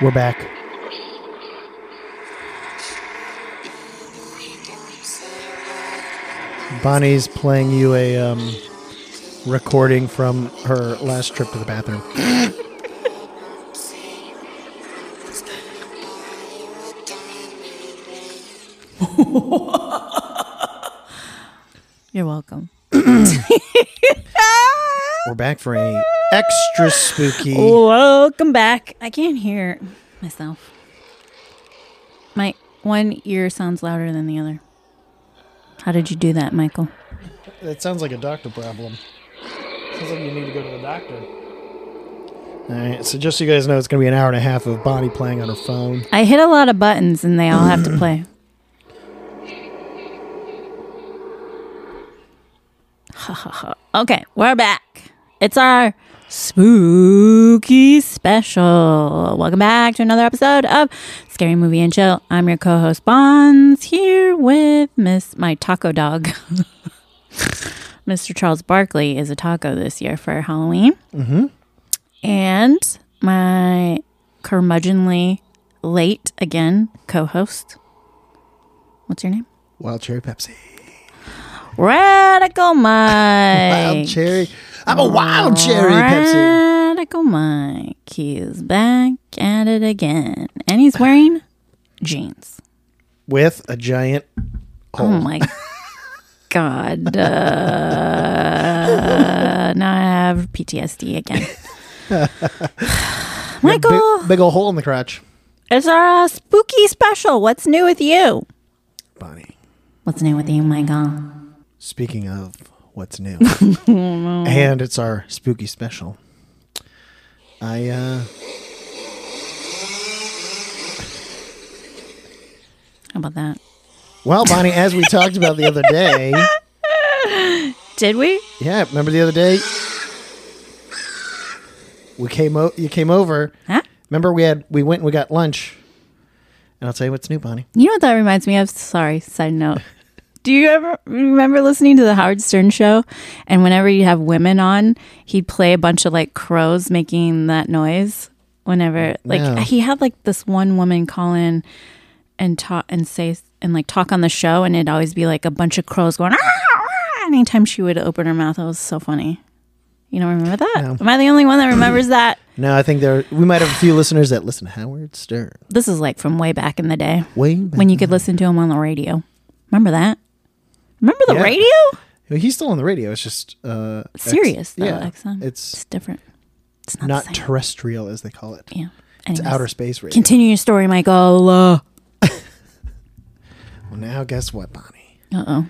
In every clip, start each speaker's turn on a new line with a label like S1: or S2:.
S1: We're back. Bonnie's playing you a um, recording from her last trip to the bathroom.
S2: You're welcome.
S1: We're back for a extra spooky.
S2: welcome back. I can't hear myself. My one ear sounds louder than the other. How did you do that, Michael?
S1: That sounds like a doctor problem.
S3: Sounds like you need to go to the doctor.
S1: All right, so just so you guys know, it's going to be an hour and a half of Bonnie playing on her phone.
S2: I hit a lot of buttons and they all have to play. okay, we're back. It's our spooky special. Welcome back to another episode of Scary Movie and Chill. I'm your co-host Bonds here with Miss my taco dog. Mr. Charles Barkley is a taco this year for Halloween. Mm-hmm. And my curmudgeonly late again co-host. What's your name?
S1: Wild cherry Pepsi.
S2: Radical Mike.
S1: Wild cherry. I'm a wild cherry Pepsi.
S2: Radical Mike. He is back at it again, and he's wearing jeans.
S1: With a giant.
S2: Oh my god! Uh, now I have PTSD again. Michael,
S1: Big, big old hole in the crotch.
S2: it's our uh, spooky special. What's new with you?
S1: Bonnie.
S2: What's new with you, Michael?
S1: Speaking of what's new,
S2: Oh,
S1: and it's our spooky special. I uh,
S2: How about that?
S1: well, Bonnie, as we talked about the other day,
S2: Did we?
S1: yeah, remember the other day we came o- you came over.
S2: Huh?
S1: Remember we had we went and we got lunch, and I'll tell you what's new, Bonnie.
S2: You know what that reminds me of? Sorry, side note. Do you ever remember listening to the Howard Stern show? And whenever you have women on, he'd play a bunch of like crows making that noise. Whenever, like,
S1: No.
S2: he had like this one woman call in and talk and say and like talk on the show, and it'd always be like a bunch of crows going. "Ah, ah," Anytime she would open her mouth, it was so funny. You don't remember that? Am I the only one that remembers that?
S1: No, I think there we might have a few listeners that listen to Howard Stern.
S2: This is like from way back in the day.
S1: Way back.
S2: when you could listen to him on the radio. Remember that? Remember the
S1: Yeah.
S2: radio?
S1: he's still on the radio. It's just uh, X-
S2: Serious though,
S1: yeah,
S2: Exxon.
S1: it's
S2: It's different. It's not,
S1: not
S2: the same.
S1: terrestrial as they call it.
S2: yeah.
S1: It's
S2: Anyways.
S1: outer space radio.
S2: Continue your story, Michael. Uh
S1: Well, now guess what, Bonnie?
S2: oh.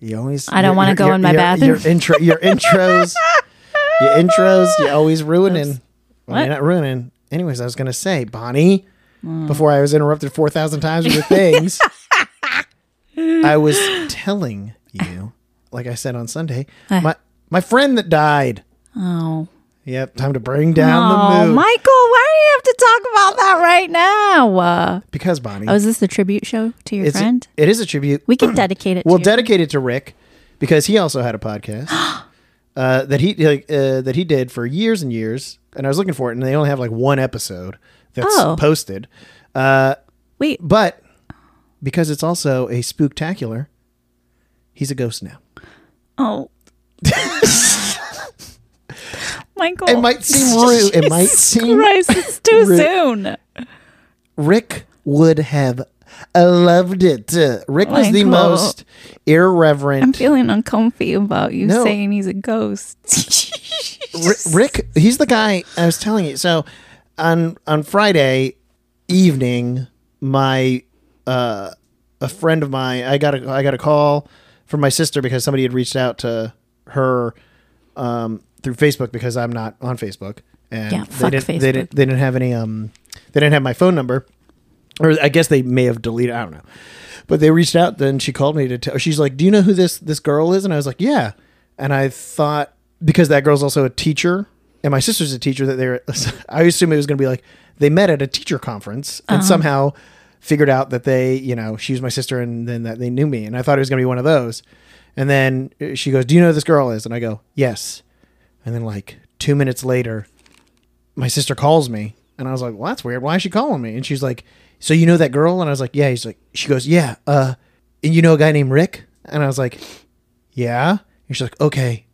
S1: You always.
S2: I don't
S1: your-
S2: wanna
S1: your-
S2: go
S1: your-
S2: in my
S1: your,
S2: bathroom.
S1: Your intro, your intros, your intros. You're always ruining. Well,
S2: What? Mm.
S1: you're not ruining. Anyways, I was gonna say, Bonnie, before I was interrupted four thousand times with your things. I was telling you, like I said on Sunday, my my friend that died.
S2: Oh.
S1: Yep, time to bring down the
S2: Oh,
S1: mood.
S2: Michael, why do you have to talk about that right now? Uh,
S1: because Bonnie,
S2: oh, is this the tribute show to your
S1: it's
S2: friend?
S1: it is a tribute.
S2: we can dedicate it
S1: Well,
S2: to your-
S1: dedicated to Rick because he also had a podcast uh, that he like, uh, that he did for years and years, and I was looking for it, and they only have like one episode that's
S2: Oh.
S1: posted.
S2: Wait,
S1: But because it's also a spooktacular, he's a ghost now.
S2: oh. Michael.
S1: It might seem rude. It might seem
S2: Oh. Christ, it's too
S1: Ru-
S2: soon.
S1: Rick would have loved it. Uh, Rick was the
S2: Michael.
S1: most irreverent.
S2: I'm feeling uncomfy about you
S1: No.
S2: saying he's a ghost.
S1: Ri- Rick, he's the guy I was telling you. So on on Friday evening, my uh, a friend of mine, I got a I got a call from my sister because somebody had reached out to her um, through Facebook because I'm not on Facebook, and
S2: Yeah,
S1: they
S2: fuck
S1: didn't they
S2: Facebook.
S1: didn't they didn't have any um they didn't have my phone number, or I guess they may have deleted. I don't know. But they reached out. Then she called me to tell. She's like, "Do you know who this this girl is?" And I was like, "Yeah." And I thought because that girl's also a teacher, and my sister's a teacher, that they were. I assume it was going to be like they met at a teacher conference and somehow figured out that they, you know, she was my sister, and then that they knew me. And I thought it was going to be one of those. And then uh, she goes, "Do you know who this girl is?" And I go, "Yes." And then like two minutes later, my sister calls me. And I was like, well, that's weird. Why is she calling me? And she's like, so you know that girl? And I was like, yeah. He's like, she goes, yeah. Uh, and you know a guy named Rick? And I was like, yeah. And she's like, okay.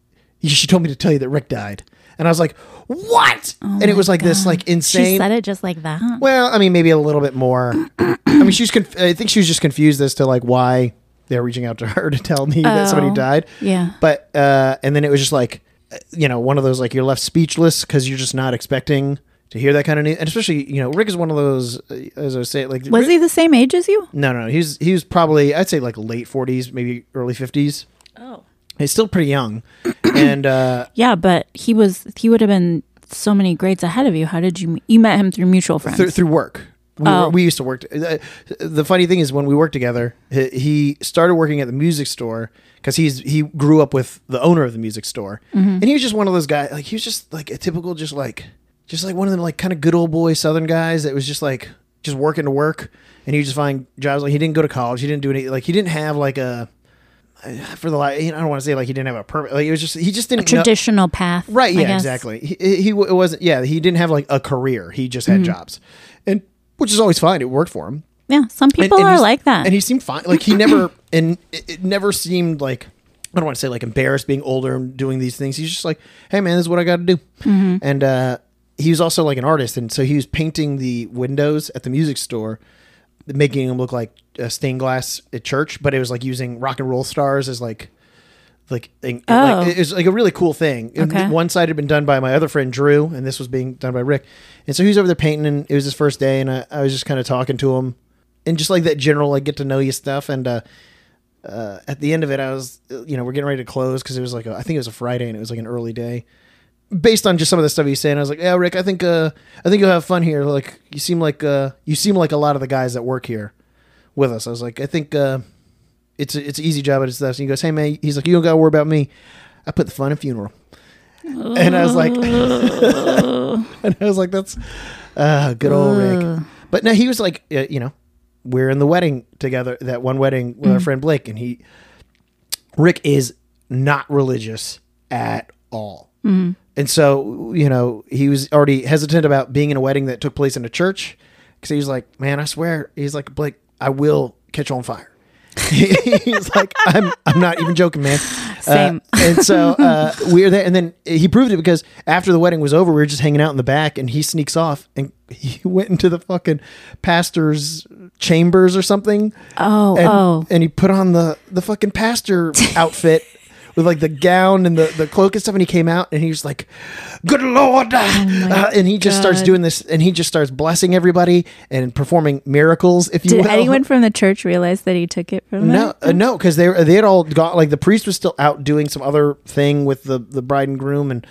S1: She told me to tell you that Rick died. And I was like, what? and it was like this, like insane.
S2: Oh She said it just like that.
S1: Well, I mean, maybe a little bit more. I mean, she's. Conf- I think she was just confused as to like why they're reaching out to her to tell me that somebody
S2: Oh,
S1: died.
S2: yeah.
S1: But uh, and then it was just like, uh, you know, one of those like you're left speechless because you're just not expecting to hear that kind of news, and especially you know, Rick is one of those uh, as I say like
S2: Was
S1: Rick-
S2: he the same age as you?
S1: No, no, he was he was probably I'd say like late 40s, maybe early 50s.
S2: Oh.
S1: He's still pretty young, and uh,
S2: Yeah, but he was he would have been so many grades ahead of you. How did you m- you met him through mutual friends?
S1: through, through work. We,
S2: Oh.
S1: were, we used to work. T- uh, the funny thing is, when we worked together, he, he started working at the music store because he's he grew up with the owner of the music store,
S2: Mm-hmm.
S1: and he was just one of those guys. Like he was just like a typical, just like just like one of them, like kind of good old boy Southern guys that was just like just working to work, and he would just find jobs. Like he didn't go to college, he didn't do any. Like he didn't have like a for the life. I don't want to say like he didn't have a permit. Like it was just he just didn't know-
S2: Traditional path.
S1: Right.
S2: I
S1: Yeah.
S2: guess.
S1: Exactly. He, he he w- wasn't. Yeah. He didn't have like a career. He just had
S2: Mm-hmm.
S1: jobs, and which is always fine. It worked for him.
S2: Yeah. Some
S1: And-
S2: people
S1: and
S2: are
S1: he's-
S2: like that.
S1: And he seemed fine. Like he never and it, it never seemed like I don't want to say like embarrassed being older and doing these things. He's just like, hey man, this is what I got to do.
S2: Mm-hmm.
S1: And uh, he was also like an artist, and so he was painting the windows at the music store, making them look like uh, stained glass at church. But it was like using rock and roll stars as like. Like, in-
S2: Oh.
S1: like it was like a really cool thing. And
S2: Okay.
S1: One side had been done by my other friend Drew, and this was being done by Rick. And so he was over there painting, and it was his first day, and I, I was just kind of talking to him, and just like that general like get to know you stuff. And uh, uh, at the end of it, I was uh, you know we're getting ready to close because it was like a, I think it was a Friday, and it was like an early day. Based on just some of the stuff he's saying, I was like, "Yeah, Rick, I think uh, I think you'll have fun here. Like, you seem like uh, you seem like a lot of the guys that work here with us." I was like, "I think uh, it's a, it's an easy job at his desk. And he goes, "Hey man," he's like, "You don't gotta worry about me. I put the fun in funeral." And I was like, and I was like, "That's uh, good old Rick." But no, he was like, uh, you know, we're in the wedding together. That one wedding with our friend Blake, and he, Rick is not religious at all. And so, you know, he was already hesitant about being in a wedding that took place in a church because he was like, "Man, I swear," he's like, "Blake, I will catch on fire." he's like, "I'm, I'm not even joking, man." Uh,
S2: Same.
S1: and so uh, we were there, and then he proved it because after the wedding was over, we were just hanging out in the back, and he sneaks off and he went into the fucking pastor's chambers or something.
S2: Oh,
S1: and,
S2: oh.
S1: and he put on the the fucking pastor outfit with like the gown and the, the cloak and stuff and he came out and he was like good lord Uh, and he just starts
S2: Oh God.
S1: doing this and he just starts blessing everybody and performing miracles if you
S2: Did
S1: will
S2: anyone from the church realize that he took it from
S1: no,
S2: them?
S1: uh, no, because they they had all got like the priest was still out doing some other thing with the the bride and groom, and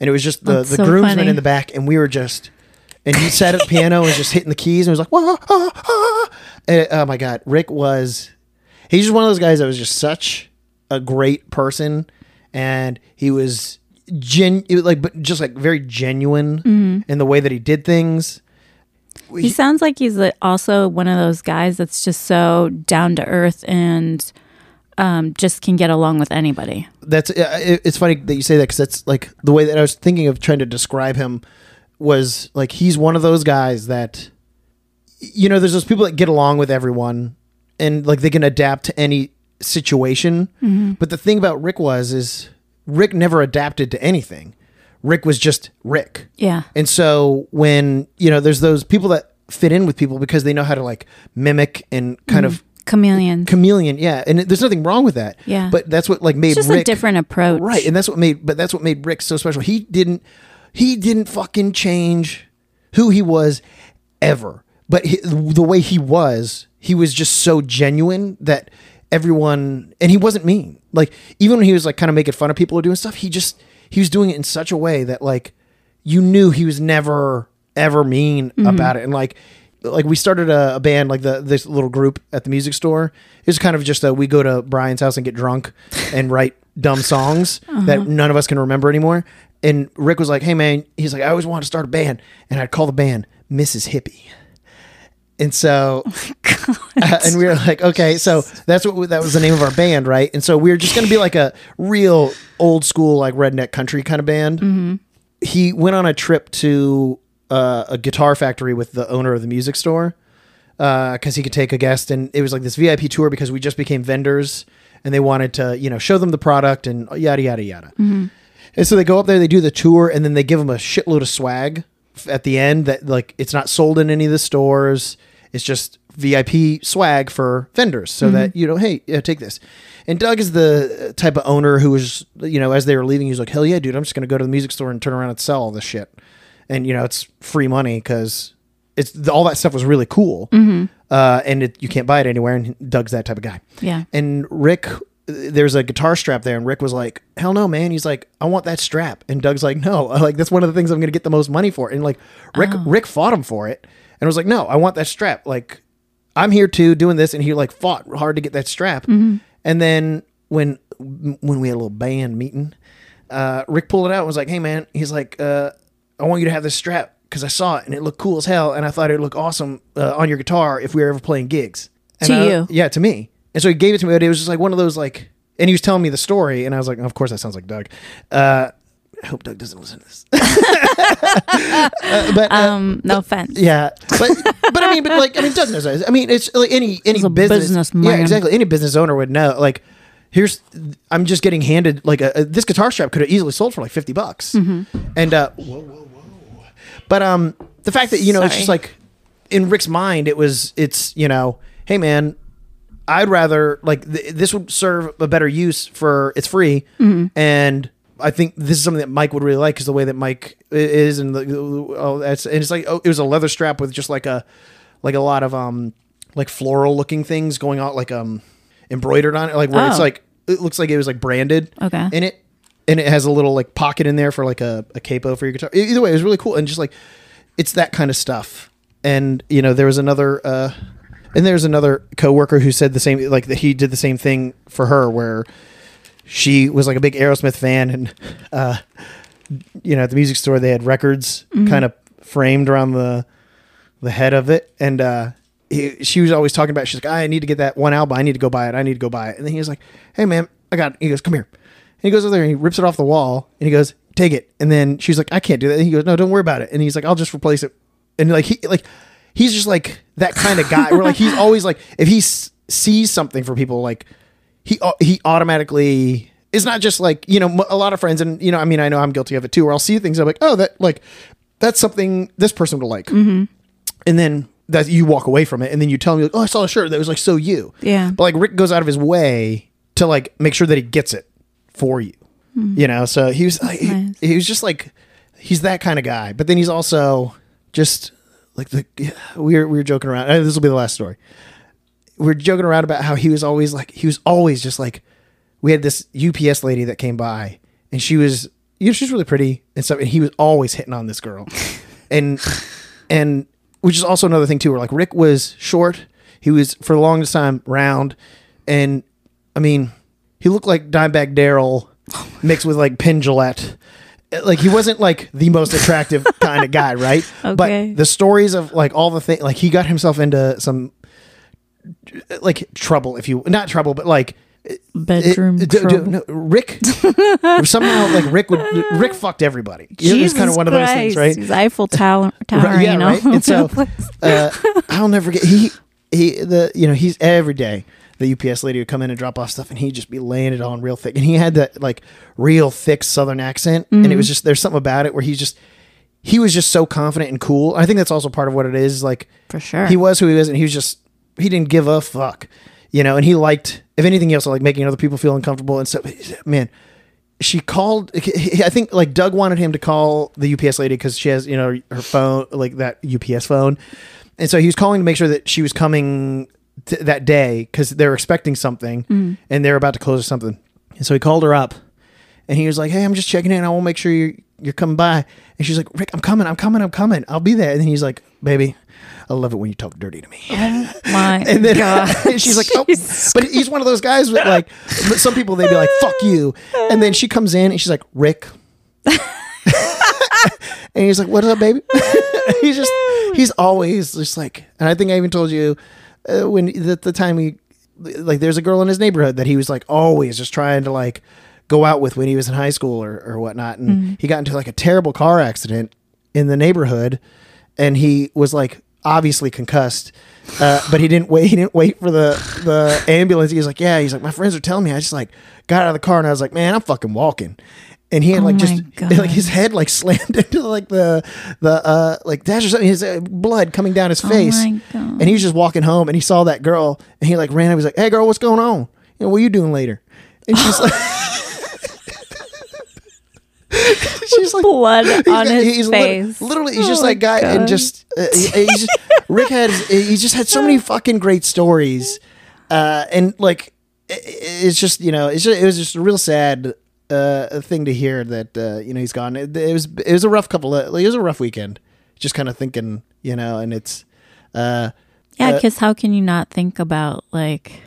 S1: and it was just the
S2: That's
S1: the
S2: so
S1: groomsmen
S2: funny.
S1: in the back, and we were just and he sat at the piano and was just hitting the keys, and was like, "Wah, ah, ah." And, oh my god, Rick was he's just one of those guys that was just such a great person, and he was gen it was like but just like very genuine
S2: Mm-hmm.
S1: in the way that he did things.
S2: He sounds like he's like, also one of those guys that's just so down to earth and um, just can get along with anybody.
S1: that's uh, it- it's funny that you say that because that's like the way that I was thinking of trying to describe him was like he's one of those guys that you know there's those people that get along with everyone and like they can adapt to any situation
S2: Mm-hmm.
S1: but the thing about Rick was is Rick never adapted to anything Rick was just Rick
S2: Yeah.
S1: and so when you know there's those people that fit in with people because they know how to like mimic and kind
S2: Mm-hmm.
S1: of
S2: Chameleon.
S1: chameleon yeah and there's nothing wrong with that
S2: Yeah.
S1: but that's what like made
S2: It's just
S1: Rick
S2: a different approach.
S1: Right, and that's what made but that's what made Rick so special. He didn't he didn't fucking change who he was ever. But he, the way he was, he was just so genuine that everyone and he wasn't mean. Like even when he was like kind of making fun of people or doing stuff, he just he was doing it in such a way that like you knew he was never ever mean about it and like like we started a, a band like the this little group at the music store it was kind of just a we go to brian's house and get drunk and write dumb songs that none of us can remember anymore and rick was like hey man he's like i always wanted to start a band and i'd call the band mrs hippie and so uh, and we were like, okay, so that's what we- that was the name of our band, right? And so we were just going to be like a real old school, like redneck country kind of band. He went on a trip to uh, a guitar factory with the owner of the music store because he could take a guest, and it was like this VIP tour because we just became vendors, and they wanted to you know show them the product and yada yada yada. And so they go up there, they do the tour, and then they give them a shitload of swag f- at the end that like it's not sold in any of the stores. It's just VIP swag for vendors, so that you know, hey, yeah, take this. And Doug is the uh, type of owner who was, you know, as they were leaving, he was like, "Hell yeah, dude! I'm just gonna go to the music store and turn around and sell all this shit." And you know, it's free money because it's th- all that stuff was really cool, uh, and it, you can't buy it anywhere. And Doug's that type of guy.
S2: Yeah.
S1: And Rick, there's a guitar strap there, and Rick was like, "Hell no, man!" He's like, "I want that strap," and Doug's like, "No, like that's one of the things I'm gonna get the most money for." And like Rick,
S2: Oh.
S1: Rick fought him for it, and was like, "No, I want that strap. Like I'm here too, doing this," and he like fought hard to get that strap.
S2: Mm-hmm.
S1: And then when when we had a little band meeting, uh, Rick pulled it out and was like, "Hey, man," he's like, uh, "I want you to have this strap." Because I saw it and it looked cool as hell, and I thought it would look awesome uh, on your guitar if we were ever playing gigs. And
S2: To
S1: I-
S2: you.
S1: yeah, to me. And so he gave it to me, but it was just like one of those like, and he was telling me the story, and I was like, of course that sounds like Doug. Uh, I hope Doug doesn't listen to this. Uh, but uh,
S2: Um, no offense.
S1: yeah, but but I mean, but like I mean, Doug knows. I mean, it's like any any
S2: a
S1: business,
S2: businessman.
S1: yeah, exactly. Any business owner would know. Like, here's I'm just getting handed like a, a- this guitar strap could have easily sold for like fifty bucks,
S2: Mm-hmm.
S1: and uh, whoa, whoa, whoa. But um, the fact that you know it's just
S2: Sorry.
S1: like in Rick's mind, it was it's you know, hey man, I'd rather like th- this would serve a better use for it's free, and I think this is something that Mike would really like because the way that Mike i- is and the oh that's and it's like oh it was a leather strap with just like a like a lot of um like floral looking things going on like um embroidered on it like where it's
S2: Oh.
S1: like it looks like it was like branded
S2: Okay.
S1: in it and it has a little like pocket in there for like a, a capo for your guitar E- either way it was really cool and just like it's that kind of stuff and you know there was another uh and there's another coworker who said the same like that he did the same thing for her where she was like a big aerosmith fan and uh you know at the music store they had records kind of framed around the the head of it and uh he, she was always talking about she's like i need to get that one album i need to go buy it i need to go buy it and then he was like hey man i got it. he goes come here and he goes over there and he rips it off the wall and he goes take it and then she's like i can't do that and he goes no don't worry about it and he's like i'll just replace it and like he like he's just like that kind of guy where like he's always like if he s- sees something for people like he au- he automatically it's not just like you know m- a lot of friends and you know I mean I know I'm guilty of it too where I'll see things I'm like oh that like that's something this person would like and then that you walk away from it and then you tell me like oh I saw a shirt that was like so you
S2: Yeah.
S1: but like Rick goes out of his way to like make sure that he gets it for you you know so he was like, he,
S2: nice.
S1: he was just like he's that kind of guy but then he's also just like the we were we were joking around Uh, this will be the last story we are joking around about how he was always like he was always just like we had this UPS lady that came by and she was you know she's really pretty and stuff and he was always hitting on this girl and and which is also another thing too where like Rick was short he was for the longest time round and I mean he looked like Dimebag Daryl mixed with like Penn Gillette like he wasn't like the most attractive kind of guy right
S2: Okay.
S1: but the stories of like all the thing like he got himself into some like trouble if you not trouble but like it-
S2: Bedroom
S1: d- d-
S2: trouble.
S1: no, Rick somehow like Rick would Rick fucked everybody. You know, it's kind of
S2: Jesus
S1: one of those things,
S2: Christ.
S1: right?
S2: He's Eiffel Tower, tower
S1: Right, yeah,
S2: you know.
S1: right. And so uh, I'll never forget. He he the you know he's every day the UPS lady would come in and drop off stuff, and he'd just be laying it on real thick. And he had that like real thick Southern accent, and it was just there's something about it where he's just he was just so confident and cool. I think that's also part of what it is like.
S2: For sure.
S1: He was who he was, and he was just he didn't give a fuck, you know. And he liked, if anything else, like making other people feel uncomfortable and stuff. Man, she called. I think like Doug wanted him to call the UPS lady because she has you know her phone, like that UPS phone, and so he was calling to make sure that she was coming t- that day because they were expecting something
S2: Mm-hmm.
S1: and they're about to close or something. And so he called her up and he was like, "Hey, I'm just checking in. I want to make sure you're you're coming by." And she's like, "Rick, I'm coming. I'm coming. I'm coming. I'll be there." And then he's like, "Baby, I love it when you talk dirty to me."
S2: oh My
S1: And then
S2: God.
S1: she's like, "Oh," but he's one of those guys with like, but some people they'd be like, "Fuck you," and then she comes in and she's like, "Rick," and he's like, "What's up, baby?" he's just
S2: Oh,
S1: he's always just like, and I think I even told you uh, when the, the time he like there's a girl in his neighborhood that he was like always just trying to like
S2: Mm-hmm.
S1: go out with when he was in high school or, or whatnot and he got into like a terrible car accident in the neighborhood, and he was like obviously concussed, uh, but he didn't wait. He didn't wait for the the ambulance. He was like, "Yeah." He's like, "My friends are telling me." I just like got out of the car and I was like, "Man, I'm fucking walking." And he had
S2: Oh
S1: like
S2: my
S1: just
S2: God.
S1: like his head like slammed into like the the uh like dash or something. His uh, blood coming down his face,
S2: Oh my God.
S1: and he was just walking home and he saw that girl and he like ran up. He's like, "Hey, girl, what's going on? You know, what you doing later?" And she's like. She's like,
S2: blood
S1: He's got-
S2: on his
S1: he's lit-
S2: face.
S1: Literally, he's
S2: Oh
S1: just
S2: my
S1: that guy, and
S2: God.
S1: just uh, he- he's just, Rick had he just had so many fucking great stories, uh, and like i- i- it's just you know it's just, it was just a real sad uh, thing to hear that uh, you know he's gone. It, it was it was a rough couple of like, it was a rough weekend. Just kind of thinking, you know, and it's uh,
S2: Yeah, because how can you not think about like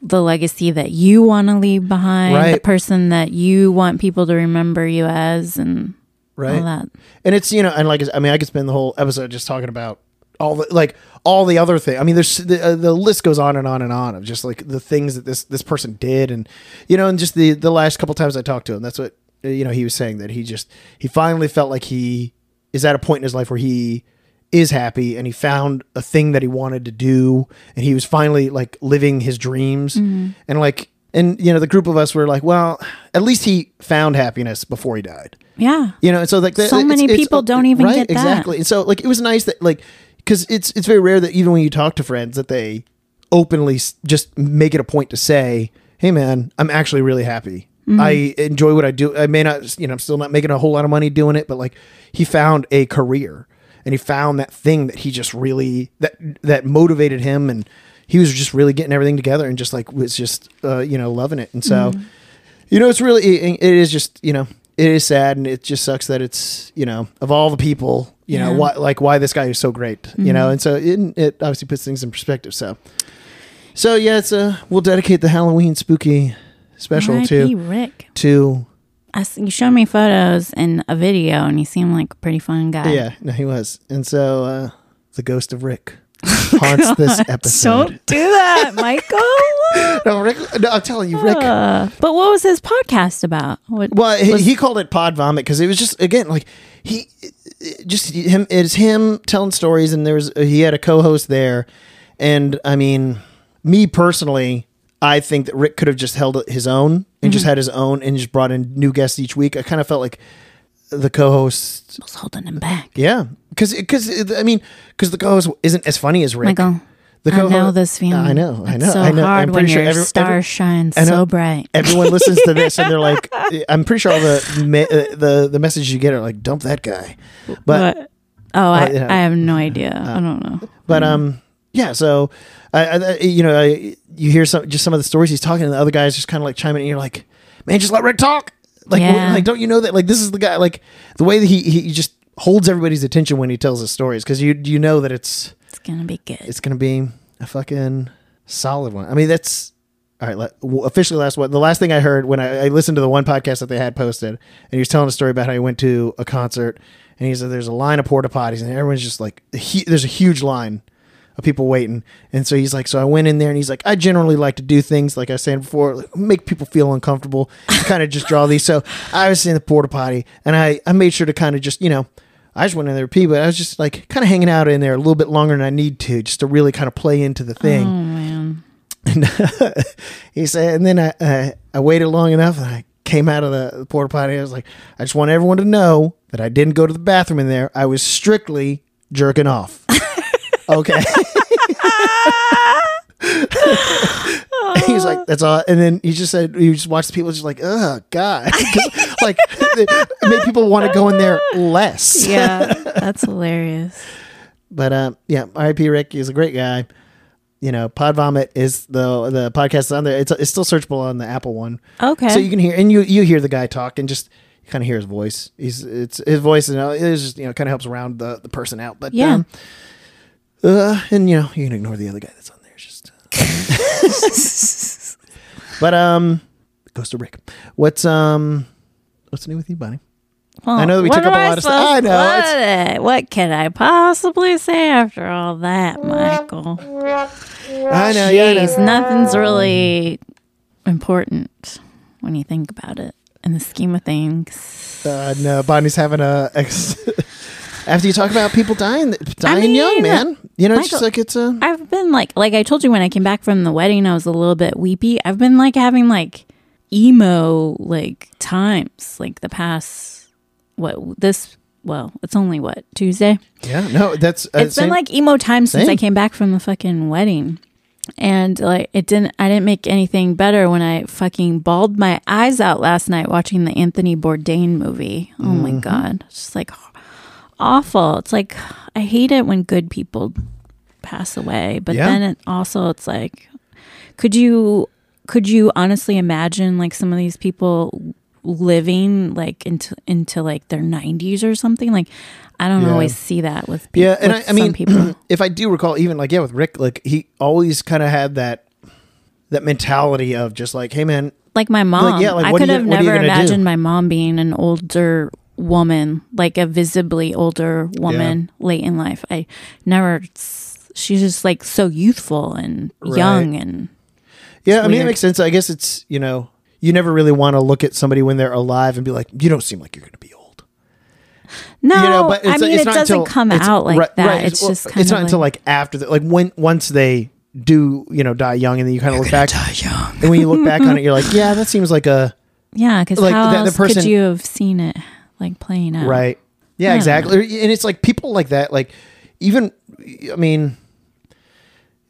S2: the legacy that you want to leave behind, the
S1: Right.
S2: person that you want people to remember you as, and all
S1: right.
S2: that.
S1: and it's you know and like i mean i could spend the whole episode just talking about all the like all the other things i mean there's the, uh, the list goes on and on and on of just like the things that this this person did and you know and just the the last couple times i talked to him that's what uh, you know he was saying that he just he finally felt like he is at a point in his life where he is happy and he found a thing that he wanted to do and he was finally like living his dreams and like and you know the group of us were like well at least he found happiness before he died
S2: Yeah,
S1: you know, and so like the,
S2: So many people don't even
S1: right?
S2: get that.
S1: exactly. And so like it was nice that like because it's it's very rare that even when you talk to friends that they openly s- just make it a point to say, "Hey, man, I'm actually really happy.
S2: Mm-hmm.
S1: I enjoy what I do. I may not, you know, I'm still not making a whole lot of money doing it, but like he found a career and he found that thing that he just really that that motivated him and." He was just really getting everything together and just like was just uh, you know loving it, and so
S2: Mm-hmm.
S1: you know, it's really it, it is just you know it is sad and it just sucks that it's you know of all the people you know
S2: Yeah.
S1: why like why this guy is so great you know and so it, it obviously puts things in perspective so so yeah it's uh we'll dedicate the Halloween spooky special
S2: R.I.P.
S1: to
S2: Rick.
S1: to
S2: I s you showed me photos and a video, and he seemed like a pretty fun guy.
S1: yeah no he was and so uh the ghost of Rick haunts this episode
S2: Don't do that, Michael.
S1: no Rick no I'm telling you Rick
S2: Uh, but what was his podcast about? What,
S1: Well, he, he called it pod vomit because it was just again like he it- just him. It's him telling stories, and there was he had a co-host there, and I mean, me personally, I think that Rick could have just held his own and just
S2: Mm-hmm.
S1: had his own and just brought in new guests each week. I kind of felt like the co-host,
S2: was holding him back?
S1: yeah, because because I mean, because the co-host isst as funny as Rick.
S2: Michael,
S1: the
S2: Oh I know this feeling.
S1: I know. I
S2: It's
S1: know.
S2: so
S1: I know.
S2: hard
S1: I'm
S2: when
S1: pretty sure
S2: your
S1: every- every-
S2: star shines
S1: I know.
S2: so bright.
S1: everyone listens to this and they're like eh, i'm pretty sure all the me- uh, the the messages you get are like dump that guy but
S2: But- oh, I,
S1: yeah. Uh,
S2: I have no idea. I don't know.
S1: but um yeah so I, I I- you know I, you hear some just some of the stories he's talking and the other guys just kind of like chiming in and you're like man just let rick talk like
S2: Yeah.
S1: w- like don't you know that like this is the guy like the way that he he just holds everybody's attention when he tells his stories because you you know that it's
S2: It's gonna be good.
S1: it's gonna be a fucking solid one. I mean, that's all right. Let, w- officially, last one. The last thing I heard when I, I listened to the one podcast that they had posted, and he was telling a story about how he went to a concert, and he said there's a line of porta potties, and everyone's just like, he, there's a huge line of people waiting, and so he's like, so I went in there, and he's like, I generally like to do things like I was saying before, like, make people feel uncomfortable, kind of just draw these. So I was in the porta potty, and I I made sure to kind of just you know. I just went in there to pee, but I was just like kind of hanging out in there a little bit longer than I need to, just to really kind of play into the thing.
S2: Oh man,
S1: And he said, and then I, I I waited long enough, and I came out of the porta potty. I was like, I just want everyone to know that I didn't go to the bathroom in there. I was strictly jerking off. okay. he was like, "That's all." And then he just said, "You just watched people just like, oh god, 'Cause, like it made people want to go in there less."
S2: yeah, that's hilarious.
S1: But uh, yeah, R.I.P. Rick. He's a great guy. You know, Pod Vomit is the the podcast is on there. It's it's still searchable on the Apple one,
S2: Okay,
S1: so you can hear and you you hear the guy talk and just kind of hear his voice. He's it's his voice and uh, it's just you know kind of helps round the the person out. But
S2: Yeah.
S1: um, uh, and you know you can ignore the other guy that's on there. It's just. but um, goes to Rick. What's um, what's new with you, Bonnie?
S2: Well,
S1: I know that we
S2: what
S1: took up
S2: am
S1: a
S2: I
S1: lot of stuff. I
S2: supposed-
S1: know, it's-
S2: What, what can I possibly say after all that, Michael?
S1: I know, yeah, I know.
S2: Jeez, nothing's really important when you think about it. in the scheme of things.
S1: Uh, no, Bonnie's having a ex. After you talk about people dying, dying
S2: mean,
S1: young, man. You know, it's just
S2: Michael-
S1: like it's uh, a.
S2: I've been like, like I told you when I came back from the wedding, I was a little bit weepy. I've been like having like emo like times, like the past what this. Well, it's only what Tuesday.
S1: Yeah, no, that's. Uh,
S2: It's
S1: same-
S2: been like emo time since I
S1: Same.
S2: came back from the fucking wedding. And like it didn't I didn't make anything better when I fucking bawled my eyes out last night watching the Anthony Bourdain movie. Oh my
S1: Mm-hmm.
S2: god. It's just like awful. It's like I hate it when good people pass away, but
S1: Yeah.
S2: then it also it's like could you could you honestly imagine like some of these people living like into into like their 90s or something like I don't
S1: Yeah.
S2: always see that with people
S1: Yeah, and I, I mean,
S2: people.
S1: if I do recall, even like yeah, with Rick, like he always kind of had that that mentality of just like, hey, man,
S2: like my mom.
S1: yeah, like,
S2: I
S1: what are
S2: could
S1: you-
S2: have
S1: what are you
S2: never
S1: gonna do?
S2: imagined my mom being an older woman, like a visibly older woman late in life. I never. She's just like so youthful and young and
S1: yeah, I mean, it
S2: weird.
S1: makes sense. I guess it's you know, you never really want to look at somebody when they're alive and be like, you don't seem like you're going to be old.
S2: no.
S1: you know, but
S2: I
S1: it's,
S2: mean,
S1: it's
S2: it
S1: not
S2: doesn't
S1: until-
S2: come
S1: it's-
S2: out like
S1: right-
S2: that.
S1: right,
S2: It's
S1: well,
S2: just kind
S1: it's
S2: of
S1: not until like after the like when once they do you know die young and then you kind of look back
S2: young.
S1: and when you look back on it, you're like, yeah, that seems like a
S2: Yeah, because
S1: like,
S2: how
S1: the- the
S2: else could
S1: person-
S2: you have seen it like playing out?
S1: Right. Yeah,
S2: I don't
S1: exactly. And it's like people like that, like even, I mean,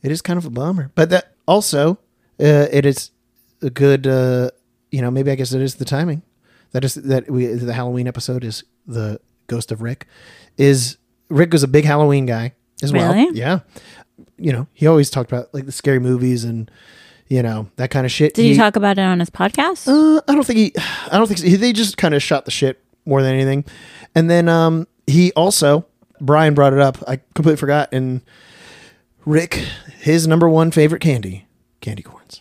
S1: it is kind of a bummer, but that also, uh, it is a good, uh, you know, maybe I guess it is the timing that is that we, the Halloween episode is the ghost of Rick is Rick was a big Halloween guy as well.
S2: Really?
S1: Yeah. You know, he always talked about like the scary movies and, you know, that kind of shit.
S2: Did he,
S1: He-
S2: talk about it on his podcast?
S1: uh, I don't think he. I don't think so. they just kind of shot the shit more than anything. And then um, he also Brian brought it up. I completely forgot. And Rick, his number one favorite candy, candy corns.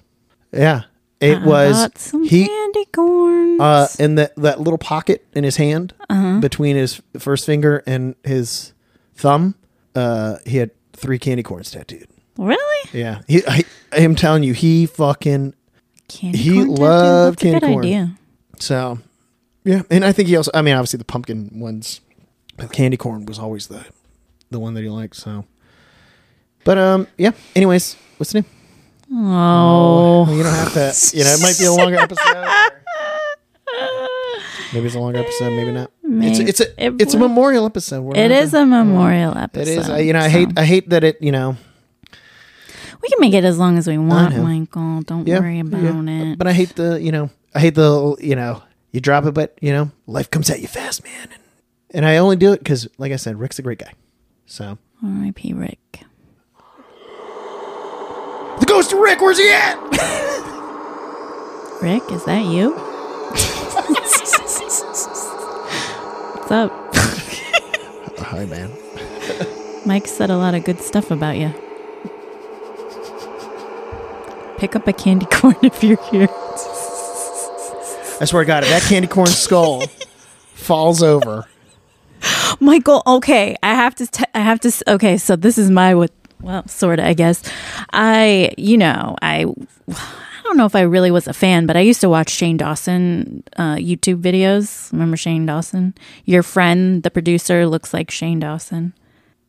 S1: Yeah, it
S2: I
S1: was
S2: got some
S1: he
S2: candy corns.
S1: uh, in that that little pocket in his hand
S2: Uh-huh.
S1: between his first finger and his thumb. Uh, he had three candy corns tattooed.
S2: really?
S1: Yeah, he, I, I am telling you, he fucking
S2: Candy
S1: he
S2: corn tattoo?
S1: loved
S2: That's
S1: candy
S2: a good
S1: corn.
S2: idea.
S1: So, yeah, and I think he also. I mean, obviously the pumpkin ones, but candy corn was always the the one that he liked. So, but um, yeah. Anyways, what's the name?
S2: Oh.
S1: Well, you don't have to. You know, it might be a longer episode. or- Maybe it's a longer episode. Maybe not. It's a,
S2: Maybe.
S1: it's a
S2: It
S1: it's a
S2: will.
S1: memorial episode. We're
S2: It
S1: not
S2: is
S1: gonna-
S2: a memorial episode.
S1: It is. I, you know, I hate I hate that it. You know,
S2: We can make it as long as we want,
S1: know.
S2: Michael. Don't
S1: yeah,
S2: worry about
S1: yeah.
S2: it.
S1: But I hate the. You know, I hate the. You know, you drop it, but you know, life comes at you fast, man. And, and I only do it because, like I said, Rick's a great guy. So.
S2: R.I.P. Rick.
S1: The ghost of Rick, where's he at?
S2: Rick, is that you? What's up?
S1: Hi, man.
S2: Mike said a lot of good stuff about you. Pick up a candy corn if you're here.
S1: I swear to God, if that candy corn skull falls over,
S2: Michael, okay, I have to. T- I have to. s- Okay, so this is my what? Well, sort of, I guess. I, you know, I. I don't know if I really was a fan, but I used to watch Shane Dawson uh, YouTube videos. Remember Shane Dawson? Your friend, the producer, looks like Shane Dawson.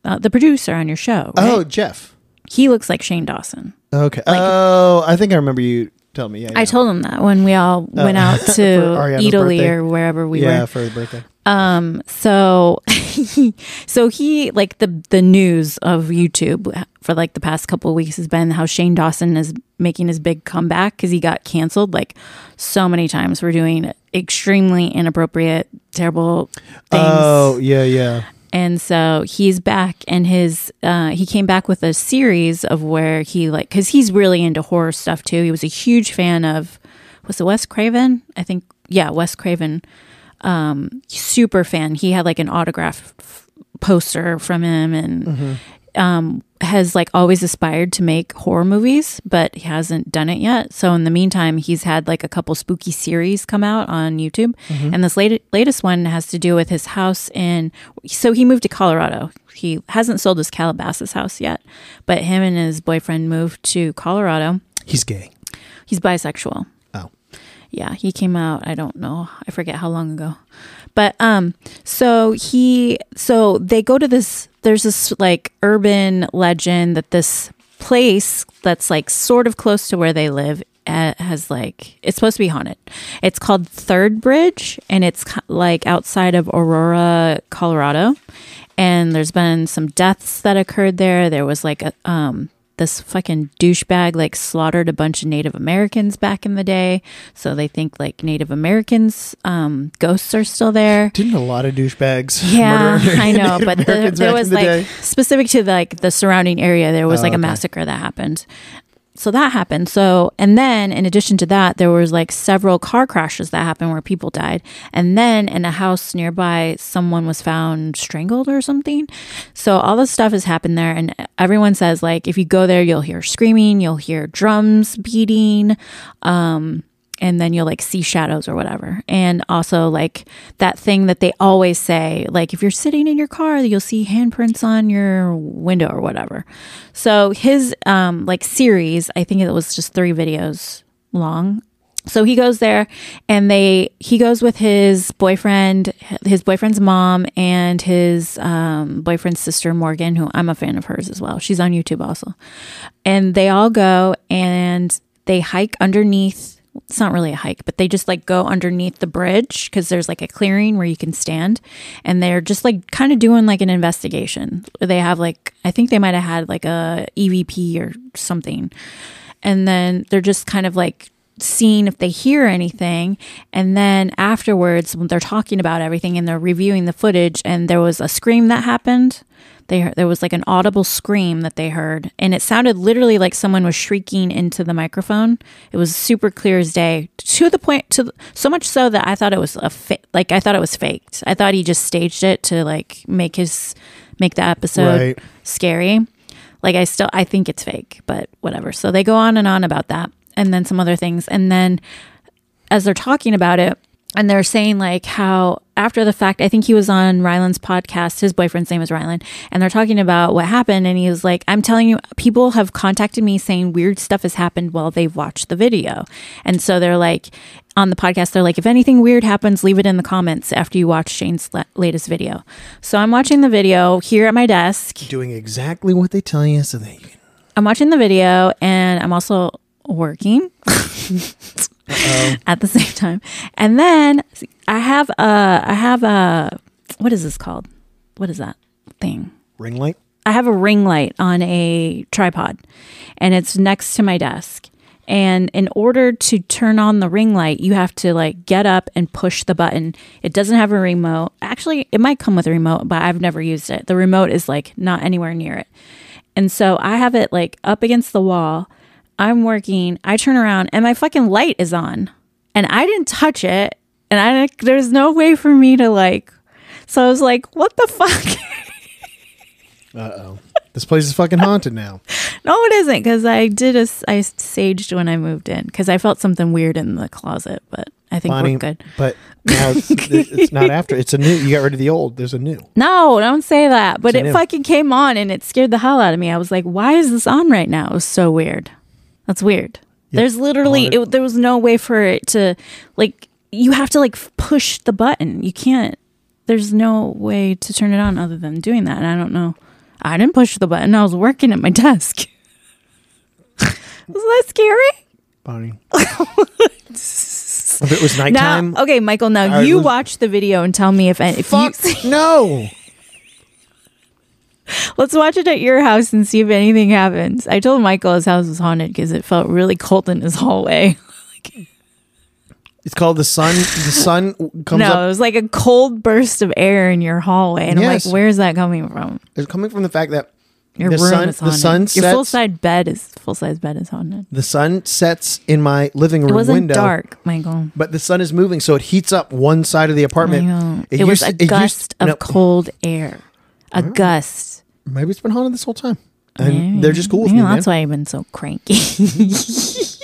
S2: Uh, the producer on your show, right?
S1: oh, Jeff.
S2: he looks like Shane Dawson.
S1: Okay. oh, I think I remember you telling me. Yeah, yeah.
S2: I told him that when we all went out to
S1: Ariana's
S2: Italy
S1: birthday.
S2: or wherever we were.
S1: yeah for the birthday.
S2: Um, so, so he like the the news of YouTube for like the past couple of weeks has been how Shane Dawson is making his big comeback because he got canceled like so many times for doing extremely inappropriate, terrible things.
S1: Oh, yeah, yeah.
S2: And so he's back, and his uh, he came back with a series of where he like because he's really into horror stuff too. He was a huge fan of was it Wes Craven? I think yeah, Wes Craven. Um, super fan. He had like an autograph f- poster from him, and um, has like always aspired to make horror movies, but he hasn't done it yet. So in the meantime, he's had like a couple spooky series come out on YouTube, and this late, latest one has to do with his house in. So he moved to Colorado. He hasn't sold his Calabasas house yet, but him and his boyfriend moved to Colorado.
S1: He's gay.
S2: He's bisexual.
S1: Oh.
S2: yeah, he came out. I don't know. I forget how long ago. But um so he so they go to this there's this like urban legend that this place that's like sort of close to where they live uh, has like it's supposed to be haunted. It's called Third Bridge and it's ki- like outside of Aurora, Colorado. And there's been some deaths that occurred there. There was like a um this fucking douchebag like slaughtered a bunch of Native Americans back in the day. So they think like Native Americans um, ghosts are still there.
S1: Didn't a lot of douchebags?
S2: Yeah,
S1: murder
S2: I know,
S1: Native
S2: but there,
S1: Americans
S2: there
S1: back in
S2: was
S1: the
S2: like
S1: day?
S2: specific to like the surrounding area, there was
S1: Oh,
S2: like a
S1: okay.
S2: massacre that happened. So that happened. So and then in addition to that, there was like several car crashes that happened where people died. And then in a house nearby, someone was found strangled or something. So all this stuff has happened there, and everyone says like if you go there, you'll hear screaming, you'll hear drums beating, and then you'll like see shadows or whatever. And also like that thing that they always say, like if you're sitting in your car, you'll see handprints on your window or whatever. So his um like series, I think it was just 3 videos long. So he goes there and they he goes with his boyfriend, his boyfriend's mom and his um boyfriend's sister Morgan, who I'm a fan of hers as well. She's on YouTube also and they all go and they hike underneath it's not really a hike but they just like go underneath the bridge because there's like a clearing where you can stand and they're just like kind of doing like an investigation they have like i think they might have had like a evp or something and then they're just kind of like seeing if they hear anything and then afterwards when they're talking about everything and they're reviewing the footage and there was a scream that happened they heard, there was like an audible scream that they heard and it sounded literally like someone was shrieking into the microphone it was super clear as day to the point to the, so much so that i thought it was a fa- like i thought it was faked i thought he just staged it to like make his make the episode
S1: Right.
S2: scary like i still i think it's fake but whatever so they go on and on about that and then some other things and then as they're talking about it and they're saying like how after the fact i think he was on rylan's podcast his boyfriend's name is rylan and they're talking about what happened and he was like i'm telling you people have contacted me saying weird stuff has happened while they've watched the video and so they're like on the podcast they're like if anything weird happens leave it in the comments after you watch shane's la- latest video so i'm watching the video here at my desk
S1: Doing exactly what they tell you, so that you can.
S2: I'm watching the video and I'm also working at the same time. And then I have a I have a what is this called? What is that thing?
S1: Ring light.
S2: I have a ring light on a tripod and it's next to my desk. And in order to turn on the ring light, you have to like get up and push the button. It doesn't have a remote. Actually, it might come with a remote, but I've never used it. The remote is like not anywhere near it. And so I have it like up against the wall. I'm working. I turn around and my fucking light is on. And I didn't touch it. And I there's no way for me to like so I was like, what the fuck?
S1: Uh oh. This place is fucking haunted now.
S2: No, it isn't because I did a s- I saged when I moved in because I felt something weird in the closet, but I think
S1: Bonnie,
S2: we're good.
S1: but now it's, it's not after. It's a new. You got rid of the old. There's a new.
S2: No, don't say that. But
S1: So new.
S2: it fucking came on and it scared the hell out of me. I was like, why is this on right now? It was so weird. That's weird. There's literally
S1: Haunted.
S2: it, there was no way for it to like you have to like f- push the button. You can't. There's no way to turn it on other than doing that. And I don't know. I didn't push the button. I was working at my desk. was that scary?
S1: Bonnie. if it was nighttime,
S2: Now, okay, Michael. Now
S1: I
S2: you
S1: was-
S2: watch the video and tell me if if
S1: fuck
S2: you.
S1: no.
S2: Let's watch it at your house and see if anything happens. I told Michael his house was haunted because it felt really cold in his hallway.
S1: It's called the sun. The sun comes
S2: no, it
S1: up.
S2: was like a cold burst of air in your hallway, and
S1: Yes.
S2: I'm like, where's that coming from?
S1: It's coming from the fact that
S2: Your
S1: The
S2: room
S1: sun-
S2: is
S1: the
S2: haunted.
S1: sun
S2: your
S1: sets-
S2: full size bed is full size bed is haunted.
S1: the sun sets in my living room
S2: It wasn't
S1: window.
S2: dark, Michael.
S1: But the sun is moving, so it heats up one side of the
S2: I
S1: apartment.
S2: know. It, was
S1: used-
S2: a
S1: it used-
S2: gust of
S1: no,
S2: cold air. A gust.
S1: Maybe it's been haunted this whole time, and they're just cool with
S2: Maybe
S1: me,
S2: that's
S1: man.
S2: why I've been so cranky.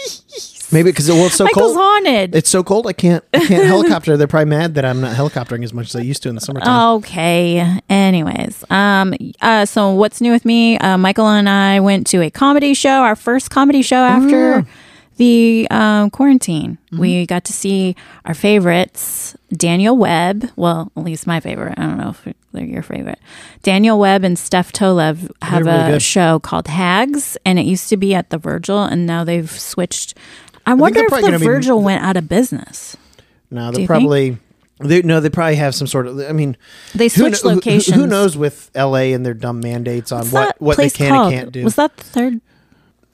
S1: Maybe because well, it's so
S2: Michael's
S1: cold.
S2: haunted.
S1: It's so cold. I can't. I can't helicopter. They're probably mad that I'm not helicoptering as much as I used to in the summertime.
S2: Oh, Okay. Anyways, um, uh, so
S1: Oh,
S2: what's new with me? Uh, Michael and I went to a comedy show, our first comedy show after the um, quarantine.
S1: Mm-hmm.
S2: We got to see our favorites, Daniel Webb. Well, at least my favorite. I don't know if they're your favorite. Daniel Webb and Steph Tolev have
S1: really
S2: a
S1: good.
S2: show called Hags, and it used to be at the Virgil, and now they've switched. I,
S1: think
S2: wonder
S1: they're
S2: if
S1: probably
S2: the
S1: gonna be-
S2: Virgil went out of business.
S1: No,
S2: Do
S1: they
S2: you think?
S1: probably. They, no, they probably have some sort of. I mean,
S2: They
S1: who
S2: switched
S1: kno- who-
S2: locations.
S1: Who, knows with L.A. and their dumb mandates on
S2: What's
S1: what
S2: that
S1: what they
S2: place
S1: can
S2: called?
S1: and can't do?
S2: Was that the third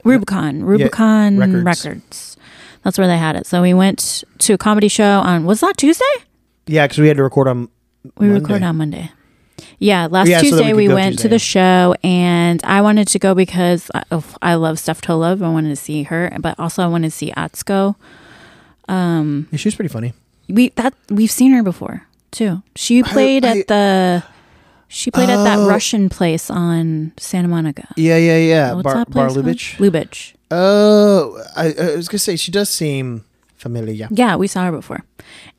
S2: Rubicon? Rubicon
S1: Records.
S2: Records. That's where they had it. So we went to a comedy show on was that Tuesday?
S1: yeah, because we had to record on.
S2: We
S1: Monday.
S2: record on Monday. Yeah, last
S1: Yeah, so that we
S2: Tuesday
S1: could
S2: we,
S1: go
S2: went
S1: Tuesday,
S2: to
S1: yeah.
S2: the show, and I wanted to go because I, oh, I love Steph Tolove. I wanted to see her, but also I wanted to see Atsuko. Um,
S1: Yeah, she was pretty funny.
S2: We that we've seen her before too. She played
S1: I-
S2: at the she played at
S1: Oh.
S2: that Russian place on Santa Monica.
S1: Yeah, yeah, yeah.
S2: What's
S1: Bar,
S2: that place
S1: Bar
S2: called?
S1: Lubitsch.
S2: Lubitsch.
S1: Oh, I, I was gonna say she does seem familiar.
S2: Yeah, we saw her before.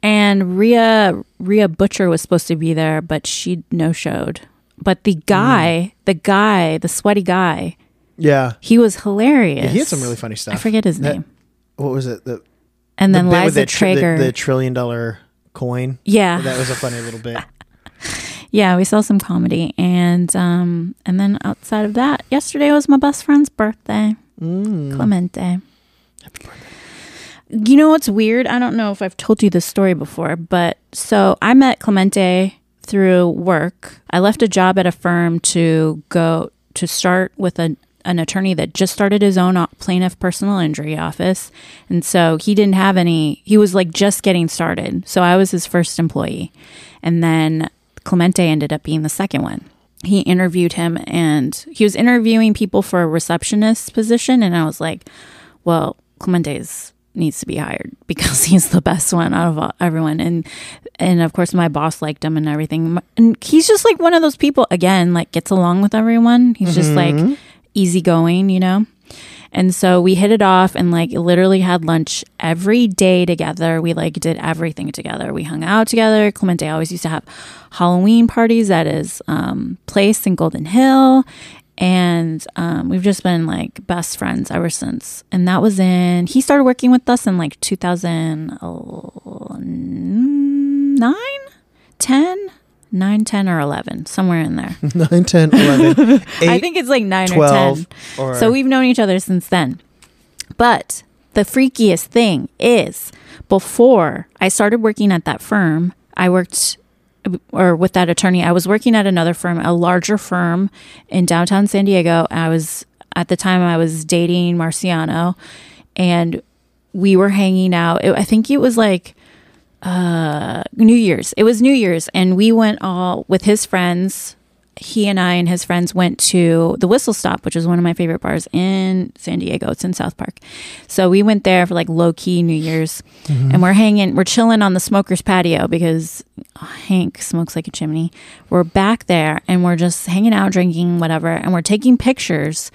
S2: And Rhea Rhea Butcher was supposed to be there, but she no showed. But
S1: Hmm.
S2: the guy, the guy, the sweaty guy,
S1: Yeah,
S2: he was hilarious.
S1: yeah he had some really funny stuff.
S2: I forget his
S1: That-
S2: name.
S1: What was it? The,
S2: And then
S1: the bit with
S2: Liza
S1: that tr- the-
S2: Traeger.
S1: the trillion dollar coin.
S2: yeah.
S1: That was a funny little bit.
S2: yeah, we saw some comedy and um and then outside of that, yesterday was my best friend's birthday,
S1: Hmm. Mm.
S2: Clemente. You know what's weird? I don't know if I've told you this story before, but so I met Clemente through work. I left a job at a firm to go to start with an an attorney that just started his own o- plaintiff personal injury office. And so he didn't have any, he was like just getting started. So I was his first employee. And then Clemente ended up being the second one. He interviewed him and he was interviewing people for a receptionist position. And I was like, well, Clemente's needs to be hired because he's the best one out of all- everyone and and of course my boss liked him and everything and he's just like one of those people again like gets along with everyone he's just like easygoing you know and so we hit it off and like literally had lunch every day together. We like did everything together. We hung out together. Clemente always used to have Halloween parties at his um, place in Golden Hill. And um, we've just been like best friends ever since. And that was in, he started working with us in like 2009, 10, 9, 10, or 11, somewhere in there.
S1: 9, 10, 11,
S2: I
S1: 8,
S2: think it's like 9 or 10.
S1: 12. Or,
S2: So we've known each other since then. But the freakiest thing is before I started working at that firm, I worked or with that attorney, I was working at another firm, a larger firm in downtown San Diego. I was at the time I was dating Marciano and we were hanging out. It, I think it was like uh New Year's. It was New Year's and we went all with his friends he and I and his friends went to the Whistle Stop, which is one of my favorite bars in San Diego. It's in South Park. So we went there for like low key New Year's and we're hanging, we're chilling on the smoker's patio because Hank smokes like a chimney. We're back there and we're just hanging out, drinking, whatever, and we're taking pictures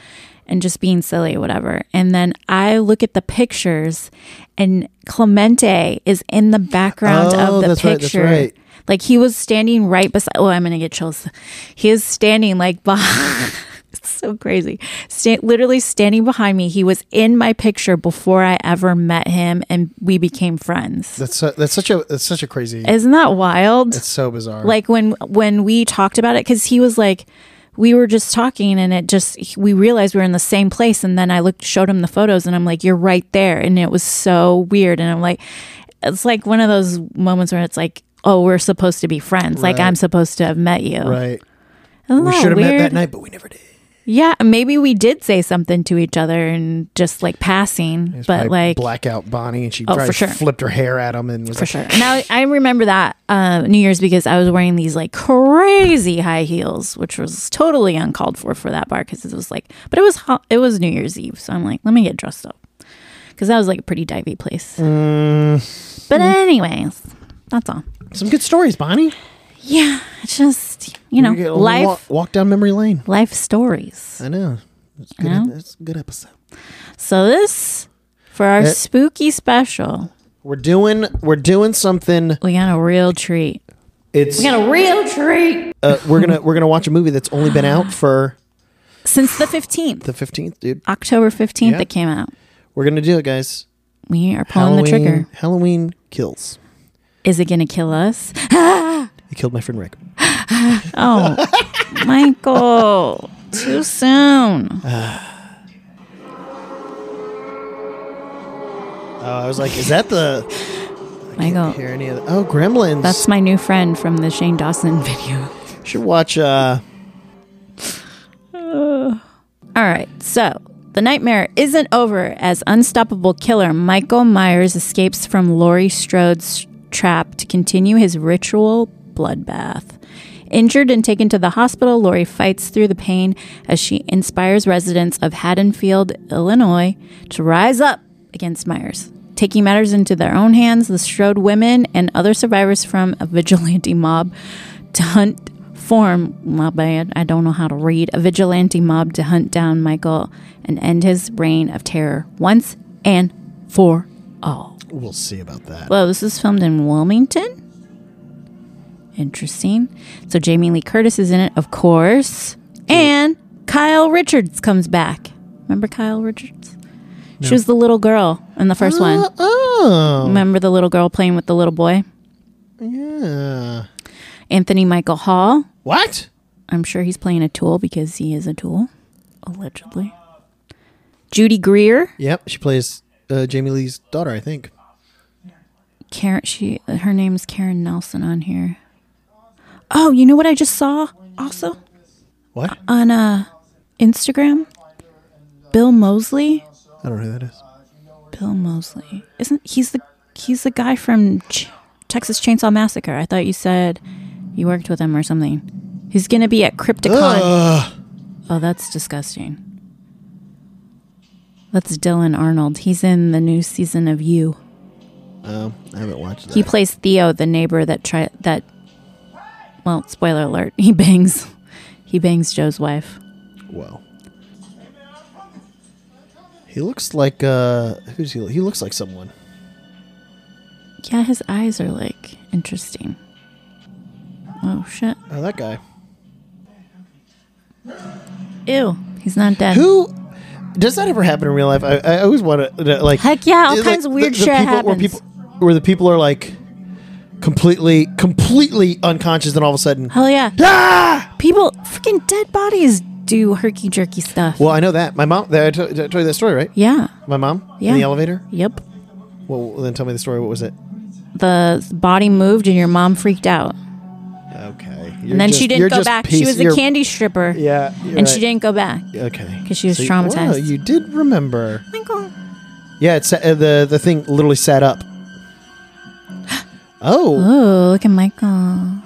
S2: and just being silly, whatever. And then I look at the pictures and Clemente is in the background
S1: Oh,
S2: of the
S1: that's right, that's
S2: picture.
S1: right.
S2: Like he was standing right beside. Oh, I'm gonna get chills. He is standing like behind. it's so crazy. Sta- literally standing behind me. He was in my picture before I ever met him, and we became friends.
S1: that's, su- that's such a that's such a crazy.
S2: Isn't that wild?
S1: It's so bizarre.
S2: like when when we talked about it because he was like we were just talking and it just we realized we were in the same place and then i looked showed him the photos and i'm like you're right there and it was so weird and i'm like it's like one of those moments where it's like oh we're supposed to be friends like
S1: Right.
S2: i'm supposed to have met you
S1: right.
S2: Isn't
S1: We
S2: that
S1: should have met
S2: oh, weird?
S1: that night, but we never did.
S2: yeah maybe we did say something to each other and just like passing
S1: It's
S2: but
S1: probably
S2: like
S1: blackout Bonnie, and she
S2: Oh,
S1: probably
S2: for sure.
S1: flipped her hair at him and was
S2: for
S1: like,
S2: sure. And I, I remember that uh, New Year's because I was wearing these like crazy high heels, which was totally uncalled for for that bar because it was like, but it was hot, it was New Year's Eve, so I'm like, let me get dressed up because that was like a pretty divey place.
S1: Mm.
S2: But anyways, that's all.
S1: "Some good stories, Bonnie."
S2: Yeah, it's just you know
S1: We get a little
S2: life
S1: walk, walk down memory lane.
S2: life stories.
S1: I know. It's good.
S2: know?
S1: It's a good episode.
S2: So this for our
S1: That-
S2: spooky special,
S1: We're doing we're doing something.
S2: we got a real treat.
S1: It's
S2: We got a real treat
S1: uh, we're gonna we're gonna watch a movie that's only been out for
S2: since the fifteenth,
S1: the fifteenth, dude.
S2: October fifteenth,
S1: Yeah.
S2: it came out.
S1: We're gonna do it, guys.
S2: We are pulling the trigger.
S1: Halloween kills.
S2: Is it gonna kill us?
S1: It killed my friend Rick.
S2: Oh, Michael, too soon.
S1: Oh, I was like, is that the? I
S2: Michael,
S1: don't hear any of the, Oh, Gremlins.
S2: that's my new friend from the Shane Dawson video.
S1: should watch. uh
S2: All right, so the nightmare isn't over as unstoppable killer Michael Myers escapes from Laurie Strode's trap to continue his ritual bloodbath. Injured and taken to the hospital, Laurie fights through the pain as she inspires residents of Haddonfield, Illinois, to rise up against Myers. Taking matters into their own hands, the Strode women and other survivors from a vigilante mob to hunt form my bad i don't know how to read a vigilante mob to hunt down michael and end his reign of terror once and for all
S1: We'll see about that.
S2: well this is filmed in wilmington interesting so jamie lee curtis is in it of course and kyle richards comes back remember kyle richards she was the little girl in the first one
S1: Uh, Oh,
S2: remember the little girl playing with the little boy
S1: yeah.
S2: anthony michael hall
S1: What?
S2: I'm sure he's playing a tool because he is a tool, allegedly. Judy Greer,
S1: Yep, she plays uh, Jamie Lee's daughter, I think.
S2: Karen. She her name's Karen Nelson on here. Oh, you know what I just saw also
S1: What?
S2: on uh, Instagram. Bill Mosley.
S1: I don't know who that is.
S2: Bill Mosley isn't he's the he's the guy from Ch- Texas Chainsaw Massacre. I thought you said you worked with him or something. He's gonna be at Crypticon.
S1: Ugh.
S2: Oh, that's disgusting. That's Dylan Arnold. He's in the new season of You.
S1: Um, I haven't watched that.
S2: He plays Theo, the neighbor that try that. Well, spoiler alert. He bangs. He bangs Joe's wife.
S1: Wow. He looks like uh who's he he looks like someone.
S2: Yeah, his eyes are like interesting. Oh shit!
S1: Oh that guy.
S2: Ew. He's not dead.
S1: Who does that ever happen in real life? I, I always want to like
S2: Heck yeah, all
S1: like,
S2: kinds of weird shit
S1: people, Where
S2: happens.
S1: people where the people are like completely completely unconscious and all of a sudden
S2: Hell yeah!
S1: ah!
S2: People, freaking dead bodies do herky jerky stuff.
S1: Well, I know that. My mom I told, did I tell you that story, right?
S2: Yeah.
S1: My mom
S2: Yeah.
S1: in the elevator?
S2: Yep.
S1: Well, then tell me the story. What was it?
S2: The body moved and your mom freaked out.
S1: Okay.
S2: and then she didn't go back. she was a candy stripper,
S1: Yeah. you're
S2: and she
S1: right.
S2: didn't go back.
S1: Okay.
S2: 'Cause she was
S1: you- wow,
S2: traumatized.
S1: you did remember.
S2: Michael,
S1: Yeah, it's uh, the the thing literally sat up. Oh,
S2: oh look at Michael!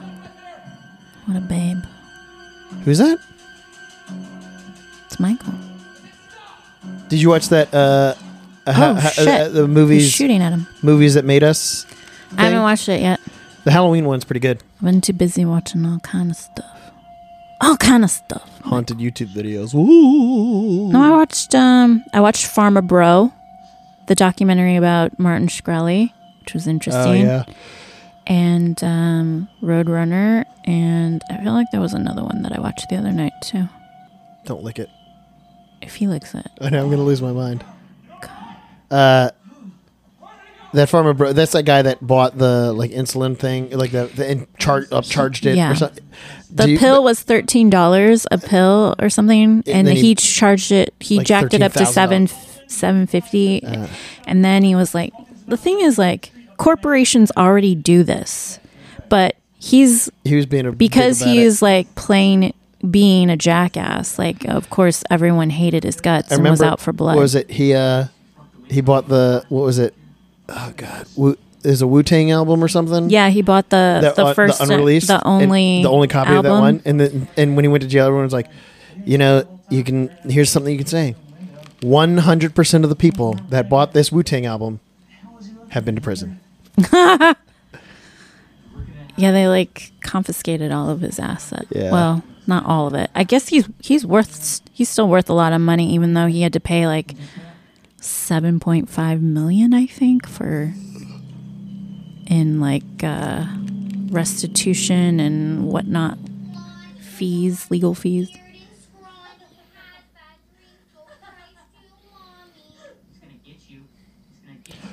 S2: What a babe!
S1: who's that?
S2: It's Michael.
S1: Did you watch that? Uh, uh, ha-
S2: Oh,
S1: ha-
S2: shit.
S1: uh, the
S2: He's
S1: movies
S2: shooting at him.
S1: movies that made us.
S2: I haven't
S1: thing?
S2: watched it yet.
S1: The Halloween one's pretty good.
S2: I've been too busy watching all kind of stuff. All kind of stuff.
S1: Haunted YouTube videos. Ooh.
S2: No, I watched um, I watched Farmer Bro, the documentary about Martin Shkreli, which was interesting.
S1: oh yeah.
S2: And um, Roadrunner, and I feel like there was another one that I watched the other night too.
S1: Don't lick it.
S2: If he likes it.
S1: I know I'm gonna lose my mind. Uh, that farmer bro. That's that guy that bought the like insulin thing, like the, the and char- upcharged it
S2: Yeah.
S1: or something.
S2: The pill was thirteen dollars a pill or something, and,
S1: then
S2: he,
S1: he-
S2: charged it. He
S1: like
S2: jacked it up to seven
S1: $13,000.
S2: seven fifty,
S1: Uh.
S2: and then he was like, "The thing is, like, corporations already do this, but he's
S1: He was being a
S2: because
S1: dick about
S2: he
S1: it.
S2: is like plain being a jackass. Like, of course, everyone hated his guts
S1: I
S2: and was
S1: remember-
S2: out for blood.
S1: What was it? He uh, he bought the what was it? Oh God, Wu, is a Wu Tang album or something?
S2: Yeah, he bought the the,
S1: uh,
S2: first one-
S1: unreleased,
S2: the
S1: and
S2: only
S1: the only copy of that
S2: album.
S1: one. And then and when he went to jail, everyone was like, you know, you can here's something you can say. One hundred percent of the people that bought this Wu Tang album have been to prison.
S2: Yeah, they like confiscated all of his assets.
S1: Yeah.
S2: Well, not all of it. I guess he's he's worth he's still worth a lot of money, even though he had to pay like seven point five million, I think, for in like uh, restitution and whatnot fees, legal fees.
S4: dirty scrub. Hot fat green, go right to mommy.
S5: gonna get you.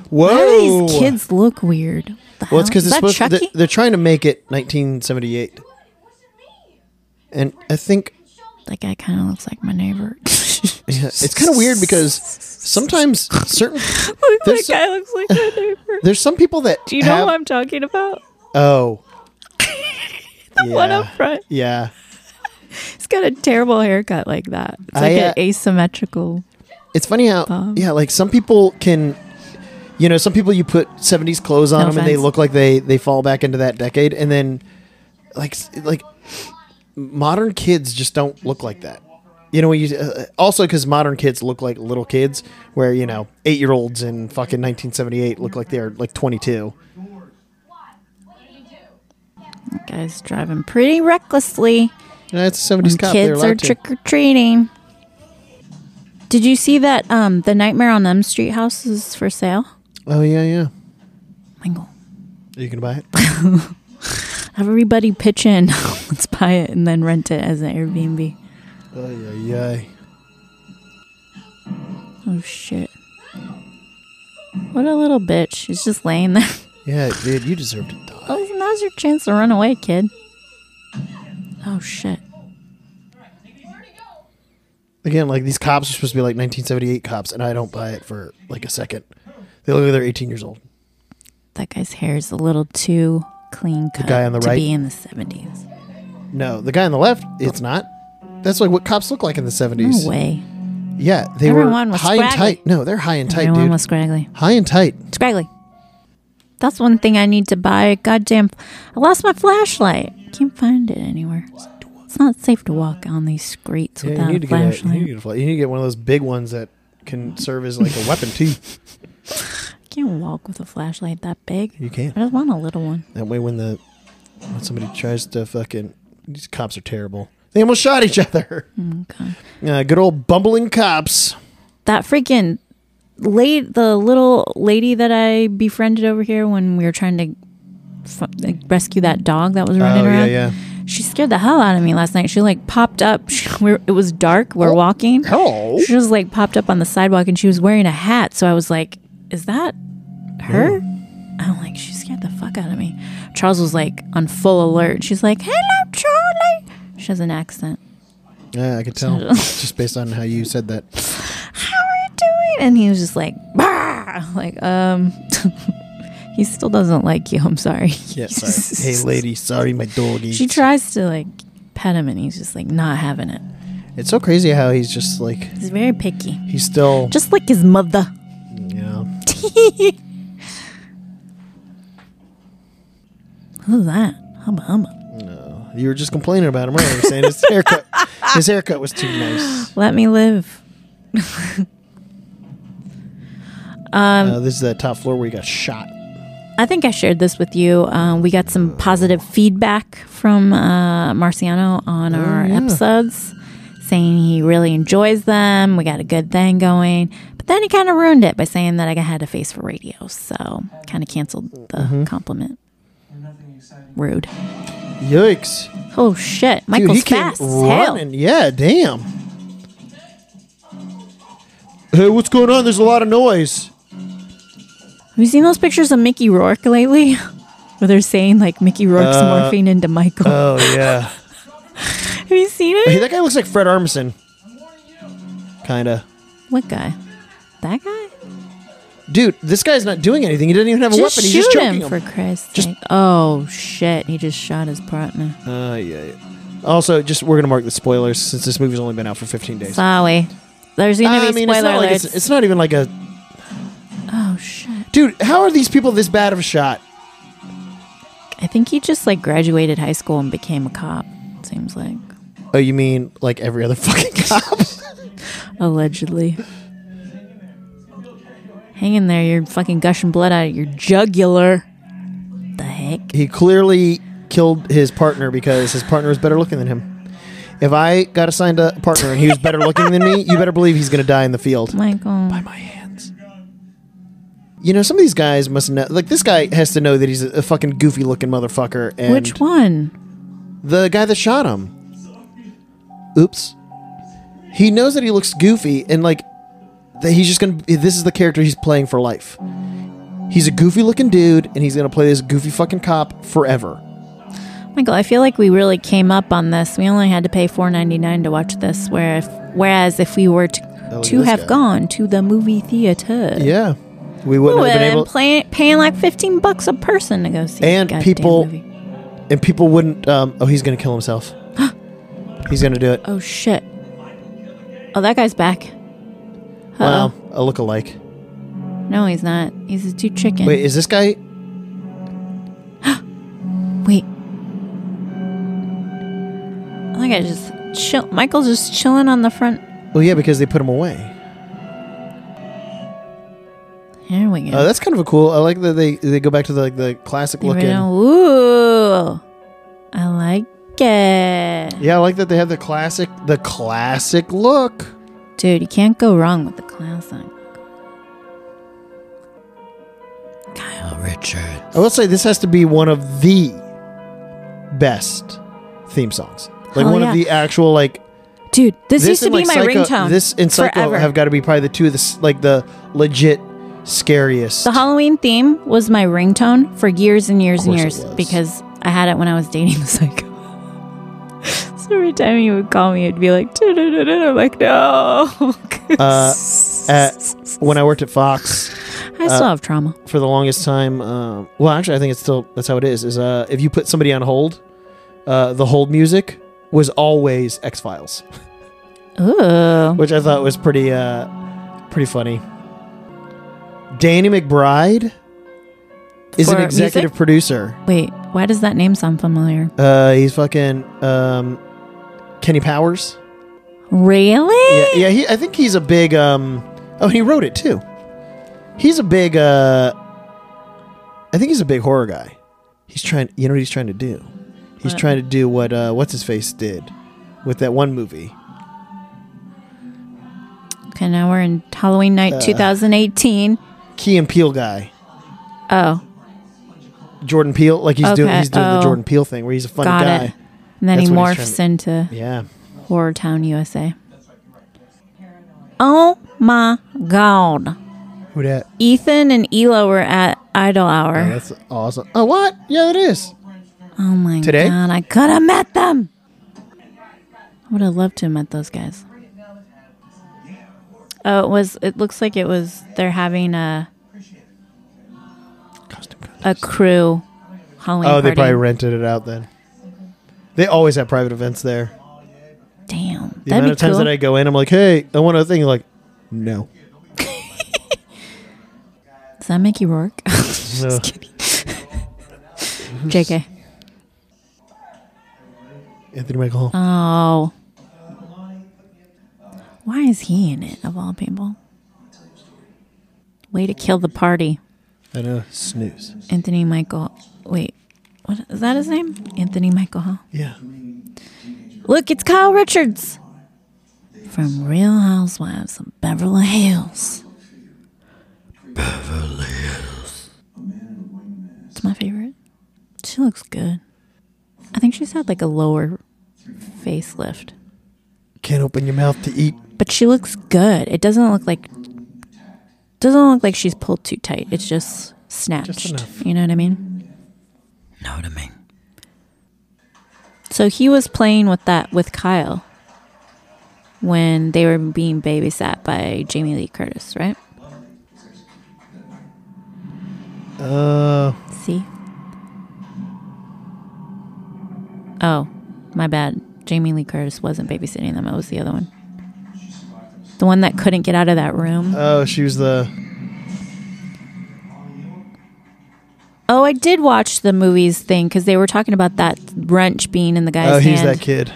S1: Whoa.
S2: Why do these kids look weird? What the
S1: Oh! Well, it's
S2: hell?
S1: because
S2: Is
S1: it's
S2: that
S1: supposed. To,
S2: Chucky?
S1: they're, they're trying to make it 1978, and I think
S2: that guy kind of looks like my neighbor.
S1: yeah, it's kind of weird because sometimes certain
S2: that
S1: There's so-
S2: guy looks like my neighbor.
S1: there's some people that
S2: Do you know
S1: have-
S2: who I'm talking about?
S1: oh
S2: The one
S1: Yeah.
S2: up front.
S1: yeah.
S2: He's got a terrible haircut like that. It's
S1: I,
S2: like
S1: uh,
S2: an asymmetrical.
S1: It's funny how
S2: Um.
S1: yeah, like some people can. You know, some people you put 70s clothes on
S2: No
S1: them and they
S2: offense.
S1: look like they they fall back into that decade, and then like s- like modern kids just don't look like that. You know, when you uh, also because modern kids look like little kids, where you know eight year olds in fucking 1978 look like they're like 22.
S2: That guy's driving pretty recklessly.
S1: Yeah, it's a 70s
S2: When
S1: cop. they're
S2: kids
S1: allowed
S2: are
S1: to.
S2: trick or treating. Did you see that um, the Nightmare on Elm Street house is for sale?
S1: Oh yeah, yeah.
S2: Mingle.
S1: Are you gonna buy it?
S2: Everybody pitch in. Let's buy it and then rent it as an Airbnb.
S1: Oh yeah, yeah.
S2: Oh shit. What a little bitch. She's just laying there.
S1: Yeah, dude, you deserve to die.
S2: Oh, now's your chance to run away, kid. Oh shit.
S1: Again, like these cops are supposed to be like 1978 cops, and I don't buy it for like a second. They look like they're 18 years old.
S2: That guy's hair is a little too clean cut
S1: guy on the
S2: to
S1: right?
S2: be in the 70s.
S1: No, the guy on the left, it's not. That's like what cops look like in the 70s.
S2: No way.
S1: Yeah, they
S2: Everyone
S1: were
S2: was
S1: high and
S2: scraggly.
S1: tight. No, they're high and tight,
S2: Everyone
S1: dude.
S2: was scraggly.
S1: high and tight.
S2: Scraggly. That's one thing I need to buy. Goddamn, I lost my flashlight. Can't find it anywhere. It's not safe to walk on these streets
S1: Yeah, you
S2: without
S1: need
S2: a
S1: to get a, you
S2: flashlight.
S1: need to get a fla- you need to get one of those big ones that can serve as like a weapon too.
S2: I can't walk with a flashlight that big.
S1: You can.
S2: I just want a little one.
S1: That way, when the when somebody tries to fucking these cops are terrible. They almost shot each other.
S2: Okay.
S1: Uh, good old bumbling cops.
S2: That freaking late, the little lady that I befriended over here when we were trying to f- like, rescue that dog that was running
S1: Oh, yeah,
S2: around.
S1: yeah.
S2: She scared the hell out of me last night. She like popped up. She, we're, it was dark. We're walking.
S1: Hello.
S2: She was like popped up on the sidewalk and she was wearing a hat. So I was like, is that her? I'm like, she scared the fuck out of me. Charles was like on full alert. She's like, hello, Charlie. She has an accent.
S1: Yeah, I could tell just based on how you said that.
S2: How are you doing? And he was just like, bah! like, um, he still doesn't like you. I'm sorry.
S1: Yeah, sorry. hey, lady, sorry, my dog.
S2: She
S1: eats.
S2: tries to like pet him and he's just like not having it.
S1: It's so crazy how he's just like
S2: He's very picky.
S1: he's still. Just,
S2: Just like his mother.
S1: you know,
S2: Who's that? Hubba hubba.
S1: you were just complaining about him earlier, saying his haircut, his haircut was too nice.
S2: Let me live. Um,
S1: uh, this is that top floor where he got shot.
S2: I think I shared this with you. Uh, we got some positive feedback from uh, Marciano on our
S1: Oh, yeah.
S2: episodes, saying he really enjoys them. We got a good thing going. But then he kind of ruined it by saying that I had a face for radio. So kind of canceled the
S1: Mm-hmm.
S2: compliment. Rude.
S1: Yikes!
S2: Oh, shit.
S1: Dude,
S2: Michael's
S1: he came
S2: fast as hell.
S1: running. Yeah, damn. Hey, what's going on? There's a lot of noise.
S2: Have you seen those pictures of Mickey Rourke lately? Where they're saying like Mickey Rourke's
S1: Uh,
S2: morphing into Michael.
S1: Oh yeah.
S2: Have you seen
S1: hey,
S2: it?
S1: that guy looks like Fred Armisen. Kinda.
S2: What guy? That guy?
S1: Dude, this guy's not doing anything. He doesn't even have a
S2: Just
S1: weapon. He's
S2: shoot
S1: just choking
S2: him,
S1: him.
S2: for Christ's
S1: Just-
S2: sake. Oh shit, he just shot his partner.
S1: Uh, yeah, yeah. Also, just we're gonna mark the spoilers since this movie's only been out for 15 days.
S2: Sorry. There's gonna be
S1: I mean,
S2: spoiler
S1: it's not like
S2: alerts.
S1: it's, it's not even like a
S2: oh shit.
S1: dude. How are these people this bad of a shot?
S2: I think he just like graduated high school and became a cop, it seems like.
S1: Oh, you mean like every other fucking cop?
S2: Allegedly. Hang in there, you're fucking gushing blood out of your jugular. The heck?
S1: he clearly killed his partner because his partner was better looking than him. If I got assigned a partner and he was better looking than me, you better believe he's gonna die in the field.
S2: Michael.
S1: my hands. You know, some of these guys must know. Like this guy has to know that he's a, a fucking goofy looking motherfucker. And
S2: Which one?
S1: The guy that shot him. Oops. He knows that he looks goofy and like that he's just gonna. This is the character he's playing for life. He's a goofy looking dude, and he's gonna play this goofy fucking cop forever.
S2: Michael, I feel like we really came up on this. We only had to pay four ninety nine to watch this, where if, whereas if we were to,
S1: look at
S2: to
S1: this
S2: have
S1: guy.
S2: gone to the movie theater, oh,
S1: Yeah, we wouldn't have been
S2: and
S1: able,
S2: play, paying like fifteen bucks a person to go see, a
S1: And
S2: goddamn
S1: people-
S2: movie.
S1: and people wouldn't. Um, oh, he's gonna kill himself. he's gonna do it.
S2: Oh shit! Oh, that guy's back.
S1: Wow,
S2: Uh-oh.
S1: a look-alike.
S2: No, he's not. He's a two chicken.
S1: Wait, is this guy?
S2: Wait. I think I just chill. Michael's just chilling on the front.
S1: Well, yeah, because they put him away.
S2: Here we go.
S1: Uh, that's kind of a cool. I like that they they go back to the like the classic
S2: Here we
S1: looking.
S2: go. Ooh, I like it,
S1: Yeah, I like that they have the classic the classic look.
S2: dude. You can't go wrong with the classic. Kyle Richard.
S1: I will say this has to be one of the best theme songs. Like
S2: Oh,
S1: one
S2: yeah.
S1: of the actual like
S2: Dude, this, used to
S1: and,
S2: be
S1: like,
S2: my
S1: Psycho-
S2: ringtone.
S1: This and Psycho
S2: forever.
S1: have got to be probably the two of the s- like the legit scariest.
S2: The Halloween theme was my ringtone for years and years and
S1: Of course
S2: years
S1: it was.
S2: because I had it when I was dating the psycho. so every time he would call me, it'd be like, "Da, da, da, da." I'm like, no.
S1: Uh, at- uh, when I worked at Fox
S2: I still have trauma.
S1: for the longest time, um, well, actually, I think it's still that's how it is. Is uh, if you put somebody on hold, uh, the hold music was always X Files,
S2: Ooh.
S1: which I thought was pretty uh, pretty funny. Danny McBride is an
S2: For
S1: executive
S2: music?
S1: producer.
S2: Wait, why does that name sound familiar?
S1: Uh, he's fucking um, Kenny Powers. Yeah,
S2: Really?
S1: yeah. He, I think he's a big. Um, oh, he wrote it too. He's a big. Uh, I think he's a big horror guy. He's trying. You know what he's trying to do? He's
S2: What?
S1: trying to do what uh, what's his face did with that one movie.
S2: Okay, now we're in Halloween night
S1: Uh,
S2: 2018.
S1: Key and Peele guy,
S2: Oh,
S1: Jordan Peele. Like he's doing.
S2: Okay,
S1: He's doing the
S2: oh.
S1: Jordan Peele thing where he's a funny
S2: got
S1: guy.
S2: it. And then he
S1: That's what he's
S2: morphs
S1: trying
S2: into
S1: Yeah.
S2: Horror Town USA. Oh my god.
S1: Who that?
S2: Ethan and Elo were at Idol
S1: Oh,
S2: Hour.
S1: that's awesome. Oh, what? Yeah, it is.
S2: Oh my
S1: Today?
S2: god, I could have met them. I would have loved to have met those guys. Oh, it was it looks like it was they're having a
S1: Costume contest.
S2: a crew Halloween
S1: Oh, they
S2: party.
S1: probably rented it out then. They always have private events there.
S2: Damn.
S1: The amount
S2: that'd
S1: of
S2: be
S1: times
S2: cool.
S1: that I go in, I'm like, hey, I want a thing. You're like, no.
S2: Does that make you Rourke?
S1: Ugh.
S2: JK.
S1: Anthony Michael Hall.
S2: Oh. Why is he in it of all people? Way to kill the party.
S1: I know. Snooze.
S2: Anthony Michael. Wait, what is that his name? Anthony Michael Hall.
S1: Yeah.
S2: Look, it's Kyle Richards from Real Housewives of Beverly Hills. Beverly Hills. It's my favorite. She looks good. I think she's had like a lower facelift,
S1: Can't open your mouth to eat.
S2: but she looks good. It doesn't look like doesn't look like she's pulled too tight. It's just snatched.
S1: enough.
S2: you know what I mean? Know what I mean. So he was playing with that with Kyle when they were being babysat by Jamie Lee Curtis, right?
S1: Uh,
S2: See? Oh, my bad. Jamie Lee Curtis wasn't babysitting them. It was the other one. The one that couldn't get out of that room.
S1: oh, she was the.
S2: Oh, I did watch the movies thing because they were talking about that wrench being in the guy's
S1: Oh,
S2: hand.
S1: he's that kid.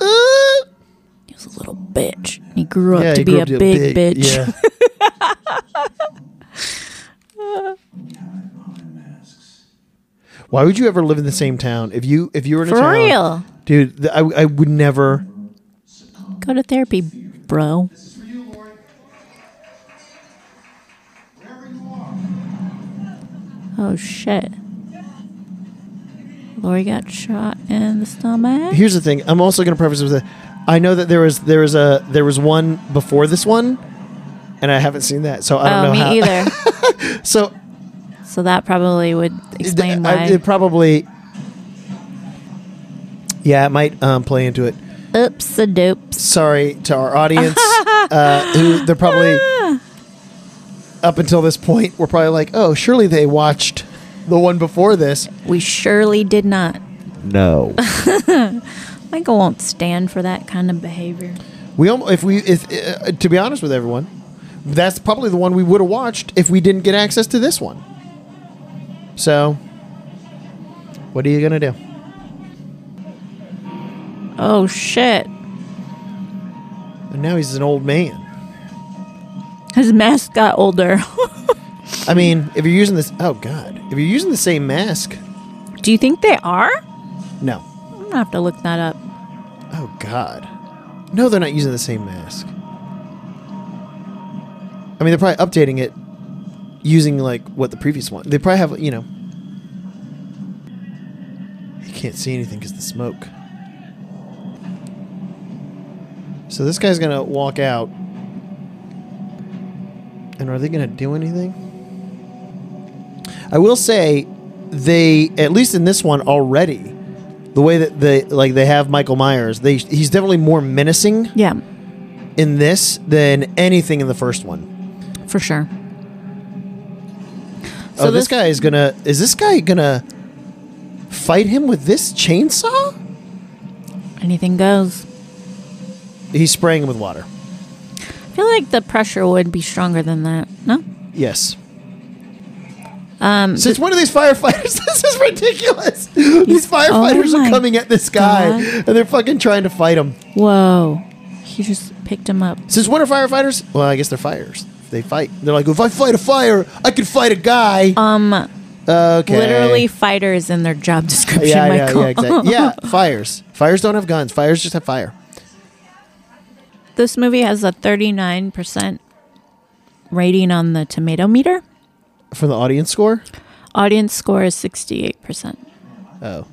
S1: Uh,
S2: He was a little bitch. He grew up
S1: yeah,
S2: to
S1: he
S2: be
S1: grew
S2: a
S1: up to
S2: big, bitch.
S1: Yeah. Why would you ever live in the same town? If you if you were in a
S2: For
S1: town,
S2: real.
S1: dude, th- I, I would never.
S2: Go to therapy, bro. Oh shit. Lori got shot in the stomach.
S1: here's the thing. I'm also going to preface with a. I know that there was there was a there was one before this one, and I haven't seen that, so I don't
S2: oh,
S1: know
S2: me
S1: how.
S2: either.
S1: So
S2: So that probably would explain
S1: I-
S2: why.
S1: It probably. Yeah, it might um, play into it.
S2: Oops a dopes.
S1: Sorry to our audience, uh, who they're probably up until this point were probably like, oh, surely they watched the one before this.
S2: We surely did not.
S1: No,
S2: Michael won't stand for that kind of behavior.
S1: we almo- if we if uh, to be honest with everyone, that's probably the one we would have watched if we didn't get access to this one. So, what are you gonna do?
S2: Oh shit!
S1: And now he's an old man.
S2: His mask got older.
S1: I mean, if you're using this, oh god, if you're using the same mask,
S2: Do you think they are?
S1: no,
S2: I'm gonna have to look that up.
S1: oh god, no, they're not using the same mask. I mean, they're probably updating it using like what the previous one. They probably have, you know, you can't see anything because the smoke. So this guy's gonna walk out, and are they gonna do anything? I will say, they at least in this one already, the way that they like they have Michael Myers, they he's definitely more menacing
S2: Yeah,
S1: in this than anything in the first one.
S2: for sure.
S1: oh, this, guy is gonna is this guy gonna fight him with this chainsaw?
S2: Anything goes.
S1: He's spraying him with water.
S2: I feel like the pressure would be stronger than that. No.
S1: Yes. Um, Since when are these firefighters? this is ridiculous. These firefighters
S2: my
S1: are coming at this guy,
S2: God.
S1: and they're fucking trying to fight him.
S2: Whoa. He just picked him up.
S1: Since when are firefighters? Well, I guess they're fires. They fight. They're like, if I fight a fire, I can fight a guy. Um. Okay.
S2: Literally fighters in their job description,
S1: Yeah, yeah,
S2: Michael.
S1: yeah, exactly. Yeah, fires. Fires don't have guns. Fires just have fire.
S2: This movie has a 39% rating on the tomato meter.
S1: For the audience score.
S2: Audience score is 68%.
S1: Oh.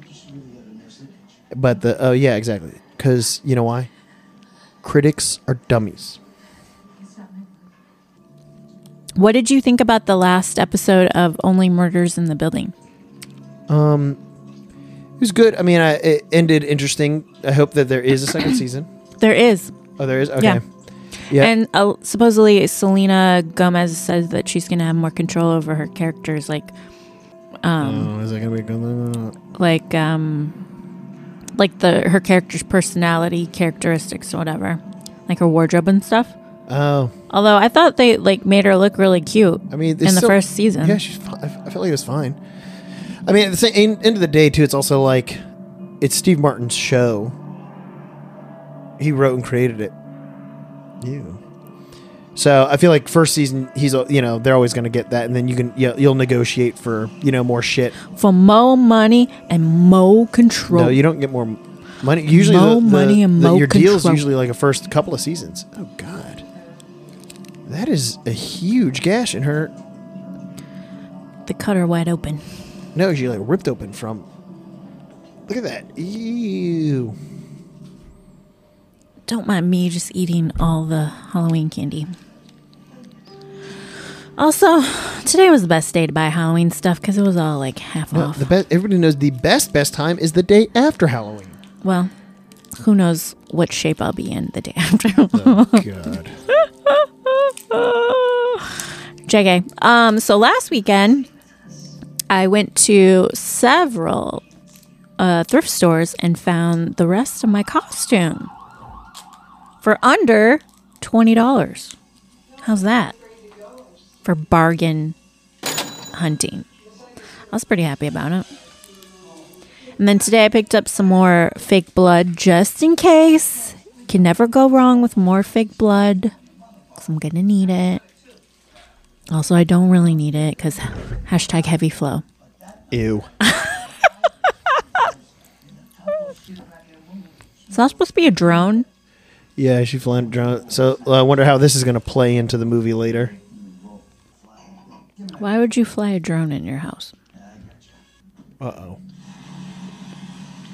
S1: But the oh yeah exactly because you know why? Critics are dummies.
S2: What did you think about the last episode of Only Murders in the Building?
S1: It was good. I mean, I, it ended interesting. I hope that there is a second season.
S2: There is.
S1: Oh, there is. Okay.
S2: Yeah.
S1: Yeah.
S2: And uh, supposedly Selena Gomez says that she's going to have more control over her characters like
S1: oh, is that gonna be good?
S2: like um like the her character's personality characteristics or whatever like her wardrobe and stuff
S1: Oh,
S2: although i thought they like made her look really cute
S1: I mean, it's
S2: in the
S1: still-
S2: first season
S1: Yeah, she's. Fine. I I feel like it was fine. I mean, at the same, end end of the day, too, it's also like it's Steve Martin's show. He wrote and created it. You. So I feel like first season, he's uh, you know they're always going to get that, and then you can you you'll negotiate for you know more shit.
S2: for more money and more control
S1: No, you don't get more m- money. Usually,
S2: Mo
S1: the, the-
S2: money and
S1: the-
S2: mo
S1: your deal is
S2: control.
S1: usually like a first couple of seasons. Oh God, that is a huge gash in her.
S2: they cut her wide open
S1: No, she like ripped open from. Look at that! Ew.
S2: don't mind me just eating all the halloween candy also today was the best day to buy halloween stuff because it was all like half
S1: No,
S2: off
S1: the best. Everybody knows the best best time is the day after Halloween.
S2: well who knows what shape i'll be in the day after
S1: God.
S2: JK. Um, so last weekend, I went to several uh, thrift stores and found the rest of my costume for under twenty dollars. How's that for bargain hunting? I was pretty happy about it. And then today I picked up some more fake blood just in case. Can never go wrong with more fake blood because I'm going to need it. Also, I don't really need it because hashtag heavy flow.
S1: Ew.
S2: Is that supposed to be a drone?
S1: yeah, she flying drunk. So I wonder how this is going to play into the movie later.
S2: Why would you fly a drone in your house?
S1: Uh oh.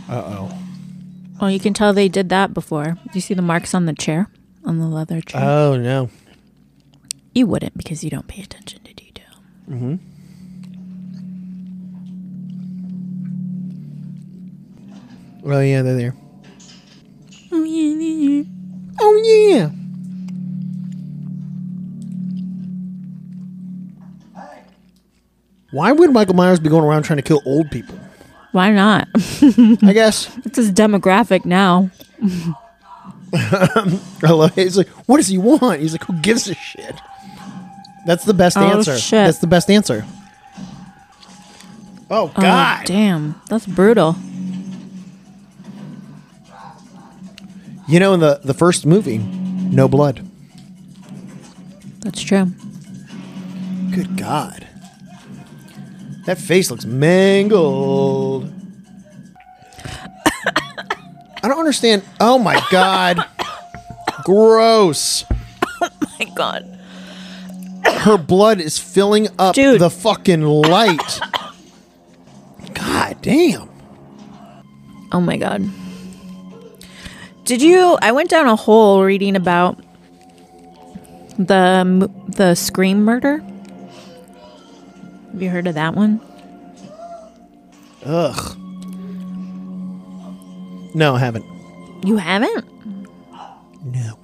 S1: Uh oh.
S2: Well, you can tell they did that before. Do you see the marks on the chair? On the leather chair?
S1: Oh no.
S2: you wouldn't because you don't pay attention to detail.
S1: Oh yeah, they're there.
S2: Oh yeah, yeah, yeah.
S1: Oh yeah. Why would Michael Myers be going around trying to kill old people?
S2: Why not?
S1: I guess.
S2: it's his demographic now.
S1: I love it. He's like, what does he want? He's like, who gives a shit? That's the best
S2: Oh,
S1: answer.
S2: shit.
S1: That's the best answer. Oh
S2: Oh,
S1: God.
S2: damn, that's brutal.
S1: you know, in the, the first movie, no blood.
S2: That's true.
S1: Good God. That face looks mangled. I don't understand. Oh my God. Gross.
S2: My God.
S1: Her blood is filling up
S2: Dude.
S1: the fucking light. God damn.
S2: Oh my God. Did you? I went down a hole reading about the mu- the Scream murder. Have you heard of that one?
S1: Ugh. No, I haven't.
S2: You haven't?
S1: No.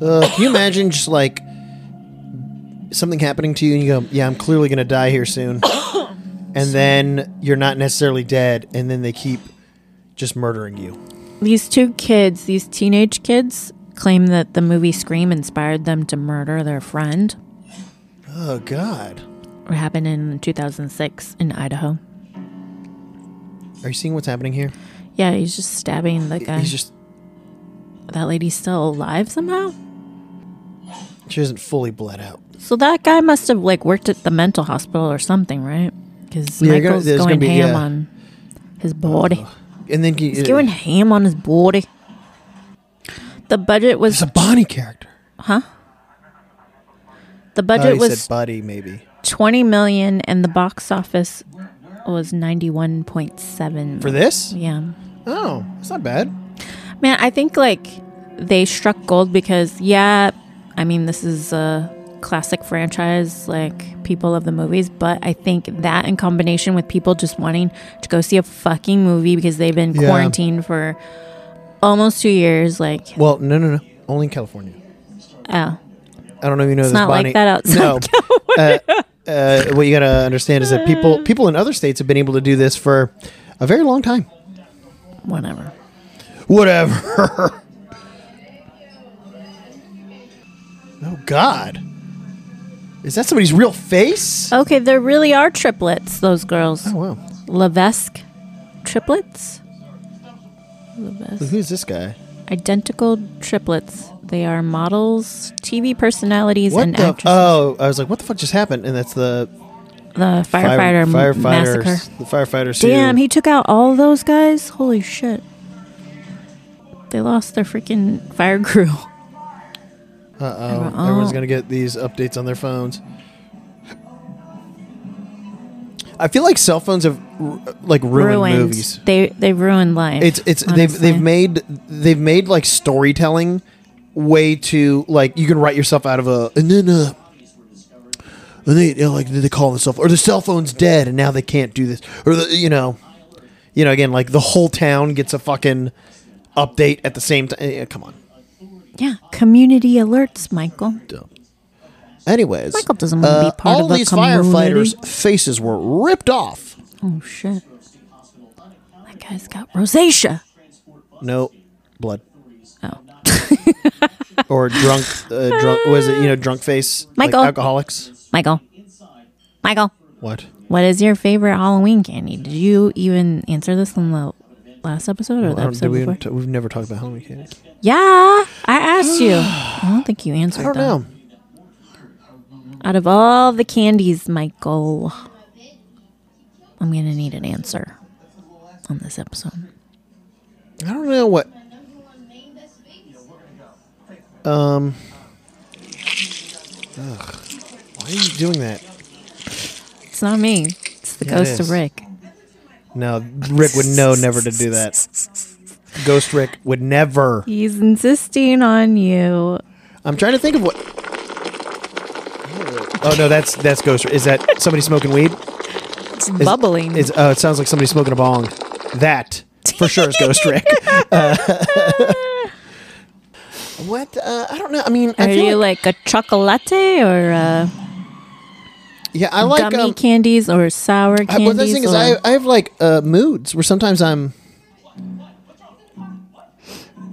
S1: Uh, can you imagine just like something happening to you and you go, yeah, I'm clearly going to die here soon. and then you're not necessarily dead. And then they keep just murdering you.
S2: These two kids, these teenage kids, claim that the movie Scream inspired them to murder their friend.
S1: Oh, God.
S2: It happened in 2006 in Idaho.
S1: Are you seeing what's happening here?
S2: Yeah, he's just stabbing the guy.
S1: He's just,
S2: that lady's still alive somehow.
S1: she isn't fully bled out.
S2: So that guy must have like worked at the mental hospital or something, right? Because
S1: Yeah, you're gonna-
S2: Michael's
S1: there's
S2: going
S1: gonna be-
S2: ham
S1: yeah. Oh,
S2: on his body.
S1: And then uh, you,
S2: He's going ham on his body. The budget
S1: it's
S2: was
S1: a Bonnie character. I
S2: the
S1: thought
S2: budget
S1: you
S2: was
S1: Oh, said Buddy, maybe.
S2: 20 million and the box office was 91.7
S1: For this?
S2: yeah
S1: Oh, it's not bad.
S2: man i think like they struck gold because yeah i mean this is a classic franchise like people love the movies but i think that in combination with people just wanting to go see a fucking movie because they've been
S1: Yeah.
S2: quarantined for almost two years like
S1: Well, no, no, no. Only in California.
S2: oh
S1: I don't know if you know
S2: it's
S1: this,
S2: not
S1: Bonnie.
S2: like that outside
S1: uh, what you gotta understand is that people people in other states have been able to do this for a very long time.
S2: whatever
S1: Whatever. oh God, is that somebody's real face?
S2: okay there really are triplets those girls
S1: Oh wow,
S2: Levesque triplets. Levesque.
S1: who's this guy?
S2: Identical triplets. They are models, TV personalities,
S1: What
S2: and
S1: the?
S2: actresses.
S1: Oh, I was like, what the fuck just happened? And that's the
S2: the
S1: fire-
S2: firefighter m-
S1: firefighters,
S2: massacre.
S1: the firefighters. who-
S2: Damn, he took out all those guys. Holy shit! They lost their freaking fire crew.
S1: Uh-oh.
S2: Oh.
S1: Everyone's going to get these updates on their phones. I feel like cell phones have ru- like ruined, movies.
S2: They they ruined life.
S1: It's it's they've
S2: honestly.
S1: they've made they've made like storytelling way to like you can write yourself out of a and then uh and they you know, like they call themselves or the cell phone's dead and now they can't do this or the you know you know again like the whole town gets a fucking update at the same time. Come on.
S2: yeah community alerts, Michael.
S1: Anyways, uh,
S2: Michael doesn't wanna be part
S1: all
S2: of the
S1: these
S2: community.
S1: firefighters' faces were ripped off.
S2: Oh shit! That guy's got rosacea.
S1: No blood
S2: Oh.
S1: or drunk, uh, drunk was it? You know, drunk face,
S2: Michael.
S1: like alcoholics.
S2: Michael. Michael.
S1: What?
S2: What is your favorite Halloween candy? Did you even answer this in the last episode or the
S1: I don't-
S2: episode
S1: we,
S2: before?
S1: t- we've never talked about Halloween candy.
S2: yeah, I asked you. I don't think you answered
S1: I don't
S2: that.
S1: know.
S2: Out of all the candies, Michael, I'm gonna need an answer on this episode.
S1: I don't know what. Um. ugh. Why are you doing that?
S2: It's not me. It's the
S1: Yeah, it
S2: ghost of
S1: is.
S2: Rick.
S1: No, Rick would know never to do that. Ghost Rick would never.
S2: He's insisting on you.
S1: I'm trying to think of what. Oh no, that's that's ghost. Is that somebody smoking weed?
S2: It's
S1: is-
S2: bubbling.
S1: It's, oh, it sounds like somebody smoking a bong. That for sure is Ghost Rick. Uh, what? Uh, I don't know. I mean, I
S2: Are
S1: feel
S2: you
S1: like,
S2: like, a chocolate or uh,
S1: yeah, I like.
S2: gummy
S1: Um,
S2: candies or sour
S1: I,
S2: candies?
S1: well, the thing is,
S2: or-
S1: I, I have like uh, moods where sometimes I'm.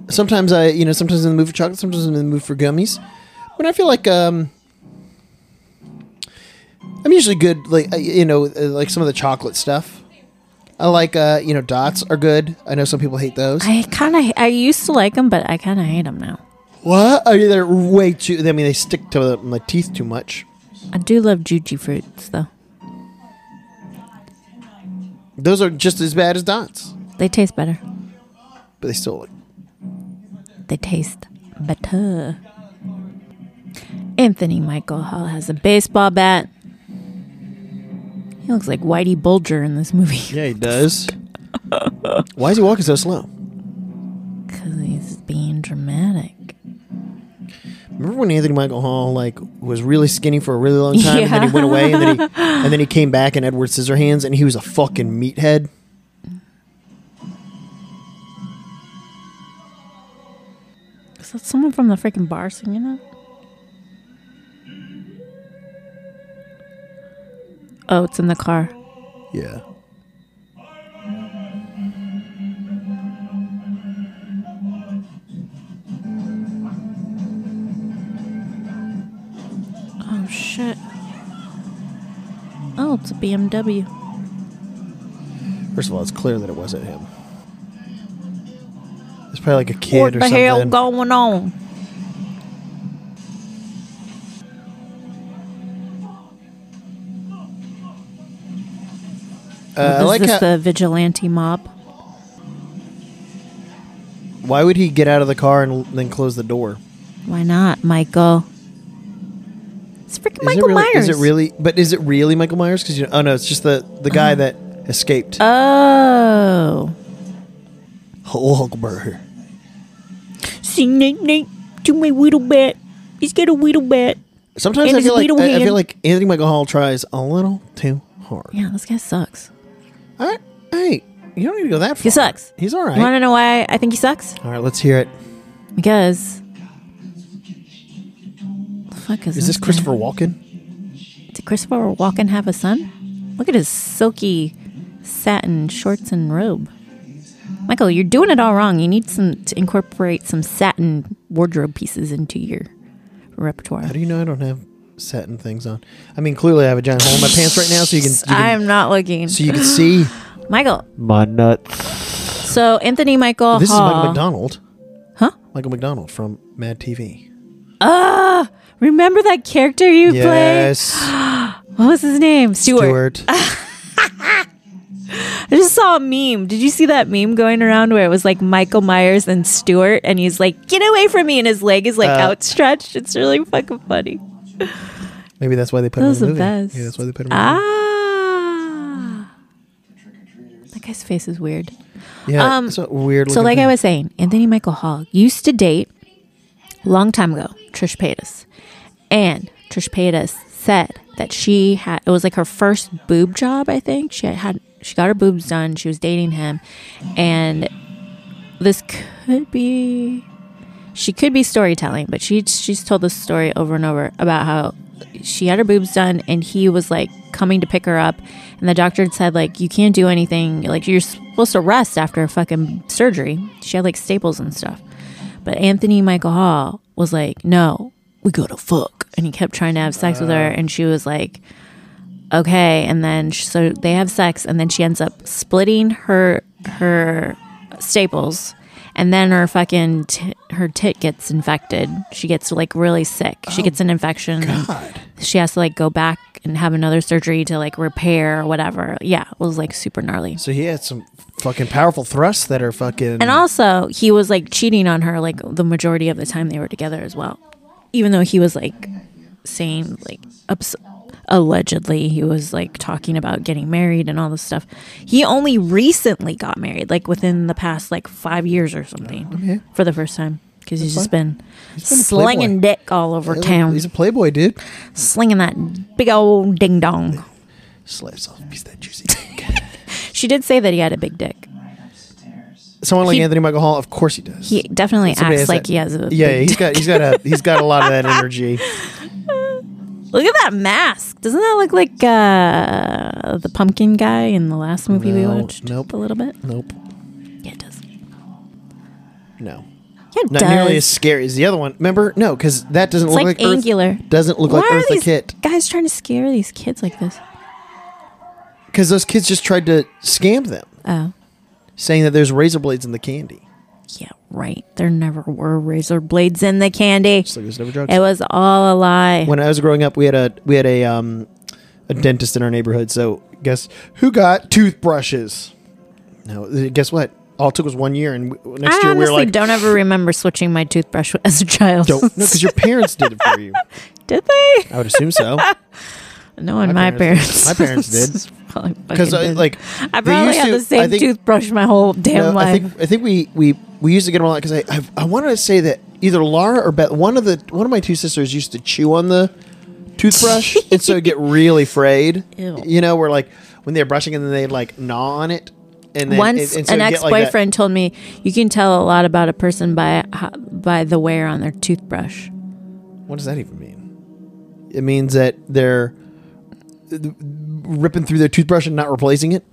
S1: Sometimes I, you know, sometimes I'm in the mood for chocolate, sometimes I'm in the mood for gummies. But I feel like um, I'm usually good, like uh, you know, uh, like some of the chocolate stuff. I like, uh, you know, dots are good. I know some people hate those.
S2: I kind of I used to like them, but I kind of hate them now.
S1: What? I mean, they're way too. I mean, they stick to the, my teeth too much.
S2: I do love juji fruits though.
S1: Those are just as bad as dots,
S2: They taste better.
S1: but they still look.
S2: They taste better. Anthony Michael Hall has a baseball bat. He looks like Whitey Bulger in this movie
S1: Yeah, he does. Why is he walking so slow?
S2: because he's being dramatic.
S1: Remember when Anthony Michael Hall like was really skinny for a really long time, and then he
S2: Yeah.
S1: went away, and then he and then he came back in Edward Scissorhands, and he was a fucking meathead.
S2: Is that someone from the freaking bar singing that? Oh, it's in the car.
S1: Yeah.
S2: Oh shit. Oh, it's a BMW.
S1: First of all, it's clear that it wasn't him. It's probably like a kid
S2: what
S1: or
S2: the
S1: something.
S2: hell going on?
S1: uh, I
S2: Is
S1: like
S2: this
S1: how,
S2: the vigilante mob?
S1: why would he get out of the car and then close the door?
S2: Why not, Michael? It's freaking
S1: Is it
S2: Michael
S1: really, Is
S2: Myers.
S1: it really? But is it really Michael Myers? Because you know, oh no, it's just the the
S2: Uh-huh.
S1: guy that
S2: Uh,
S1: escaped.
S2: Oh.
S1: Hulkberger.
S2: Sing night night to my whittle bat. He's got a whittle bat.
S1: Sometimes
S2: And
S1: I
S2: his
S1: feel like
S2: beetle
S1: I, I
S2: hand.
S1: feel like Anthony Michael Hall tries a little too hard.
S2: Yeah, this guy sucks.
S1: All right, hey, you don't need to go that far.
S2: He sucks.
S1: He's all right.
S2: You want to know why I think he sucks?
S1: all right, let's hear it.
S2: Because. The fuck is,
S1: Is this
S2: guy?
S1: Christopher Walken?
S2: Did Christopher Walken have a son? Look at his silky satin shorts and robe. Michael, you're doing it all wrong. You need some to incorporate some satin wardrobe pieces into your repertoire.
S1: How do you know I don't have satin things on? I mean, clearly I have a giant hole in my pants right now, so you can, you can-
S2: I am not looking.
S1: so you can see.
S2: Michael.
S3: My nuts.
S2: So Anthony Michael
S1: This is Michael
S2: Hall.
S1: McDonald.
S2: Uh-huh. Huh?
S1: Michael McDonald from Mad TV.
S2: Ah, remember that character you played?
S1: Yes,
S2: What was his name? Stuart.
S1: Stuart.
S2: Ah. I just saw a meme. Did you see that meme going around where it was like Michael Myers and Stuart, and he's like, "Get away from me!" and his leg is like
S1: Uh,
S2: outstretched. It's really fucking funny.
S1: Maybe that's why they put
S2: That
S1: him
S2: was
S1: in the
S2: the
S1: movie.
S2: best.
S1: Yeah, that's why they put him. in the movie.
S2: Ah, that guy's face is weird.
S1: Yeah,
S2: Um,
S1: it's a weird.
S2: So,
S1: looking
S2: like
S1: thing.
S2: I was saying, Anthony Michael Hall used to date long time ago Trish Paytas, and Trish Paytas said that she had it was like her first boob job. I think she had she got her boobs done. She was dating him, and this could be she could be storytelling, but she she's told this story over and over about how she had her boobs done and he was like coming to pick her up and the doctor had said like you can't do anything like you're supposed to rest after a fucking surgery. She had like staples and stuff. But Anthony Michael Hall was like, "No, we got to fuck." And he kept trying to have sex with her and she was like okay and then sh so they have sex and then she ends up splitting her her staples and then her fucking t- her tit gets infected she gets like really sick she gets an infection and she has to like go back and have another surgery to like repair or whatever yeah it was like super gnarly
S1: So he had some fucking powerful thrusts that are fucking.
S2: and also he was like cheating on her like the majority of the time they were together as well even though he was like saying like ups- allegedly he was like talking about getting married and all this stuff he only recently got married like within the past like five years or something
S1: okay.
S2: for the first time because he's just been,
S1: been a
S2: slinging dick all over
S1: He's a-
S2: town
S1: He's a playboy, dude.
S2: slinging that big old ding dong
S1: Slap off a piece of that juicy dick.
S2: She did say that he had a big dick.
S1: Someone like
S2: He-
S1: Anthony Michael Hall, of course he does.
S2: He definitely
S1: Somebody
S2: acts
S1: that-
S2: like he has a
S1: yeah.
S2: big
S1: He's
S2: dick.
S1: got he's got a he's got a lot of that energy.
S2: Look at that mask. Doesn't that look like uh, the pumpkin guy in the last movie we
S1: No,
S2: watched?
S1: nope.
S2: A little bit.
S1: Nope,
S2: Yeah, it does. Yeah,
S1: no,
S2: it
S1: not
S2: does.
S1: nearly as scary as the other one. Remember? No, because that doesn't
S2: it's
S1: look
S2: like,
S1: like, Earth-
S2: angular.
S1: doesn't look
S2: Why
S1: like
S2: are
S1: Eartha
S2: these
S1: Kitt
S2: guys trying to scare these kids like this?
S1: because those kids just tried to scam them,
S2: Oh,
S1: saying that there's razor blades in the candy.
S2: yeah, right. There never were razor blades in the candy.
S1: It's like it was never drugs.
S2: It was all a lie.
S1: when I was growing up, we had a we had a um a dentist in our neighborhood. So guess who got toothbrushes? No, uh, guess what? All it took was one year, and w- next
S2: I
S1: year we
S2: honestly
S1: were like,
S2: don't ever remember switching my toothbrush as a child.
S1: don't, no, because your parents did it for you.
S2: Did they?
S1: I would assume so,
S2: No, one.
S1: My
S2: my,
S1: parents-
S2: parents.
S1: my parents did. because
S2: Because
S1: like
S2: I
S1: they
S2: probably
S1: used
S2: had
S1: to-
S2: the same
S1: I think-
S2: toothbrush my whole damn
S1: no, Uh, I
S2: life.
S1: think I think we we we used to get them a lot because I I've, I wanted to say that either Laura or Beth, one of the one of my two sisters used to chew on the toothbrush, and so it'd get really frayed.
S2: Ew.
S1: You know, where like when they're brushing and then they like gnaw on it. And then
S2: Once
S1: and- and so
S2: an
S1: it'd get like that-
S2: ex-boyfriend told me, "You can tell a lot about a person by ho- by the wear on their toothbrush."
S1: What does that even mean? It means that they're uh, ripping through their toothbrush and not replacing it.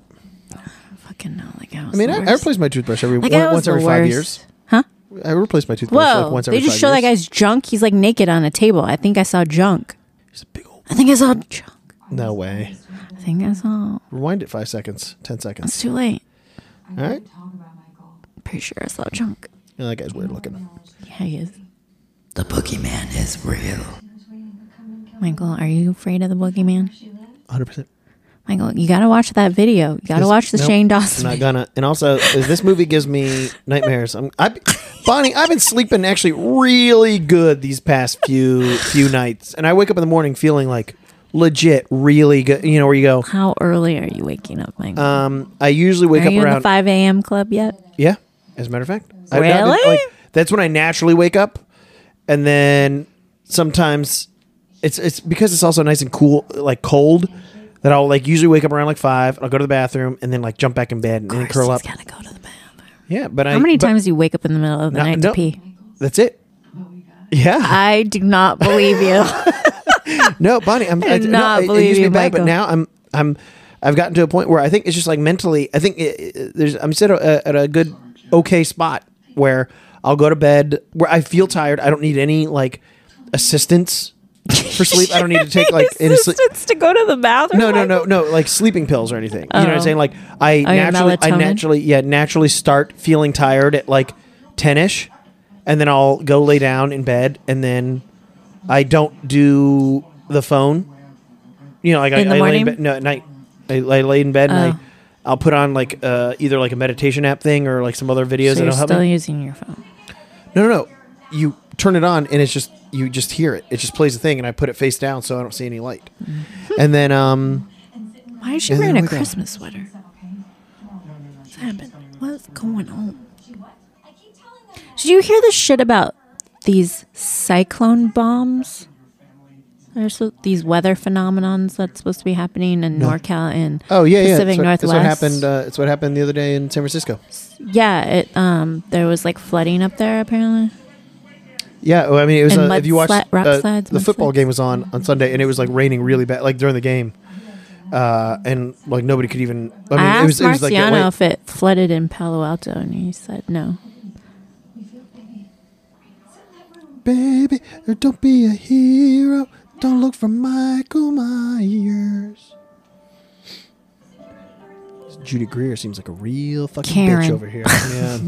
S2: Fucking no, like I was.
S1: I mean,
S2: the
S1: I, I
S2: worst.
S1: replace my toothbrush every
S2: Like,
S1: one-
S2: I was
S1: once
S2: the
S1: every five
S2: worst.
S1: years.
S2: Huh?
S1: I replace my toothbrush
S2: Whoa!
S1: like once every
S2: they just
S1: five
S2: show that
S1: years.
S2: guy's junk. He's like naked on a table. I think I saw junk.
S1: He's a big old.
S2: I think I saw junk.
S1: No way.
S2: I think I saw.
S1: Rewind it five seconds, ten seconds.
S2: It's too late.
S1: All right.
S2: Pretty sure I saw junk.
S1: Yeah, that guy's weird looking.
S2: Yeah, he is.
S4: The boogeyman is real.
S2: Michael, are you afraid of the boogeyman?
S1: Hundred percent.
S2: Michael, you gotta watch that video. You gotta
S1: Yes.
S2: watch the
S1: Nope.
S2: Shane
S1: I'm
S2: Dawson.
S1: not gonna. And also, is this movie gives me nightmares. I'm, I, Bonnie, I've been sleeping actually really good these past few few nights, and I wake up in the morning feeling like legit really good. You know where you go.
S2: How early are you waking up, Michael?
S1: Um, I usually wake
S2: are
S1: up
S2: you in
S1: around
S2: the 5 a.m. club yet?
S1: yeah. As a matter of fact, I- I-
S2: Really?
S1: like, that's when I naturally wake up, and then sometimes it's it's because it's also nice and cool, like cold. That I'll like usually wake up around like five. I'll go to the bathroom and then like jump back in bed and then curl up.
S2: He's gotta go to the bathroom.
S1: Yeah, but I,
S2: How many
S1: but-
S2: times do you wake up in the middle of the
S1: No,
S2: night
S1: no.
S2: to pee?
S1: That's it. Yeah.
S2: I do not believe you.
S1: no, Bonnie, I'm
S2: I do not
S1: no, it- it
S2: believe
S1: used to
S2: you,
S1: be bad, but
S2: Michael.
S1: now I'm I'm I've gotten to a point where I think it's just like mentally. I think it, it- there's I'm still at a, at a good okay spot where I'll go to bed where I feel tired. I don't need any like assistance for sleep. I don't need to take like any sleep.
S2: assistance to go to the bathroom.
S1: No, no,
S2: Michael?
S1: no, no, like sleeping pills or anything. You know what I'm
S2: Oh.
S1: saying? Like I
S2: yeah,
S1: naturally, I
S2: melatonin?
S1: naturally, yeah, naturally start feeling tired at like ten ish, and then I'll go lay down in bed, and then I don't do the phone. You know, like I,
S2: In the
S1: I lay in
S2: morning?
S1: bed, no at night. I, I lay in bed and
S2: Oh.
S1: I. I'll put on like uh, either like a meditation app thing or like some other videos
S2: So
S1: that'll
S2: you're
S1: help
S2: still
S1: me.
S2: using your phone.
S1: No, no, no. You turn it on and it's just you just hear it. It just plays a thing and I put it face down so I don't see any light.
S2: Mm-hmm.
S1: and then um
S2: Why is she
S1: And then
S2: wearing a
S1: we go.
S2: Christmas sweater? What's happened? What's going on? Did you hear the shit about these cyclone bombs? There's so- these weather phenomenons that's supposed to be happening in NorCal and
S1: Oh yeah, yeah. it's
S2: Pacific
S1: what,
S2: Northwest.
S1: It's what happened. Uh, it's what happened the other day in San Francisco.
S2: yeah, it um there was like flooding up there apparently.
S1: Yeah, well, I mean, it was.
S2: And
S1: Uh, if you
S2: mudsli-
S1: watched
S2: rock
S1: uh,
S2: slides,
S1: the football
S2: mudslides.
S1: game was on on Sunday, and it was like raining really bad, like during the game, uh, and like nobody could even. I
S2: I,
S1: mean, it was,
S2: asked
S1: it was like that
S2: Marciano
S1: way-
S2: if it flooded in Palo Alto and he said no.
S1: baby, don't be a hero. Don't look for Michael Myers. Judy Greer seems like a real fucking bitch
S2: Karen.
S1: over here. Yeah.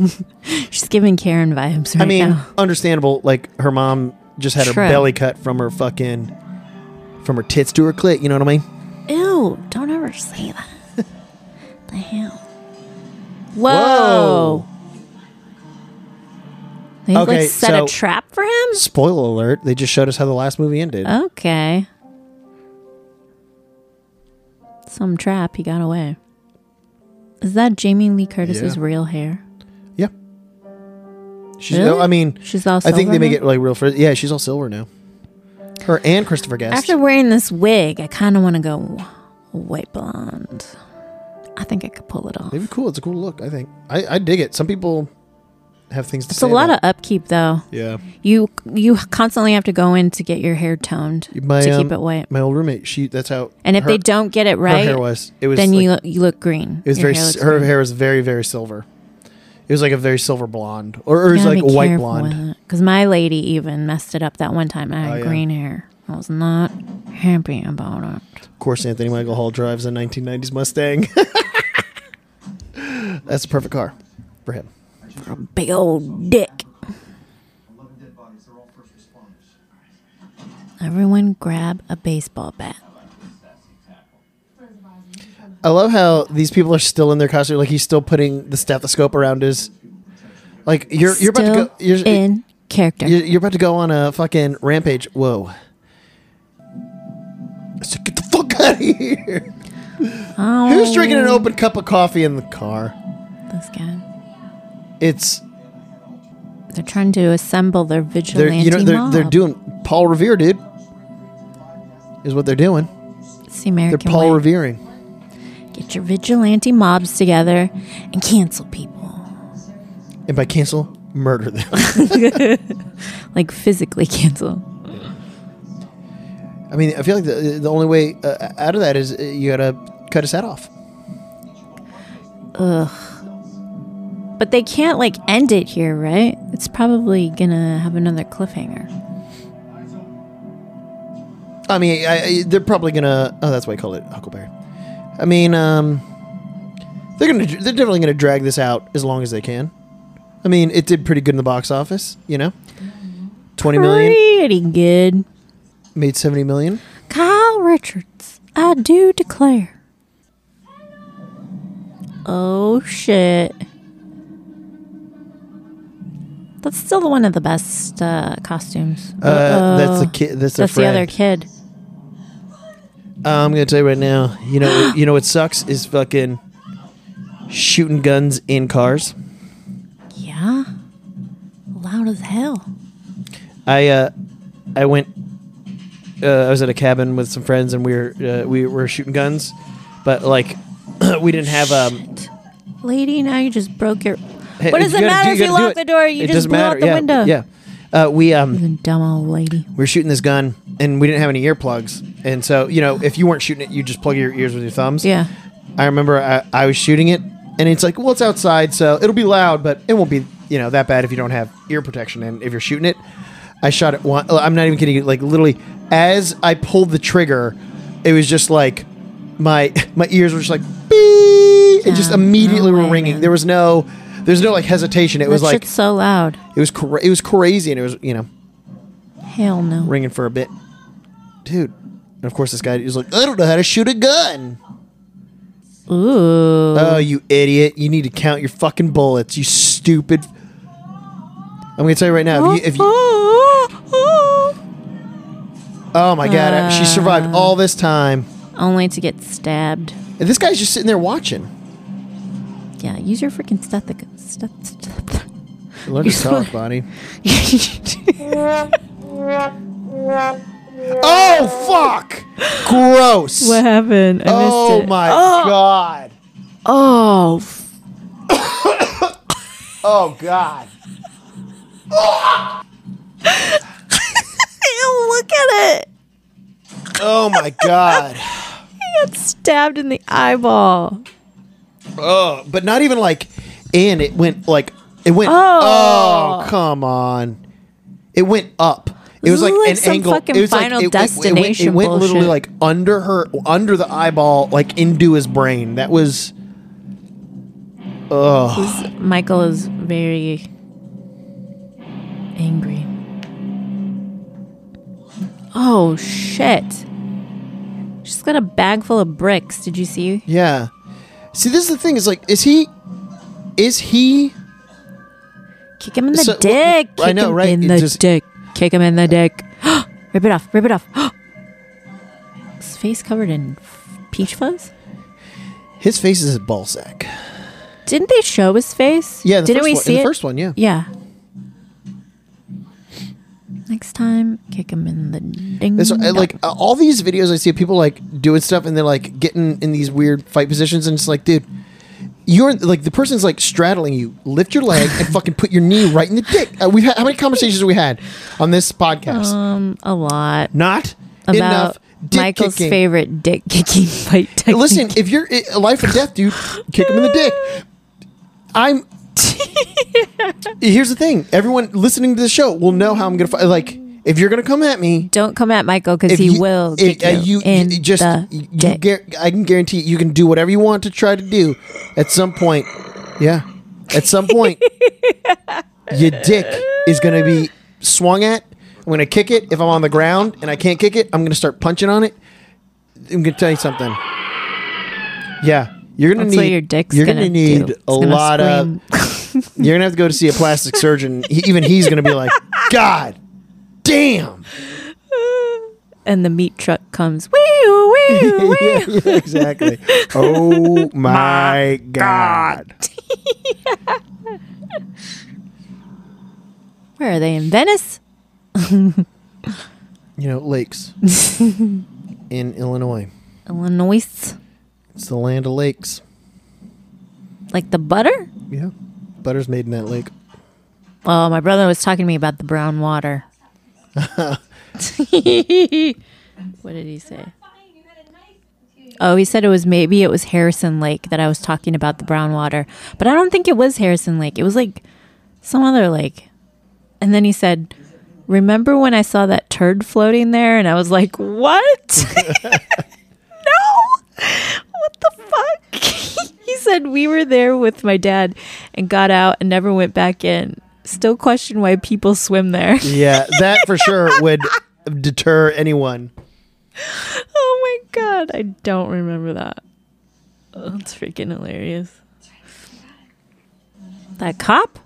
S2: She's giving Karen vibes right
S1: I mean,
S2: now.
S1: understandable. Like her mom just had
S2: True.
S1: her belly cut from her fucking, from her tits to her clit. You know what I mean?
S2: Ew, don't ever say that. the hell? Whoa. They
S1: Okay,
S2: like set
S1: so-
S2: a trap for him?
S1: Spoiler alert! They just showed us how the last movie ended.
S2: Uh. Okay. Some trap, he got away. Is that Jamie Lee Curtis's
S1: Yeah.
S2: real hair?
S1: yeah. She's.
S2: Really?
S1: I mean,
S2: She's all
S1: I think they
S2: silver
S1: make
S2: now?
S1: it like real. For, yeah, she's all silver now. Her and Christopher Guest.
S2: After wearing this wig, I kind of want to go, white blonde. I think I could pull it off.
S1: They'd be cool. It's a cool look. I think I, I dig it. Some people have things to
S2: It's
S1: say.
S2: a lot
S1: about
S2: of upkeep though.
S1: it. yeah.
S2: You you constantly have to go in to get your hair toned
S1: My,
S2: to
S1: um,
S2: keep it white.
S1: My old roommate. She. That's how.
S2: And if
S1: her-
S2: they don't get it
S1: her hair
S2: right,
S1: was. It was.
S2: then
S1: like-
S2: you look, you look green.
S1: It was
S2: Your
S1: very.
S2: hair
S1: s
S2: looks
S1: her
S2: green.
S1: hair was very very silver. It was like a very silver blonde, or, or it
S2: You
S1: was
S2: gotta
S1: like
S2: be
S1: white
S2: careful
S1: blonde.
S2: with it. Cause my lady even messed it up that one time. I had
S1: Oh, yeah.
S2: green hair. I was not happy about it.
S1: Of course, Anthony Michael Hall drives a 1990s Mustang. That's the perfect car for him.
S2: For a big old dick. Everyone grab a baseball bat.
S1: I love how these people are still in their costume. Like he's still putting the stethoscope around his. Like you're you're
S2: Still
S1: about to go. You're,
S2: in character.
S1: you're, you're about to go on a fucking rampage. Whoa. So get the fuck out of here.
S2: oh,
S1: Who's drinking an open cup of coffee in the car?
S2: this guy.
S1: It's
S2: They're trying to assemble their
S1: they're
S2: vigilante
S1: you know they're
S2: mob.
S1: they're doing Paul Revere, dude. Is what they're doing.
S2: It's the American
S1: They're Paul
S2: way.
S1: Revering.
S2: Get your vigilante mobs together and cancel people.
S1: And by cancel, murder them.
S2: Like physically cancel.
S1: I mean, I feel like the, the only way uh, out of that is uh, you gotta cut his head off.
S2: But they can't like end it here, right? It's probably gonna have another cliffhanger.
S1: I mean, I, I, they're probably gonna. Oh, that's why I called it Huckleberry. I mean, um, they're gonna. They're definitely gonna drag this out as long as they can. I mean, it did pretty good in the box office. You know, twenty million
S2: Pretty good.
S1: made seventy million.
S2: Kyle Richards, I do declare. Oh shit. That's still one of the best uh, costumes.
S1: Uh, that's the
S2: Uh-oh.
S1: kid. That's,
S2: That's
S1: their
S2: the
S1: friend.
S2: other kid.
S1: Uh, I'm gonna tell you right now. You know, you know what sucks is fucking shooting guns in cars.
S2: Yeah. Loud as hell.
S1: I uh, I went. Uh, I was at a cabin with some friends, and we were uh, we were shooting guns, but like we didn't have um.
S2: Shit. Lady, now you just broke your.
S1: hey,
S2: what does
S1: you
S2: it
S1: gotta
S2: matter
S1: do-
S2: if you
S1: gotta do
S2: lock
S1: it.
S2: the door? You
S1: It
S2: just
S1: doesn't
S2: blew out
S1: matter.
S2: the
S1: yeah,
S2: window.
S1: Yeah, uh, we um
S2: You dumb old lady.
S1: we were shooting this gun, and we didn't have any earplugs, and so you know if you weren't shooting it, you just plug your ears with your thumbs.
S2: Yeah.
S1: I remember I, I was shooting it, and it's like, well, it's outside, so it'll be loud, but it won't be you know that bad if you don't have ear protection. And if you're shooting it, I shot it one. I'm not even kidding. you, Like literally, as I pulled the trigger, it was just like my my ears were just like, "Bee!" and just
S2: Yeah,
S1: immediately
S2: no
S1: were
S2: way,
S1: ringing.
S2: man.
S1: There was no, there's no like hesitation. It was
S2: that
S1: like
S2: shit's so loud.
S1: it was cra- it was crazy, and it was you know
S2: Hell no.
S1: ringing for a bit, dude. And of course, this guy was like, I don't know how to shoot a gun.
S2: Ooh.
S1: Oh, you idiot! You need to count your fucking bullets. You stupid. I'm gonna tell you right now. If you, if you, oh my god, I- she survived all this time.
S2: Only to get stabbed.
S1: And this guy's just sitting there watching.
S2: Yeah, use your freaking stethoscope. Steth- steth-
S1: Learn to talk, Bonnie. Oh fuck! Gross.
S2: what happened? I
S1: oh
S2: missed it.
S1: my god.
S2: Oh, f-
S1: Oh god.
S2: ew, look at it.
S1: Oh my god.
S2: He got stabbed in the eyeball.
S1: Oh, but not even like in. It went like it went.
S2: Oh.
S1: Oh, come on! It went up. It
S2: This
S1: was
S2: is
S1: like,
S2: like
S1: an
S2: some
S1: angle.
S2: fucking
S1: it was
S2: Final
S1: like, it, went- It, went,
S2: Destination
S1: it went literally
S2: bullshit.
S1: like under her, under the eyeball, like into his brain. That was. Oh,
S2: Michael is very angry. Oh shit. She's got a bag full of bricks. Did you see?
S1: yeah. See, this is the thing. Is like, is he? Is he?
S2: Kick him in the
S1: So-
S2: dick. Kick
S1: I know,
S2: him
S1: right?
S2: In
S1: It
S2: the
S1: just-
S2: dick. Kick him in the dick. rip it off. Rip it off. His face covered in f- peach fuzz.
S1: His face is a ball sack.
S2: Didn't they show his face?
S1: Yeah, the
S2: Didn't
S1: first
S2: we
S1: one,
S2: see
S1: in
S2: it?
S1: the first one? Yeah.
S2: Yeah. Next time, kick him in the ding.
S1: This
S2: dong.
S1: like uh, all these videos I see of people like doing stuff and they're like getting in these weird fight positions and it's like, dude, you're like the person's like straddling you. Lift your leg and fucking put your knee right in the dick. Uh, we've had how many conversations have we had on this podcast?
S2: um, a lot
S1: Not
S2: about
S1: enough. Dick
S2: Michael's
S1: kicking.
S2: favorite dick kicking fight technique.
S1: Listen, if you're i- life or death, dude, kick him in the dick. I'm. Here's the thing: everyone listening to the show will know how I'm gonna fight. Like, if you're gonna come at me,
S2: don't come at Michael because he
S1: you-
S2: will
S1: if,
S2: kick
S1: uh,
S2: you, in
S1: you just
S2: the
S1: you
S2: dick.
S1: guar- I can guarantee you can do whatever you want to try to do. At some point, yeah, at some point, your dick is going to be swung at. I'm going to kick it if I'm on the ground and I can't kick it. I'm going to start punching on it. I'm going to tell you something. Yeah, you're going to
S2: That's
S1: need
S2: what your dick's
S1: you're
S2: gonna
S1: gonna need
S2: do. It's
S1: a
S2: gonna
S1: lot of.
S2: scream.
S1: You're gonna have to go to see a plastic surgeon. He, even he's gonna be like, God damn.
S2: and the meat truck comes. Wee wee
S1: yeah, yeah, exactly. Oh my god.
S2: Where are they in Venice?
S1: You know, lakes in Illinois.
S2: Illinois,
S1: It's the land of lakes.
S2: like the butter.
S1: Yeah. Butter's made in that lake.
S2: Oh, my brother was talking to me about the brown water. what did he say? Oh, he said it was maybe it was Harrison Lake that I was talking about the brown water, but I don't think it was Harrison Lake. It was like some other lake. And then he said, "Remember when I saw that turd floating there?" And I was like, "What? no, what the fuck?" he said we were there with my dad and got out and never went back in. Still question why people swim there.
S1: Yeah, that for sure would deter anyone.
S2: Oh my god, I don't remember that. Oh, that's freaking hilarious. That cop?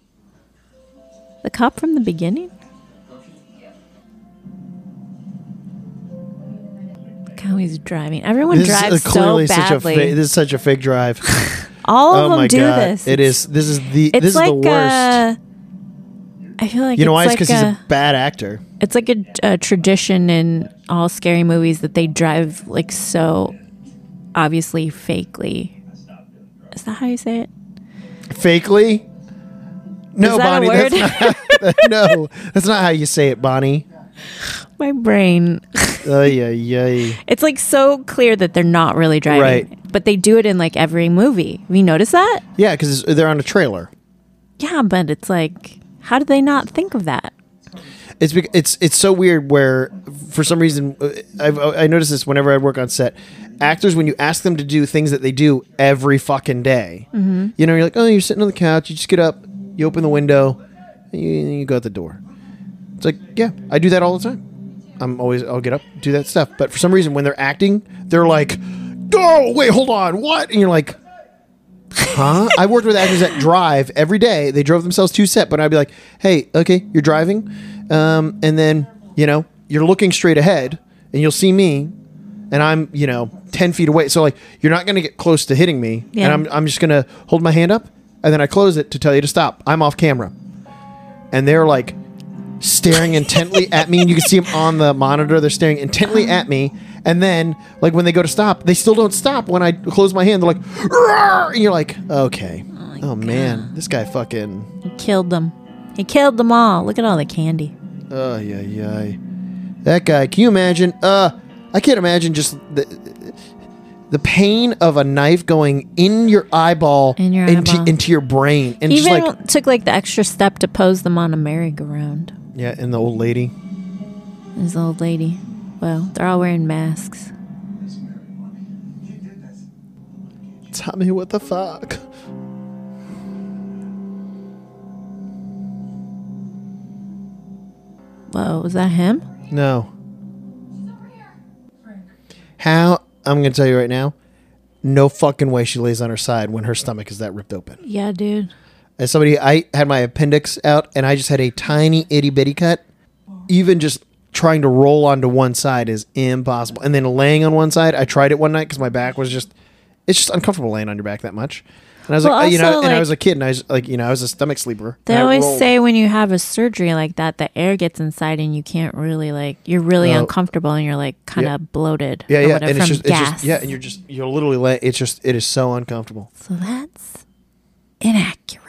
S2: The cop from the beginning? Look How he's driving. Everyone drives so badly.
S1: such a fake this is such a fake drive.
S2: All
S1: oh
S2: of them
S1: my
S2: do
S1: god.
S2: this.
S1: It is this is the
S2: It's
S1: this
S2: like
S1: is the worst.
S2: uh, I feel like
S1: you know why?
S2: it's
S1: It's uh,
S2: like uh,
S1: because he's a bad actor.
S2: It's like a, a tradition in all scary movies that they drive like so obviously fakely. Is that how you say it?
S1: Fakely? No,
S2: Is that a
S1: Bonnie,
S2: word?
S1: that's not No, that's not how you say it, Bonnie.
S2: My brain.
S1: Oh yeah, yeah.
S2: It's like so clear that they're not really driving.
S1: Right.
S2: But they do it in like every movie. Have you noticed that?
S1: Yeah, because they're on a trailer.
S2: Yeah, but it's like, how did they not think of that?
S1: It's bec- it's it's so weird where for some reason uh, I've, I notice this whenever I work on set. Actors, when you ask them to do things that they do every fucking day, you know, you're like, oh, you're sitting on the couch. You just get up, you open the window, and you, you go out the door. It's like, yeah, I do that all the time. I'm always I'll get up, do that stuff. But for some reason, when they're acting, they're like, oh, wait, hold on, what? And you're like, huh? I worked with actors that drive every day. They drove themselves to set, but I'd be like, hey, okay, you're driving. Um, and then, you know, you're looking straight ahead and you'll see me and I'm, you know, 10 feet away. So, like, you're not going to get close to hitting me.
S2: Yeah.
S1: And I'm, I'm just going to hold my hand up and then I close it to tell you to stop. I'm off camera. And they're like staring intently at me. And you can see them on the monitor. They're staring intently at me. And then, like, when they go to stop, they still don't stop. When I close my hand, they're like, "Roar!" and you're like, okay. Oh, man, this guy fucking.
S2: He killed them. He killed them all. Look at all the candy.
S1: Oh, yeah, yeah. That guy, can you imagine? Uh, I can't imagine just the. The pain of a knife going in your eyeball,
S2: In your
S1: into,
S2: eyeball.
S1: into your brain, and just
S2: Even
S1: like
S2: took like the extra step to pose them on a merry-go-round.
S1: yeah, and the old lady.
S2: This old lady. Well, they're all wearing masks.
S1: Tell me what the fuck.
S2: Whoa, was that him?
S1: No. How? I'm going to tell you right now. No fucking way she lays on her side when her stomach is that ripped open.
S2: Yeah, dude.
S1: As somebody, I had my appendix out and I just had a tiny itty bitty cut. Even just trying to roll onto one side is impossible. And then laying on one side, I tried it one night because my back was just, it's just uncomfortable laying on your back that much. And I was
S2: Well,
S1: like, uh, you know,
S2: also,
S1: and I
S2: like-
S1: was a kid, and I was like, you know, I was a stomach sleeper.
S2: They
S1: And I
S2: always
S1: rolled.
S2: say when you have a surgery like that, the air gets inside and you can't really like you're really
S1: Oh.
S2: uncomfortable and you're like kind of
S1: Yeah.
S2: bloated.
S1: yeah,
S2: or
S1: yeah,
S2: whatever
S1: and it's
S2: from
S1: just, it's
S2: gas.
S1: just, yeah, and you're just, you're literally, la- it's just, it is so uncomfortable.
S2: so that's inaccurate.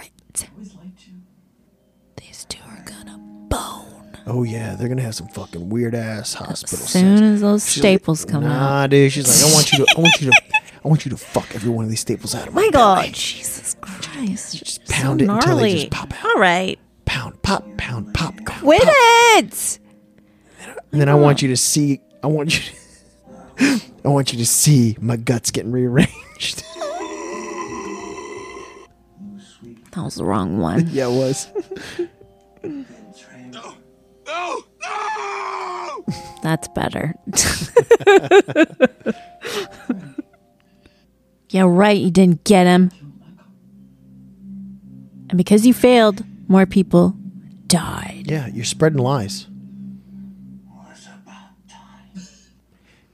S2: These two are gonna bone
S1: Oh yeah, they're gonna have some fucking weird ass
S2: as
S1: hospital
S2: soon
S1: sex.
S2: as those
S1: She's like,
S2: staples come out.
S1: Nah, dude. She's like, I want you to, I want you to, I want you to fuck every one of these staples out of my,
S2: My
S1: belly.
S2: God, Jesus Christ! Just
S1: pound
S2: so
S1: it until
S2: gnarly.
S1: they just pop out.
S2: All right,
S1: Pound, pop, pound,
S2: Oh
S1: pop. Pop.
S2: quit it.
S1: And then I want you to see. I want you. To, I want you to see my guts getting rearranged.
S2: That was the wrong one.
S1: yeah, it was.
S2: That's better. yeah, right. You didn't get him. And because you failed, more people died.
S1: Yeah, you're spreading lies.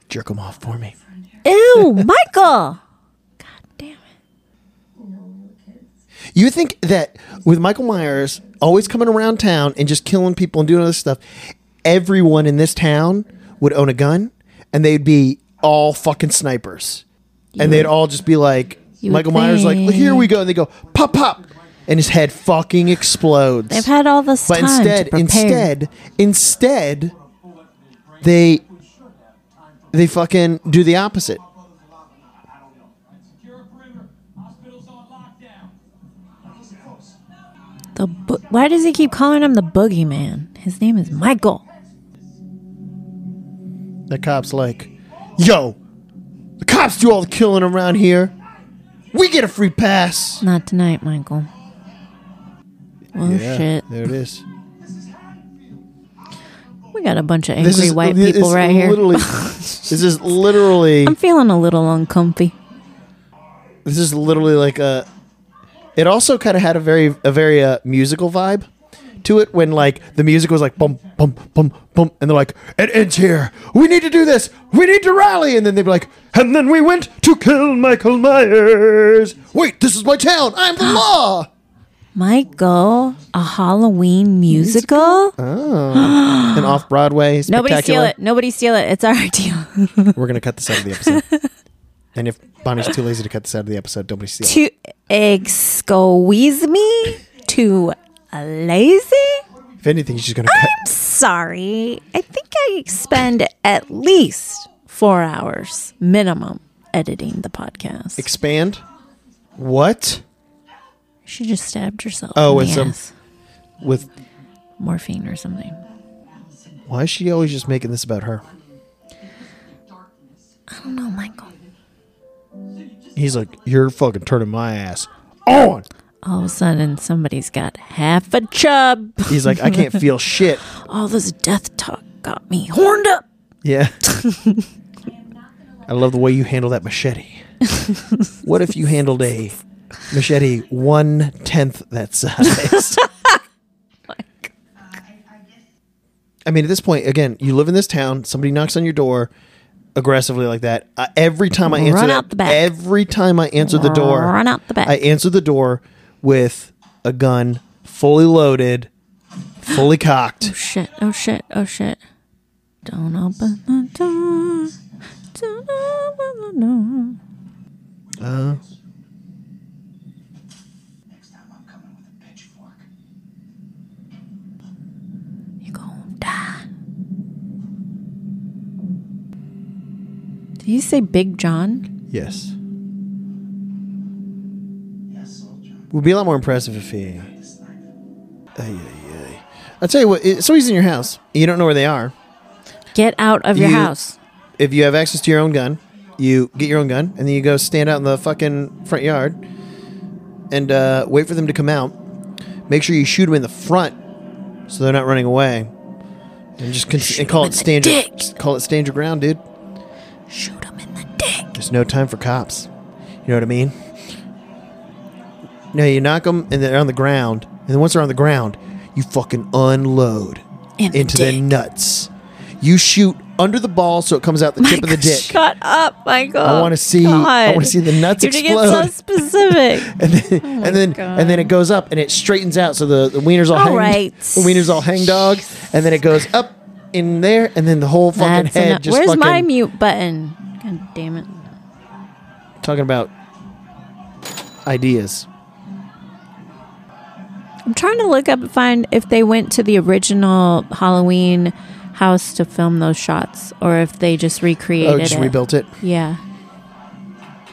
S1: Jerk them off for me.
S2: Ew, Michael! God damn it.
S1: You think that with Michael Myers always coming around town and just killing people and doing all this stuff, everyone in this town would own a gun and they'd be all fucking snipers. and they'd all just be like,
S2: would
S1: Michael Myers, like, here we go. And they go, pop, pop. And his head fucking explodes.
S2: I've had all this
S1: But
S2: time to
S1: instead,
S2: prepare.
S1: instead, instead, they they fucking do the opposite.
S2: The bo- Why does he keep calling him the boogeyman? His name is Michael.
S1: The cops like, yo, the cops do all the killing around here. We get a free pass.
S2: Not tonight, Michael. Oh, shit.
S1: There it is.
S2: We got a bunch of angry white
S1: this
S2: people
S1: is
S2: right here.
S1: literally- this is literally
S2: I'm feeling a little uncomfy.
S1: this is literally like a it also kind of had a very a very uh, musical vibe to it when like the music was like bum bum bum bum and they're like it ends here we need to do this we need to rally and then they'd be like and then we went to kill michael myers wait this is my town i'm the law
S2: Michael, a Halloween musical?
S1: and off broadway
S2: Nobody steal it. Nobody steal it. It's our deal.
S1: we're gonna cut this out of the episode and if bonnie's too lazy to cut this out of the episode nobody steal it
S2: to excuse me? Too lazy?
S1: if anything she's gonna cut
S2: Sorry. I think I spend at least four hours minimum editing the podcast.
S1: expand what
S2: she just stabbed herself.
S1: Oh,
S2: in
S1: with
S2: the
S1: some-
S2: ass.
S1: with
S2: morphine or something.
S1: why is she always just making this about her
S2: I don't know, Oh, Michael.
S1: He's like, you're fucking turning my ass on.
S2: All of a sudden, somebody's got half a chub.
S1: He's like, I can't feel shit.
S2: All this death talk got me horned up.
S1: Yeah. I love the way you handle that machete. what if you handled a machete one tenth that size? I mean, at this point, again, you live in this town. Somebody knocks on your door aggressively like that. Uh, every time I answer
S2: Run
S1: that-
S2: out the back.
S1: every time I answer the door,
S2: Run out the back.
S1: I answered the door with a gun fully loaded, fully cocked.
S2: Shit, oh shit, oh shit. Don't open the door. Don't open the door.
S1: Uh,
S2: You're gonna die. Did you say Big John?
S1: yes. Would be a lot more impressive if he. Ay, ay, ay. I'll tell you what. It, somebody's in your house. You don't know where they are.
S2: Get out of your
S1: You-
S2: house.
S1: If you have access to your own gun, you get your own gun, and then you go stand out in the fucking front yard and uh, wait for them to come out. Make sure you shoot them in the front, so they're not running away. And just con- and call
S2: 'em
S1: it
S2: in the
S1: stand your,
S2: dick.
S1: just call it stand your ground, dude.
S2: Shoot him in the dick.
S1: There's no time for cops. You know what I mean? No, you knock them and they're on the ground. And then once they're on the ground, you fucking unload
S2: In the
S1: into their
S2: dick.
S1: nuts. You shoot under the ball so it comes out the tip of the dick.
S2: Shut up, Michael.
S1: I want to see. I
S2: God.
S1: want to see the nuts
S2: You're
S1: explode.
S2: gonna get so specific.
S1: and then, and then, and then it goes up and it straightens out. So the, the wiener's all,
S2: All
S1: hanged,
S2: right.
S1: The wiener's all hang dog, and then it goes up in there, and then the whole fucking
S2: That's
S1: head
S2: enough.
S1: just
S2: Where's
S1: fucking
S2: my mute button? God damn it.
S1: talking about ideas.
S2: I'm trying to look up and find if they went to the original Halloween house to film those shots, or if they just recreated
S1: Oh, just
S2: it.
S1: rebuilt it.
S2: Yeah.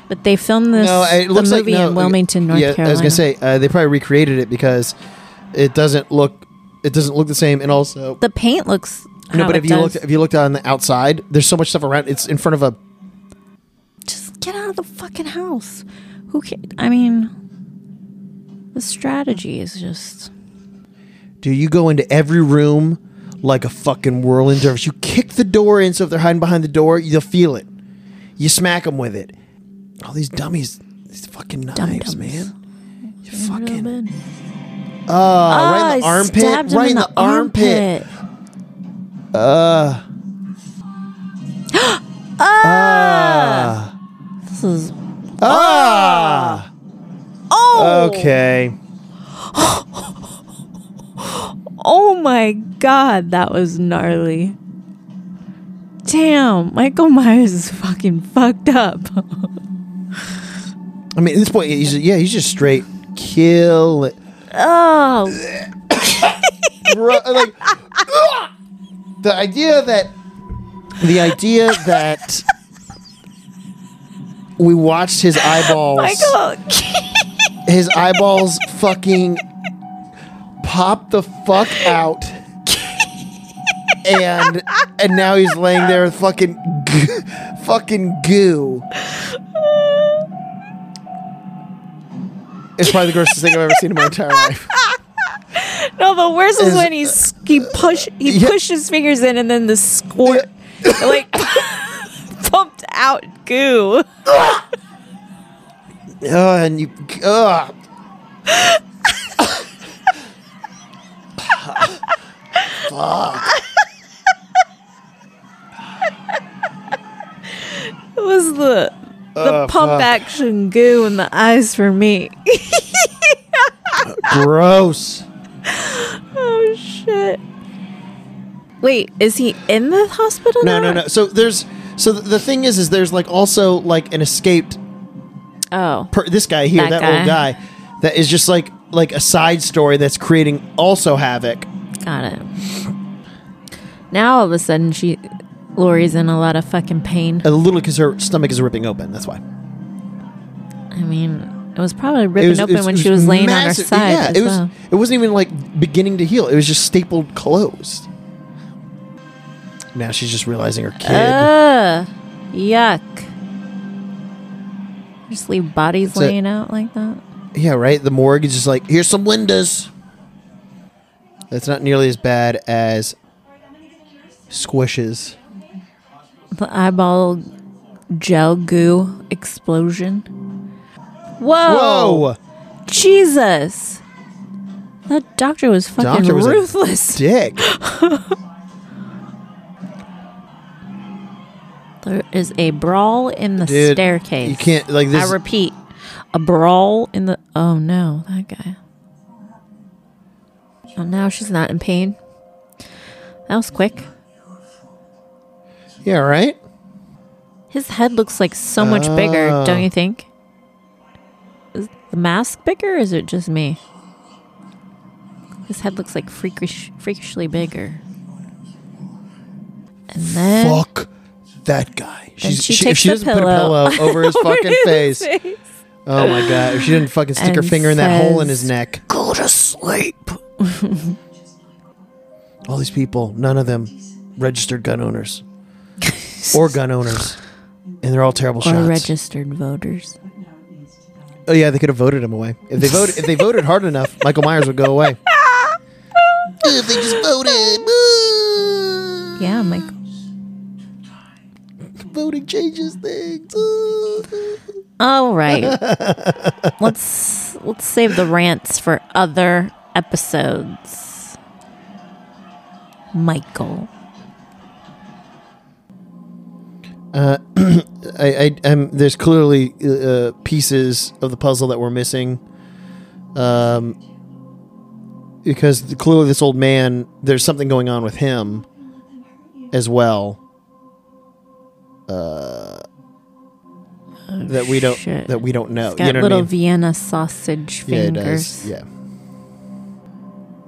S2: But they filmed this
S1: No, it looks
S2: the
S1: like
S2: movie
S1: no,
S2: in Wilmington, North
S1: yeah,
S2: Carolina.
S1: I was gonna say uh, they probably recreated it because it doesn't look it doesn't look the same, and also
S2: the paint looks.
S1: no.
S2: how
S1: But
S2: it
S1: if you looked
S2: does.
S1: if you looked on the outside, there's so much stuff around. It's in front of a
S2: just get out of the fucking house. Who ca I mean, the strategy is just.
S1: Do you go into every room like a fucking whirling dervish? You kick the door in, so if they're hiding behind the door, you'll feel it. You smack them with it. All these dummies, these fucking knives,
S2: Dum-dums.
S1: man. You
S2: Little
S1: fucking
S2: bit.
S1: oh, right in the
S2: Ah, I
S1: armpit,
S2: stabbed him
S1: right
S2: in the, armpit.
S1: Uh. Ah,
S2: This is
S1: ah.
S2: oh
S1: Okay.
S2: oh my god, that was gnarly. Damn, Michael Myers is fucking fucked up.
S1: I mean, at this point, he's yeah, he's just straight kill it.
S2: oh,
S1: Ru- like the idea that the idea that we watched his eyeballs
S2: Michael.
S1: his eyeballs fucking pop the fuck out and and now he's laying there with fucking goo, fucking goo it's probably the grossest thing i've ever seen in my entire life
S2: No, the worst is,
S1: Is-
S2: when he's he push he
S1: Yeah.
S2: pushed his fingers in and then the squirt like pumped out goo.
S1: Oh, and you. Uh.
S2: It was the the
S1: Oh,
S2: pump action goo in the eyes for me.
S1: Gross.
S2: oh shit. Wait, is he in the hospital
S1: No,
S2: now?
S1: no, no. So there's. So th- the thing is, is there's like also like an escaped.
S2: Oh.
S1: Per- this guy here,
S2: That
S1: that, old
S2: guy.
S1: guy, that is just like like a side story that's creating also havoc.
S2: Oh, Got it. Now all of a sudden she Lori's in a lot of fucking pain.
S1: A little because her stomach is ripping open. That's why.
S2: I mean, it was probably ripping
S1: It was-
S2: open
S1: it's-
S2: when
S1: it
S2: she was laying on her
S1: massive.
S2: side.
S1: Yeah,
S2: as
S1: it was.
S2: well.
S1: It wasn't even like beginning to heal. It was just stapled closed. Now she's just realizing her kid.
S2: Uh. Ugh, yuck. Just leave bodies
S1: That's it.
S2: laying out like that.
S1: Yeah, right. The morgue is just like, here's some windows. That's not nearly as bad as squishes.
S2: The eyeball gel goo explosion. Whoa!
S1: Whoa,
S2: Oh. Jesus! That doctor was fucking
S1: Doctor was a
S2: ruthless.
S1: dick!
S2: there is a brawl in the
S1: Dude,
S2: staircase.
S1: You can't like this.
S2: I repeat, a brawl in the. Oh no, that guy. Oh, now she's not in pain. That was quick.
S1: yeah, right.
S2: His head looks like so much bigger,
S1: Oh.
S2: don't you think? Is the mask bigger, or is it just me? His head looks like freakish, freakishly bigger. And then
S1: Fuck that guy. She's,
S2: Eh. she
S1: she if
S2: takes
S1: she
S2: the
S1: doesn't put a pillow over his fucking face. Oh my god! If she didn't fucking stick her
S2: And
S1: finger in that hole in
S2: says-
S1: his neck.
S4: Go to sleep.
S1: All these people, none of them registered gun owners or gun owners, and they're all terrible
S2: or
S1: shots.
S2: registered voters.
S1: Oh yeah, they could have voted him away. If they voted, if they voted hard enough, Michael Myers would go away. if they just voted, uh, Woo!
S2: Yeah, I'm like,
S1: voting changes things. uh. Ooh.
S2: all right. let's let's save the rants for other episodes. Michael.
S1: I, I I'm, there's clearly uh, pieces of the puzzle that we're missing. Um, because th- clearly this old man, there's something going on with him, as well. Uh, that we don't
S2: Oh, shit.
S1: that we don't know.
S2: It's got
S1: you know
S2: little
S1: what I mean?
S2: Vienna sausage
S1: yeah, it
S2: fingers.
S1: does. Yeah.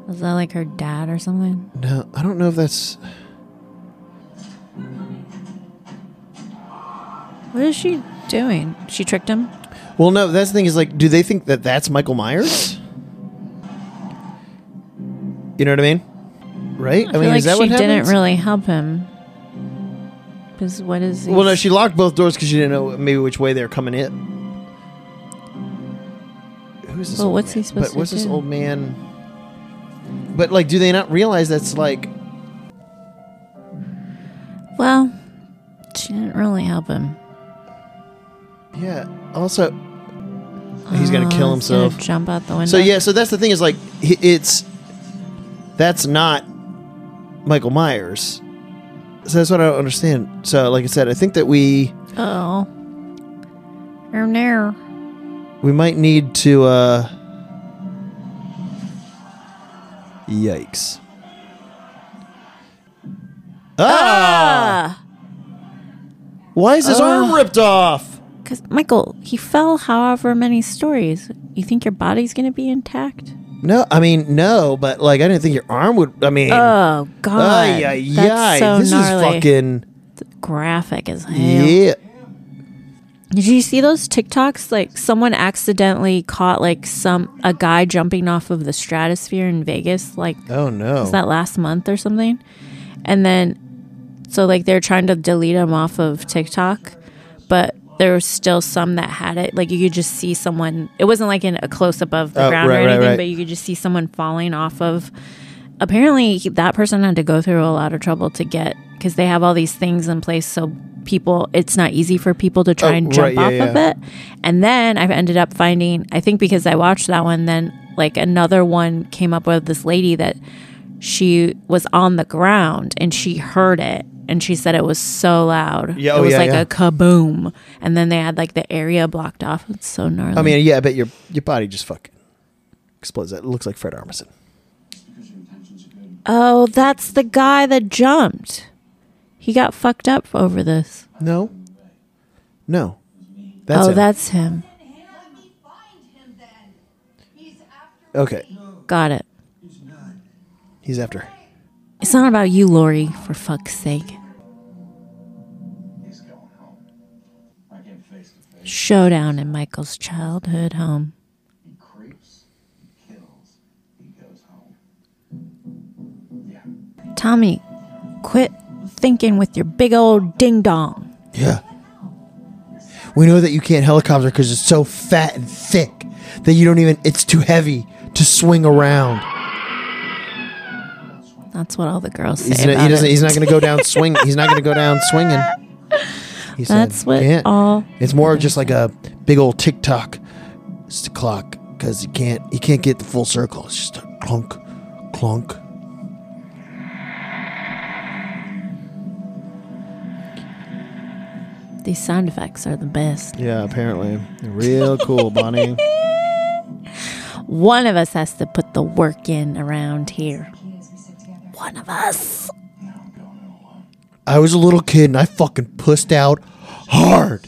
S2: Was that like her dad or something?
S1: No, I don't know if that's.
S2: What is she doing? She tricked him.
S1: Well, no. That's the thing is like, do they think that that's Michael Myers? You know what I mean? Right?
S2: I, feel
S1: is
S2: like
S1: that
S2: she
S1: what
S2: didn't
S1: happens?
S2: really help him. Because what is?
S1: Well, no,
S2: he's-
S1: she locked both doors because she didn't know maybe which way they were coming in. Who is this?
S2: Well,
S1: old
S2: what's he
S1: man?
S2: supposed
S1: but
S2: to
S1: What's this
S2: do?
S1: old man? But like, do they not realize that's like?
S2: Well, she didn't really help him.
S1: Yeah. Also, he's gonna
S2: Oh,
S1: kill
S2: he's gonna
S1: himself.
S2: jump out the window.
S1: So yeah, so that's the thing is like hi- it's that's not Michael Myers. So that's what I don't understand. So like I said, I think that we
S2: Oh. Oh no.
S1: we might need to uh yikes. Ah!
S2: Ah.
S1: Why is his arm ripped off?
S2: Because Michael, he fell however many stories. You think your body's gonna be intact?
S1: No, I mean no, but like I didn't think your arm would I mean
S2: Oh god,
S1: ay, ay,
S2: that's
S1: ay,
S2: so
S1: this
S2: gnarly.
S1: is fucking
S2: graphic as hell.
S1: yeah.
S2: Did you see those TikToks? Like someone accidentally caught like some a guy jumping off of the stratosphere in Vegas. Like
S1: Oh no.
S2: was that last month or something? And then, so like they're trying to delete him off of TikTok, but there was still some that had it. Like you could just see someone. It wasn't like in a close up of the
S1: Oh,
S2: ground
S1: right,
S2: or
S1: right,
S2: anything,
S1: right.
S2: but you could just see someone falling off of. Apparently, he- that person had to go through a lot of trouble to get because they have all these things in place so people it's not easy for people to try
S1: Oh,
S2: and jump
S1: right, yeah,
S2: off of
S1: yeah.
S2: it and then i've ended up finding i think because i watched that one then like another one came up with this lady that she was on the ground and she heard it and she said it was so loud.
S1: Yeah,
S2: it
S1: oh,
S2: was
S1: yeah,
S2: like
S1: yeah.
S2: a kaboom. And then they had like the area blocked off. It's so gnarly.
S1: I mean, yeah, I bet your your body just fucking explodes. That looks like Fred Armisen.
S2: oh, that's the guy that jumped. He got fucked up over this.
S1: No, no, that's
S2: oh,
S1: him.
S2: that's him.
S5: Let me find him then. He's after
S1: okay.
S2: Got it.
S1: He's after. her.
S2: It's not about you, Lori, for fuck's sake.
S6: He's going home. I came face to face.
S2: Showdown in Michael's childhood home.
S6: He creeps, he kills, he goes home. Yeah.
S2: Tommy, quit thinking with your big old ding dong.
S1: Yeah. We know that you can't helicopter because it's so fat and thick that you don't even. It's too heavy to swing around.
S2: That's what all the girls say.
S1: He's not,
S2: about
S1: he doesn't.
S2: it.
S1: He's not going to go down swing. He's not going to go down swinging. He said,
S2: That's what
S1: "Can't."
S2: all
S1: It's more of just like a big old tick tock s- clock because you can't you can't get the full circle. It's just a clunk, clunk.
S2: These sound effects are the best.
S1: Yeah, apparently, real cool, Bonnie.
S2: One of us has to put the work in around here. One of us.
S1: I was a little kid and I fucking pussed out hard,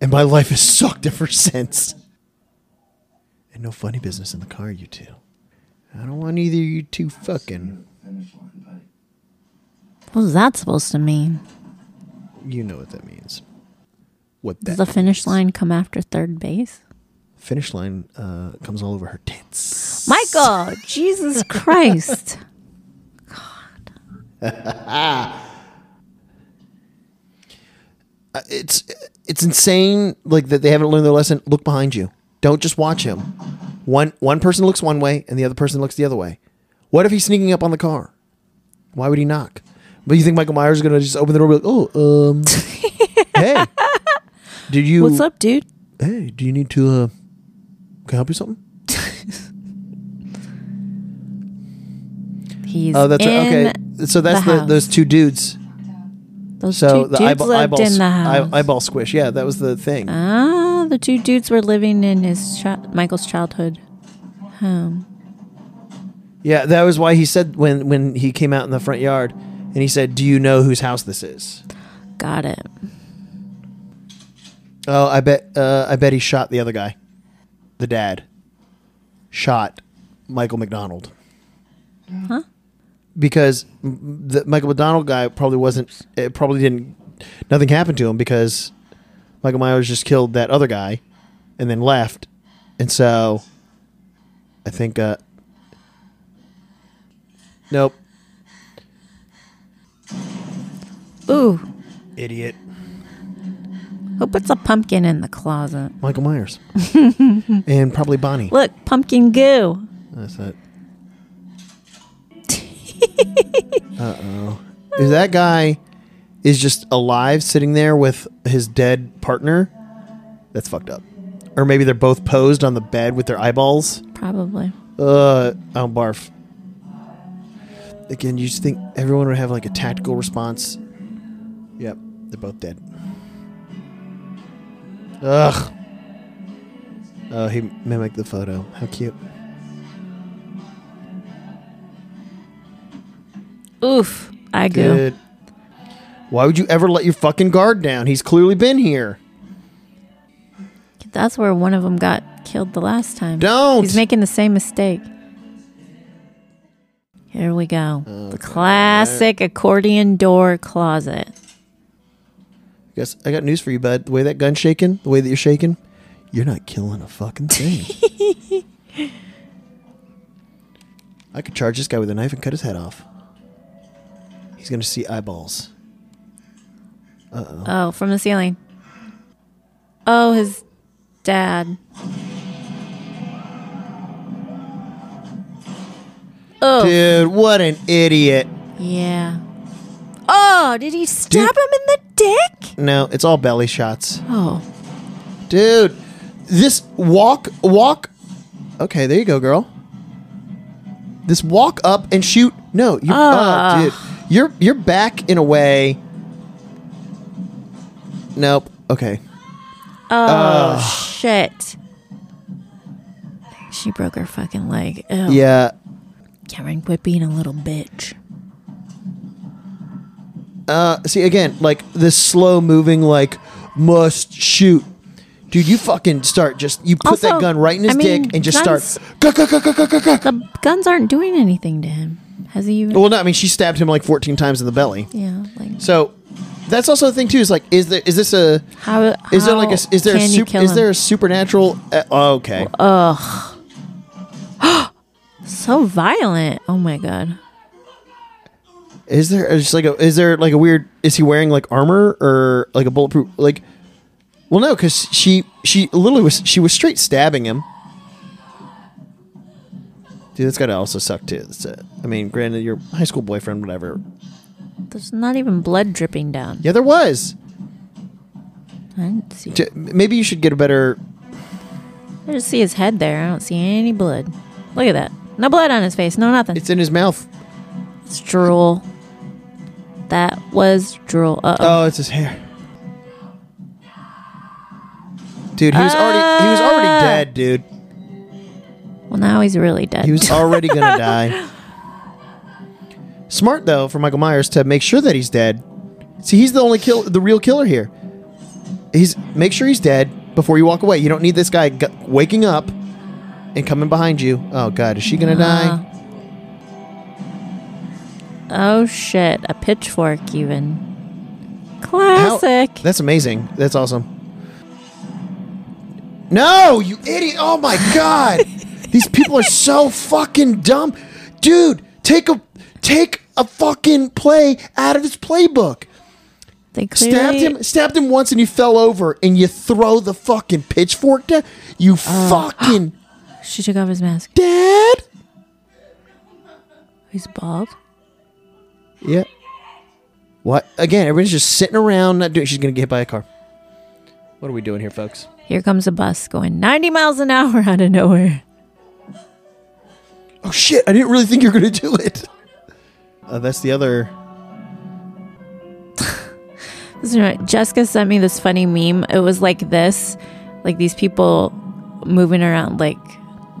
S1: and my life has sucked ever since. And no funny business in the car, you two. I don't want either of you two fucking.
S6: Finish line, buddy.
S2: What was that supposed to mean?
S1: You know what that means. What
S2: Does
S1: that
S2: the finish line come after third base?
S1: finish line uh, comes all over her tits.
S2: Michael, Jesus Christ.
S1: Uh, it's it's insane like that they haven't learned their lesson look behind you don't just watch him one one person looks one way and the other person looks the other way what if he's sneaking up on the car why would he knock but you think michael myers is going to just open the door and be like oh um hey do you
S2: What's up, dude?
S1: hey do you need to uh can i help you something
S2: He's
S1: oh that's
S2: in
S1: right okay so Oh, that's
S2: the
S1: the, those
S2: house.
S1: two dudes
S2: Those
S1: So
S2: two
S1: the
S2: dudes
S1: eyeball,
S2: lived
S1: eyeball,
S2: in the
S1: eye-
S2: house.
S1: eyeball squish. Yeah, that was the thing.
S2: ah, the two dudes were living in his chi- Michael's childhood home.
S1: Yeah, that was why he said when when he came out in the front yard and he said, "Do you know whose house this is?"
S2: Got it.
S1: Oh, I bet uh, I bet he shot the other guy, the dad, shot Michael McDonald.
S2: Huh?
S1: Because m- the Michael McDonald guy probably wasn't. It probably didn't. Nothing happened to him because Michael Myers just killed that other guy, and then left, and so I think. Uh, nope,
S2: Ooh,
S1: idiot.
S2: hope it's a pumpkin in the closet.
S1: Michael Myers, and probably Bonnie.
S2: Look, pumpkin goo.
S1: That's it. uh oh. Is that guy is just alive sitting there with his dead partner? That's fucked up. Or maybe they're both posed on the bed with their eyeballs.
S2: Probably.
S1: Uh, I don't barf. Again, you just think everyone would have like a tactical response. Yep, they're both dead. Ugh. Oh, he mimicked the photo. How cute.
S2: Oof, I goo.
S1: Good. Why would you ever let your fucking guard down? He's clearly been here.
S2: That's where one of them got killed the last time.
S1: Don't.
S2: He's making the same mistake. Here we go. the classic accordion door closet.
S1: Guess I got news for you, bud. The way that gun's shaking, the way that you're shaking, you're not killing a fucking thing. I could charge this guy with a knife and cut his head off. He's gonna see eyeballs.
S2: Oh, from the ceiling. Oh, his dad. Oh,
S1: Dude, what an idiot.
S2: yeah. Oh, did he stab
S1: Dude.
S2: him in the dick?
S1: No, it's all belly shots.
S2: Oh,
S1: Dude, this walk, walk. Okay, there you go, girl. This walk up and shoot. No, you,
S2: Ah.
S1: oh, dude, you're you're back in a way. Nope. Okay.
S2: oh, shit. She broke her fucking leg. Ew.
S1: Yeah.
S2: Karen, quit being a little bitch.
S1: Uh, see again, like this slow moving, like must shoot. Dude, you fucking start just you put
S2: Also,
S1: that gun right in his
S2: I mean,
S1: dick and just
S2: guns-
S1: start. "Gah, gah, gah, gah, gah, gah, gah."
S2: The guns aren't doing anything to him. Has he even?
S1: Well, no, I mean she stabbed him like fourteen times in the belly.
S2: yeah, like
S1: So that's also the thing too. Is like, is there is this a
S2: how?
S1: Is there like a
S2: how
S1: is there a
S2: can you
S1: sup-
S2: kill
S1: is
S2: him?
S1: there a supernatural? Uh, oh, okay,
S2: so violent? Oh my god.
S1: is there is like a is there like a weird? Is he wearing like armor or like a bulletproof? Like, well, no, because she she literally was she was straight stabbing him. Dude, that's gotta also suck too. That's it. I mean, granted, your high school boyfriend, whatever.
S2: There's not even blood dripping down.
S1: Yeah, there was.
S2: I didn't see.
S1: J- Maybe you should get a better.
S2: I just see his head there. I don't see any blood. Look at that. No blood on his face. No nothing. It's,
S1: It's in his mouth.
S2: drool. That was drool. Uh oh.
S1: Oh, it's his hair. Dude, he was already he was
S2: Ah.
S1: already dead, dude.
S2: Well, now he's really dead.
S1: He was already gonna die. Smart though for Michael Myers to make sure that he's dead. See, he's the only kill, the real killer here. He's make sure he's dead before you walk away. You don't need this guy g- waking up and coming behind you. Oh God, is she gonna die?
S2: oh shit! A pitchfork even.
S1: How-
S2: Classic.
S1: That's amazing. That's awesome. No, you idiot! Oh my God, these people are so fucking dumb, dude. Take a take a fucking play out of his playbook.
S2: they clearly
S1: Stabbed him, stabbed him once, and you fell over, and you throw the fucking pitchfork down. You fucking
S2: She took off his mask. Oh,
S1: dead.
S2: He's bald.
S1: Yeah. What? Again, everybody's just sitting around, not doing. She's gonna get hit by a car. What are we doing here, folks?
S2: Here comes a bus going 90 miles an hour out of nowhere.
S1: Oh shit! I didn't really think you were gonna do it. Uh, that's the other.
S2: This is right. Jessica sent me this funny meme. It was like this, like these people moving around, like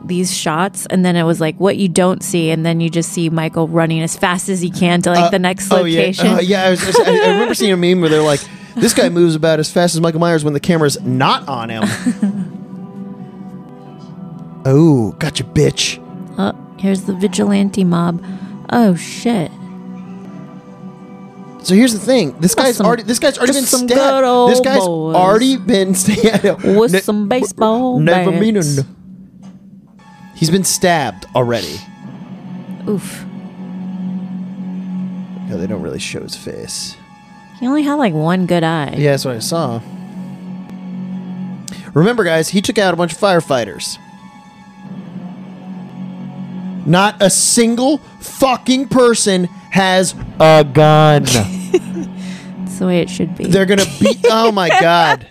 S2: these shots, and then it was like what you don't see, and then you just see Michael running as fast as he can to like the next location.
S1: Uh, Oh yeah, uh, yeah. I, was, just- I, I remember seeing a meme where they're like, "This guy moves about as fast as Michael Myers when the camera's not on him." oh, gotcha, bitch.
S2: Oh, here's the vigilante mob. Oh shit!
S1: So here's the thing. This guy's
S2: some-
S1: already. This guy's already
S2: just
S1: been
S2: some
S1: stabbed.
S2: good old
S1: This guy's
S2: boys.
S1: already been stabbed
S2: With some baseball
S1: Never
S2: bats.
S1: mean it. He's been stabbed already.
S2: Oof.
S1: No, they don't really show his face.
S2: He only had like one good eye.
S1: Yeah, that's what I saw. Remember, guys, he took out a bunch of firefighters. Not a single fucking person has a gun.
S2: That's the way it should be.
S1: They're gonna beat. Oh my god!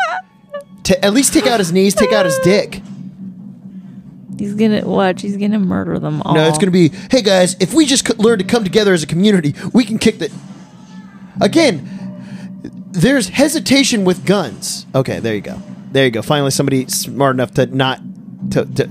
S1: To at least take out his knees, take out his dick.
S2: he's gonna watch. He's gonna murder them all.
S1: No, it's going to be, hey guys, if we just c- learn to come together as a community, we can kick the. Again, there's hesitation with guns. Okay, there you go. There you go. Finally, somebody smart enough to not. To, to,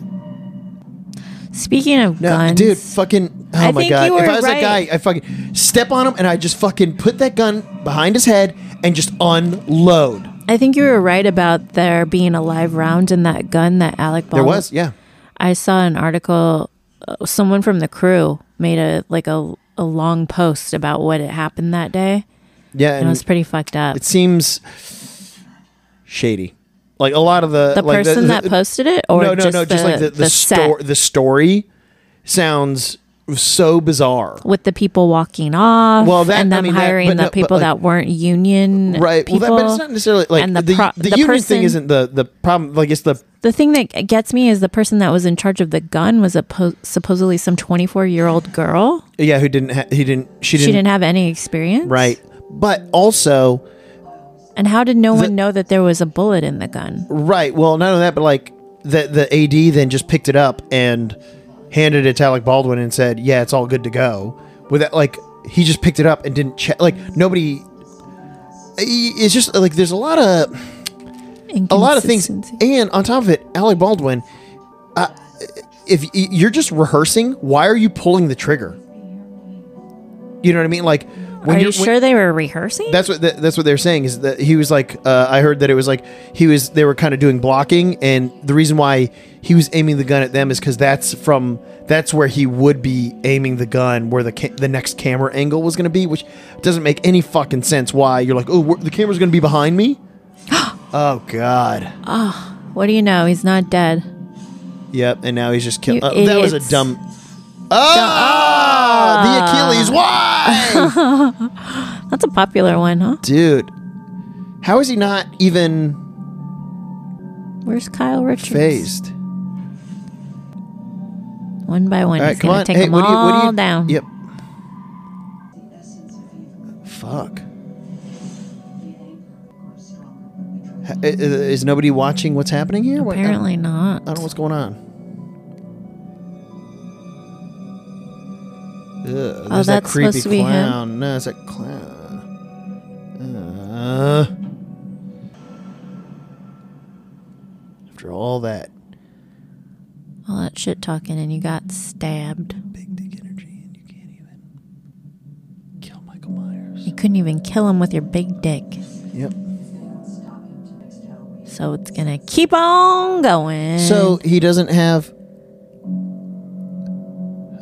S2: Speaking of
S1: no,
S2: guns,
S1: dude, fucking. Oh
S2: I
S1: my
S2: think
S1: god!
S2: you were
S1: If I was that
S2: right.
S1: guy, I fucking step on him and I just fucking put that gun behind his head and just unload.
S2: I think you were right about there being a live round in that gun that Alec bought.
S1: There was, yeah.
S2: I saw an article. uh, Someone from the crew made a like a a long post about what had happened that day,
S1: Yeah,
S2: and it
S1: and
S2: was pretty fucked up.
S1: it seems shady. Like a lot of the
S2: The
S1: like
S2: person that posted it, or
S1: no, no,
S2: just
S1: no,
S2: the,
S1: just like the the,
S2: set
S1: sto- the story sounds so bizarre.
S2: with the people walking off.
S1: Well, that-
S2: and
S1: I
S2: them
S1: mean, that-
S2: hiring
S1: but
S2: the
S1: no, but,
S2: people
S1: like-
S2: that weren't union
S1: Right.
S2: people.
S1: Well, that, but it's not necessarily like
S2: and
S1: the
S2: the
S1: the,
S2: pro- the
S1: union
S2: person-
S1: thing isn't the the problem. Like it's the
S2: the thing that gets me is the person that was in charge of the gun was a po- supposedly some 24 year old girl.
S1: yeah who didn't ha- he didn't she didn't,
S2: she didn't have any experience.
S1: right. But also
S2: And how did no one know that there was a bullet in the gun?
S1: right. Well, not only that, but like the the AD then just picked it up and handed it to Alec Baldwin and said, "Yeah, it's all good to go." With that, like he just picked it up and didn't check. Like nobody. It's just like there's a lot of a lot of things
S2: Inconsistency.
S1: and on top of it alec baldwin uh, if y- you're just rehearsing why are you pulling the trigger you know what i mean like when
S2: Are you
S1: you're- when-
S2: sure they were rehearsing?
S1: that's what th- that's what they're saying is that he was like uh, I heard that it was like he was they were kind of doing blocking and the reason why he was aiming the gun at them is because that's from that's where he would be aiming the gun where the ca- the next camera angle was going to be which doesn't make any fucking sense why you're like oh we're- the camera's going to be behind me oh god
S2: what do you know? He's not dead.
S1: yep and now he's just killing
S2: You
S1: uh, that was a
S2: idiots.
S1: dumb ah the Achilles why
S2: That's a popular one, huh?
S1: dude how is he not even
S2: Where's Kyle Richards?
S1: phased.
S2: One by one.
S1: All right,
S2: He's
S1: come
S2: gonna
S1: on.
S2: take
S1: Hey,
S2: them
S1: what do you? What do
S2: all
S1: you?
S2: down.
S1: Yep. Fuck. Ha- i- i- Is nobody watching what's happening here? What- I don't-
S2: Apparently not.
S1: I don't know what's going on. Ugh, there's that
S2: Oh, that's
S1: creepy
S2: supposed to be him?
S1: clown. No, it's a clown. Uh, after all that
S2: All that shit talking, and you got stabbed.
S1: big dick energy, and you can't even kill Michael Myers.
S2: You couldn't even kill him with your big dick.
S1: Yep.
S2: So it's gonna keep on going.
S1: So he doesn't have.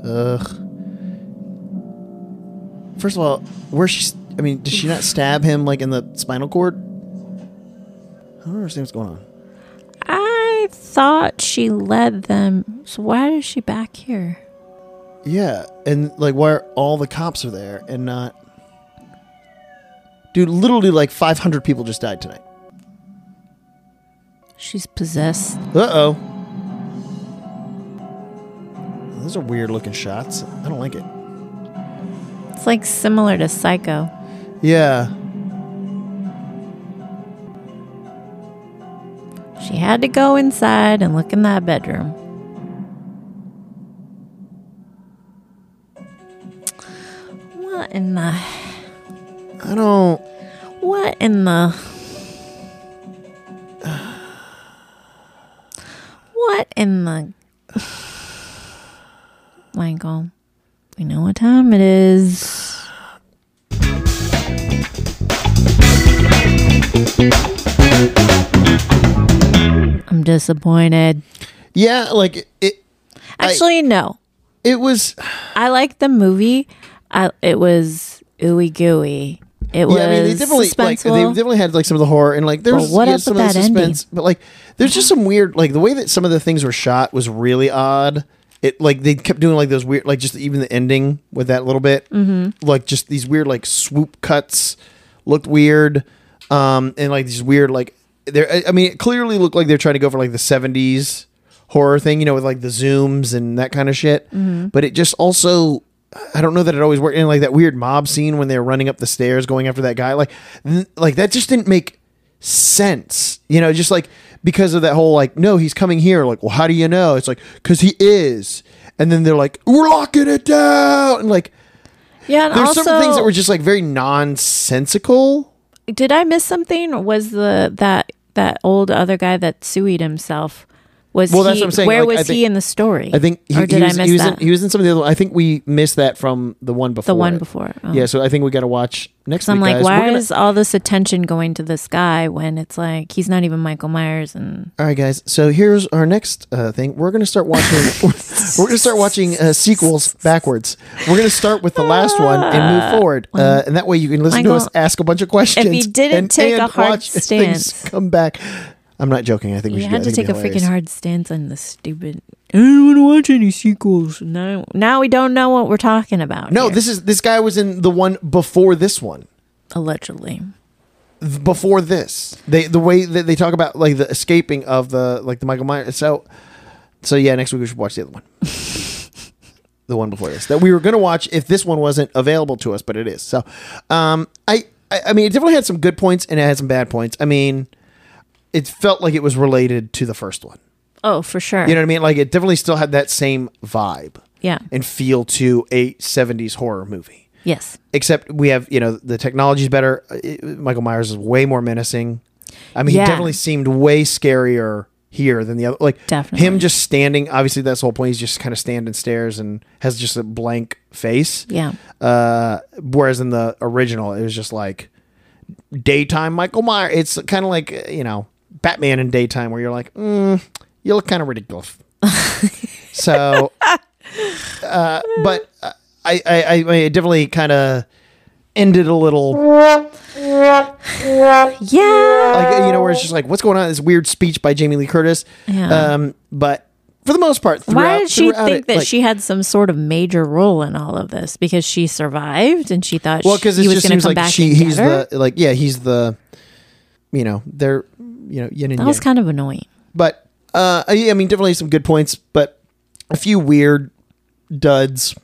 S1: Ugh. First of all, where she? I mean, did she not stab him like in the spinal cord? I don't understand what's going on.
S2: I thought she led them. So why is she back here?
S1: Yeah, and like why are all the cops are there and not? Dude, literally like 500 people just died tonight.
S2: She's possessed.
S1: Uh oh. Those are weird looking shots. I don't like it.
S2: It's like similar to Psycho.
S1: Yeah.
S2: She had to go inside and look in that bedroom. What in the
S1: I don't.
S2: What in the. What in the. Michael, we know what time it is. I'm disappointed.
S1: Yeah, like it.
S2: Actually, no.
S1: It was.
S2: I like the movie. I, it was ooey gooey. It was
S1: Yeah, I mean, they definitely like they
S2: suspenseful.
S1: definitely had like some of the horror and like there
S2: But
S1: was
S2: what
S1: yeah,
S2: up
S1: some
S2: with
S1: of the
S2: that
S1: suspense, but like there's just some weird like the way that some of the things were shot was really odd. It like they kept doing like those weird like just even the ending with that little bit mm-hmm. like just these weird like swoop cuts looked weird, um and like these weird like there I- I mean it clearly looked like they're trying to go for like the 70s horror thing you know with like the zooms and that kind of shit but it just also I don't know that it always worked. And like that weird mob scene when they were running up the stairs going after that guy, like, th- like that just didn't make sense. You know, just like because of that whole like, no, he's coming here. Like, well, how do you know? It's like because he is. And then they're like, we're locking it down. And like,
S2: yeah, and
S1: there's
S2: also,
S1: some things that were just like very nonsensical.
S2: did I miss something? Was the that that old other guy that suied himself? Was
S1: Well, that's
S2: he,
S1: what I'm saying,
S2: Where
S1: like,
S2: was
S1: I think-
S2: he in the story?
S1: I think he,
S2: or did
S1: he was,
S2: I miss
S1: he was
S2: that?
S1: in he was in some of the other. I think we missed that from the one before.
S2: the one
S1: it.
S2: before. Oh.
S1: Yeah, so I think we got to watch next.
S2: So I'm
S1: week,
S2: like,
S1: guys.
S2: why
S1: We're gonna-
S2: is all this attention going to this guy when it's like he's not even Michael Myers and
S1: All right, guys. So here's our next uh, thing. We're gonna start watching. we're gonna start watching uh, sequels backwards. We're gonna start with the last one and move forward, uh, and that way you can listen to us
S2: Ah. Michael,
S1: ask a bunch of questions.
S2: didn't
S1: and-
S2: take a
S1: and
S2: hard
S1: watch things
S2: stance.
S1: come back. I'm not joking. I think we
S2: you
S1: should.
S2: had
S1: do
S2: to
S1: that. I
S2: take a
S1: think it'd be
S2: freaking
S1: hilarious.
S2: hard stance on this stupid. I don't want to watch any sequels. Now, now we don't know what we're talking about.
S1: No,
S2: here,
S1: this is this guy was in the one before this one.
S2: allegedly.
S1: th- Before this, they the way that they talk about like the escaping of the like the Michael Myers. So, so yeah, next week we should watch the other one. the one before this that we were going to watch if this one wasn't available to us, but it is. So, um, I, I, I mean, it definitely had some good points and it had some bad points. I mean, it felt like it was related to the first one.
S2: Oh, for sure.
S1: You know what I mean? Like it definitely still had that same vibe
S2: yeah.
S1: and feel to a '70s horror movie
S2: Yes.
S1: except we have you know the technology's better Uh, it- michael myers is way more menacing i mean
S2: Yeah.
S1: he definitely seemed way scarier here than the other like
S2: Definitely.
S1: him just standing obviously that's the whole point he's just kind of standing stares and has just a blank face
S2: Yeah.
S1: uh whereas in the original it was just like daytime michael myers it's kind of like uh, you know batman in daytime where you're like mm, you look kind of ridiculous so uh but uh, i i, I I- it definitely kind of ended a little
S2: Yeah.
S1: like you know where it's just like what's going on this weird speech by jamie lee curtis
S2: Yeah.
S1: um but for the most part throughout,
S2: Why did she
S1: throughout
S2: think
S1: it,
S2: that
S1: like-
S2: she had some sort of major role in all of this? Because she survived and she thought
S1: Well,
S2: she,
S1: because
S2: he
S1: it
S2: was
S1: just
S2: going
S1: seems
S2: to come
S1: like
S2: back
S1: she,
S2: and
S1: he's
S2: get her.
S1: the like yeah he's the you know they're you know yin and
S2: that
S1: yang.
S2: was kind of annoying.
S1: but uh, I, I mean definitely some good points, but a few weird duds.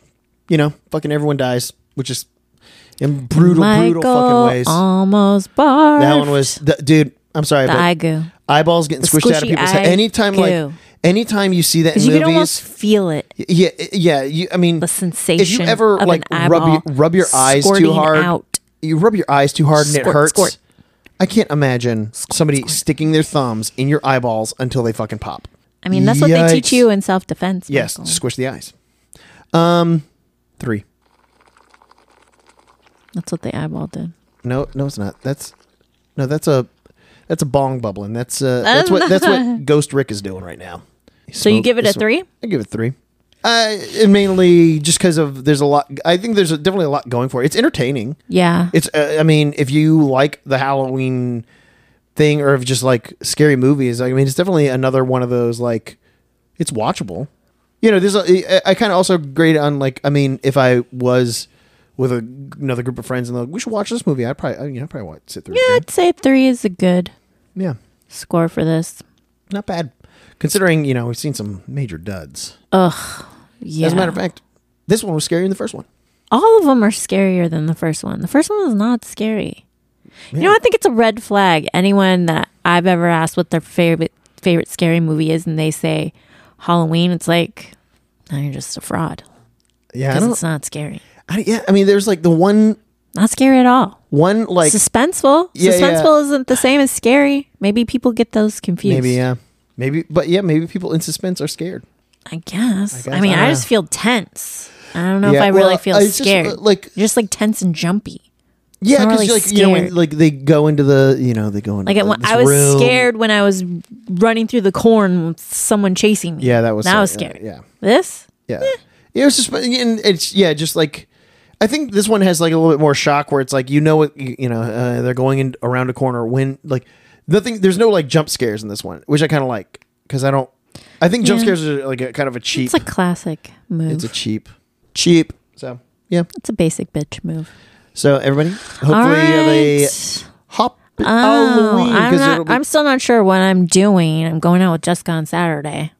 S1: You know, fucking everyone dies, which is in brutal,
S2: Michael
S1: brutal fucking ways.
S2: almost barfed.
S1: that one was th- dude. I'm sorry,
S2: the
S1: but
S2: eye goo.
S1: eyeballs getting
S2: The
S1: squished out of
S2: squishy
S1: people's
S2: eye
S1: head. Anytime
S2: goo.
S1: like anytime you see that in
S2: Because you
S1: movies,
S2: could almost feel it.
S1: yeah, yeah. You, I mean,
S2: The sensation
S1: If you ever
S2: of
S1: like
S2: an
S1: rub your,
S2: eyeball
S1: rub your eyes too
S2: squirting
S1: hard,
S2: out.
S1: you rub your eyes too hard and it
S2: Squirt,
S1: hurts.
S2: squirt.
S1: I can't imagine somebody sticking their thumbs in your eyeballs until they fucking pop.
S2: I mean, that's what they teach
S1: Yikes.
S2: you in self defense.
S1: Yes,
S2: Michael.
S1: squish the eyes. Um, three.
S2: That's what the eyeball did.
S1: No, no, it's not. That's no, that's a that's a bong bubbling. That's uh, that's what that's what Ghost Rick is doing right now.
S2: So you give it a three?
S1: I give it three. Uh, and mainly just because of there's a lot. I think there's definitely a lot going for it. It's entertaining.
S2: Yeah.
S1: It's uh, I mean, if you like the Halloween thing or if just like scary movies, I mean, it's definitely another one of those like it's watchable. You know, there's a, I kind of also grade on like I mean, if I was with a, another group of friends and they're like, we should watch this movie, I'd probably I, you know I'd probably watch sit through. it.
S2: yeah, I'd say three is a good
S1: Yeah. yeah,
S2: score for this.
S1: not bad considering you know we've seen some major duds.
S2: Yeah.
S1: As a matter of fact, this one was scarier than the first one.
S2: all of them are scarier than the first one. The first one was not scary. You know, I think it's a red flag. Anyone that I've ever asked what their favorite favorite scary movie is, and they say Halloween, it's like now you're just a fraud
S1: Yeah, I
S2: because
S1: don't.
S2: it's not scary.
S1: I, yeah, I mean, there's like the one
S2: Not scary at all.
S1: One like
S2: Suspenseful.
S1: Yeah, yeah.
S2: Suspenseful isn't the same as scary. Maybe people get those confused.
S1: maybe yeah, maybe but yeah, maybe people in suspense are scared.
S2: I guess. I,
S1: guess,
S2: mean,
S1: I
S2: I,
S1: don't
S2: just
S1: know.
S2: feel tense. I don't know
S1: Yeah,
S2: if I
S1: well,
S2: really feel
S1: I just,
S2: scared.
S1: uh, like-
S2: You're just like tense and jumpy.
S1: Yeah,
S2: not
S1: because
S2: really
S1: like you know when
S2: scared.
S1: like they go into the you know they go into
S2: Like
S1: the,
S2: I,
S1: this
S2: I was
S1: room.
S2: scared when I was running through the corn with someone chasing me.
S1: Yeah, that was
S2: that
S1: so-
S2: was
S1: yeah,
S2: scary.
S1: yeah.
S2: This
S1: Yeah. It was just, and it's, yeah, just like, I think this one has like a little bit more shock where it's like, you know what, you, you know, uh, they're going in around a corner when, like, nothing, there's no like jump scares in this one, which I kind of like because I don't, I think jump
S2: Yeah.
S1: scares are like a kind of a cheap,
S2: it's a classic move.
S1: it's a cheap, cheap. So, yeah.
S2: basic bitch move.
S1: So, everybody, hopefully
S2: All right.
S1: uh, they hop oh,
S2: Oh,
S1: Halloween
S2: I'm,
S1: because
S2: not, I'm still not sure what I'm doing. I'm going out with Jessica on Saturday.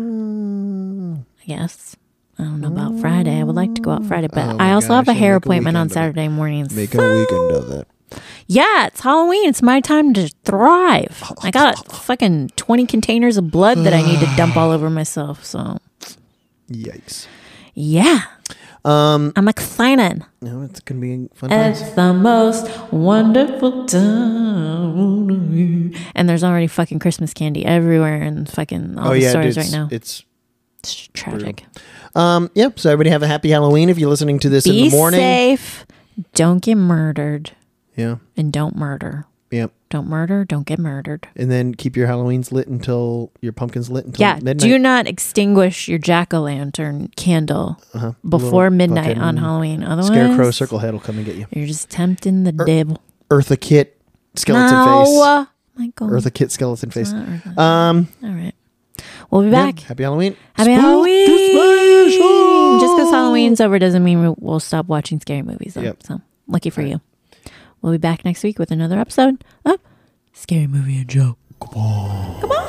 S1: Oh.
S2: I guess. I don't know about Friday. I would like to go out Friday, but I also have a
S1: Oh gosh, yeah,
S2: hair
S1: make a
S2: appointment on
S1: weekend of it.
S2: Saturday morning.
S1: making a weekend of that.
S2: Yeah, it's Halloween. It's my time to thrive. I got fucking 20 containers of blood that I need to dump all over myself. So,
S1: Yikes.
S2: yeah. Um, I'm excited.
S1: No, it's going to be fun. times.
S2: It's the most wonderful time. And there's already fucking Christmas candy everywhere and fucking all
S1: Oh,
S2: the
S1: yeah,
S2: stores
S1: dude,
S2: right
S1: it's,
S2: now.
S1: it's
S2: It's tragic.
S1: Um, yep. So everybody have a happy Halloween if you're listening to this in
S2: Be
S1: the morning.
S2: safe. Don't get murdered.
S1: Yeah.
S2: And don't murder.
S1: Yep.
S2: Don't murder. Don't get murdered.
S1: And then keep your Halloween's lit until your pumpkin's lit until
S2: Yeah.
S1: midnight.
S2: Do not extinguish your jack o' lantern candle before
S1: Uh-huh. Little
S2: midnight
S1: fucking
S2: on Halloween. Otherwise,
S1: Scarecrow circle head will come and get you.
S2: You're just tempting the devil.
S1: Eartha Kit skeleton
S2: no, uh, Michael.
S1: face. Eartha Kit skeleton face.
S2: not Eartha.
S1: Um,
S2: All right. We'll be
S1: yeah,
S2: back.
S1: happy Halloween.
S2: Happy
S1: Spook
S2: Halloween.
S1: special.
S2: Just because Halloween's over doesn't mean we- we'll stop watching scary movies. Though.
S1: Yep.
S2: So lucky for you. We'll be back next week with another episode of Scary Movie and Joe. Come on. Come on.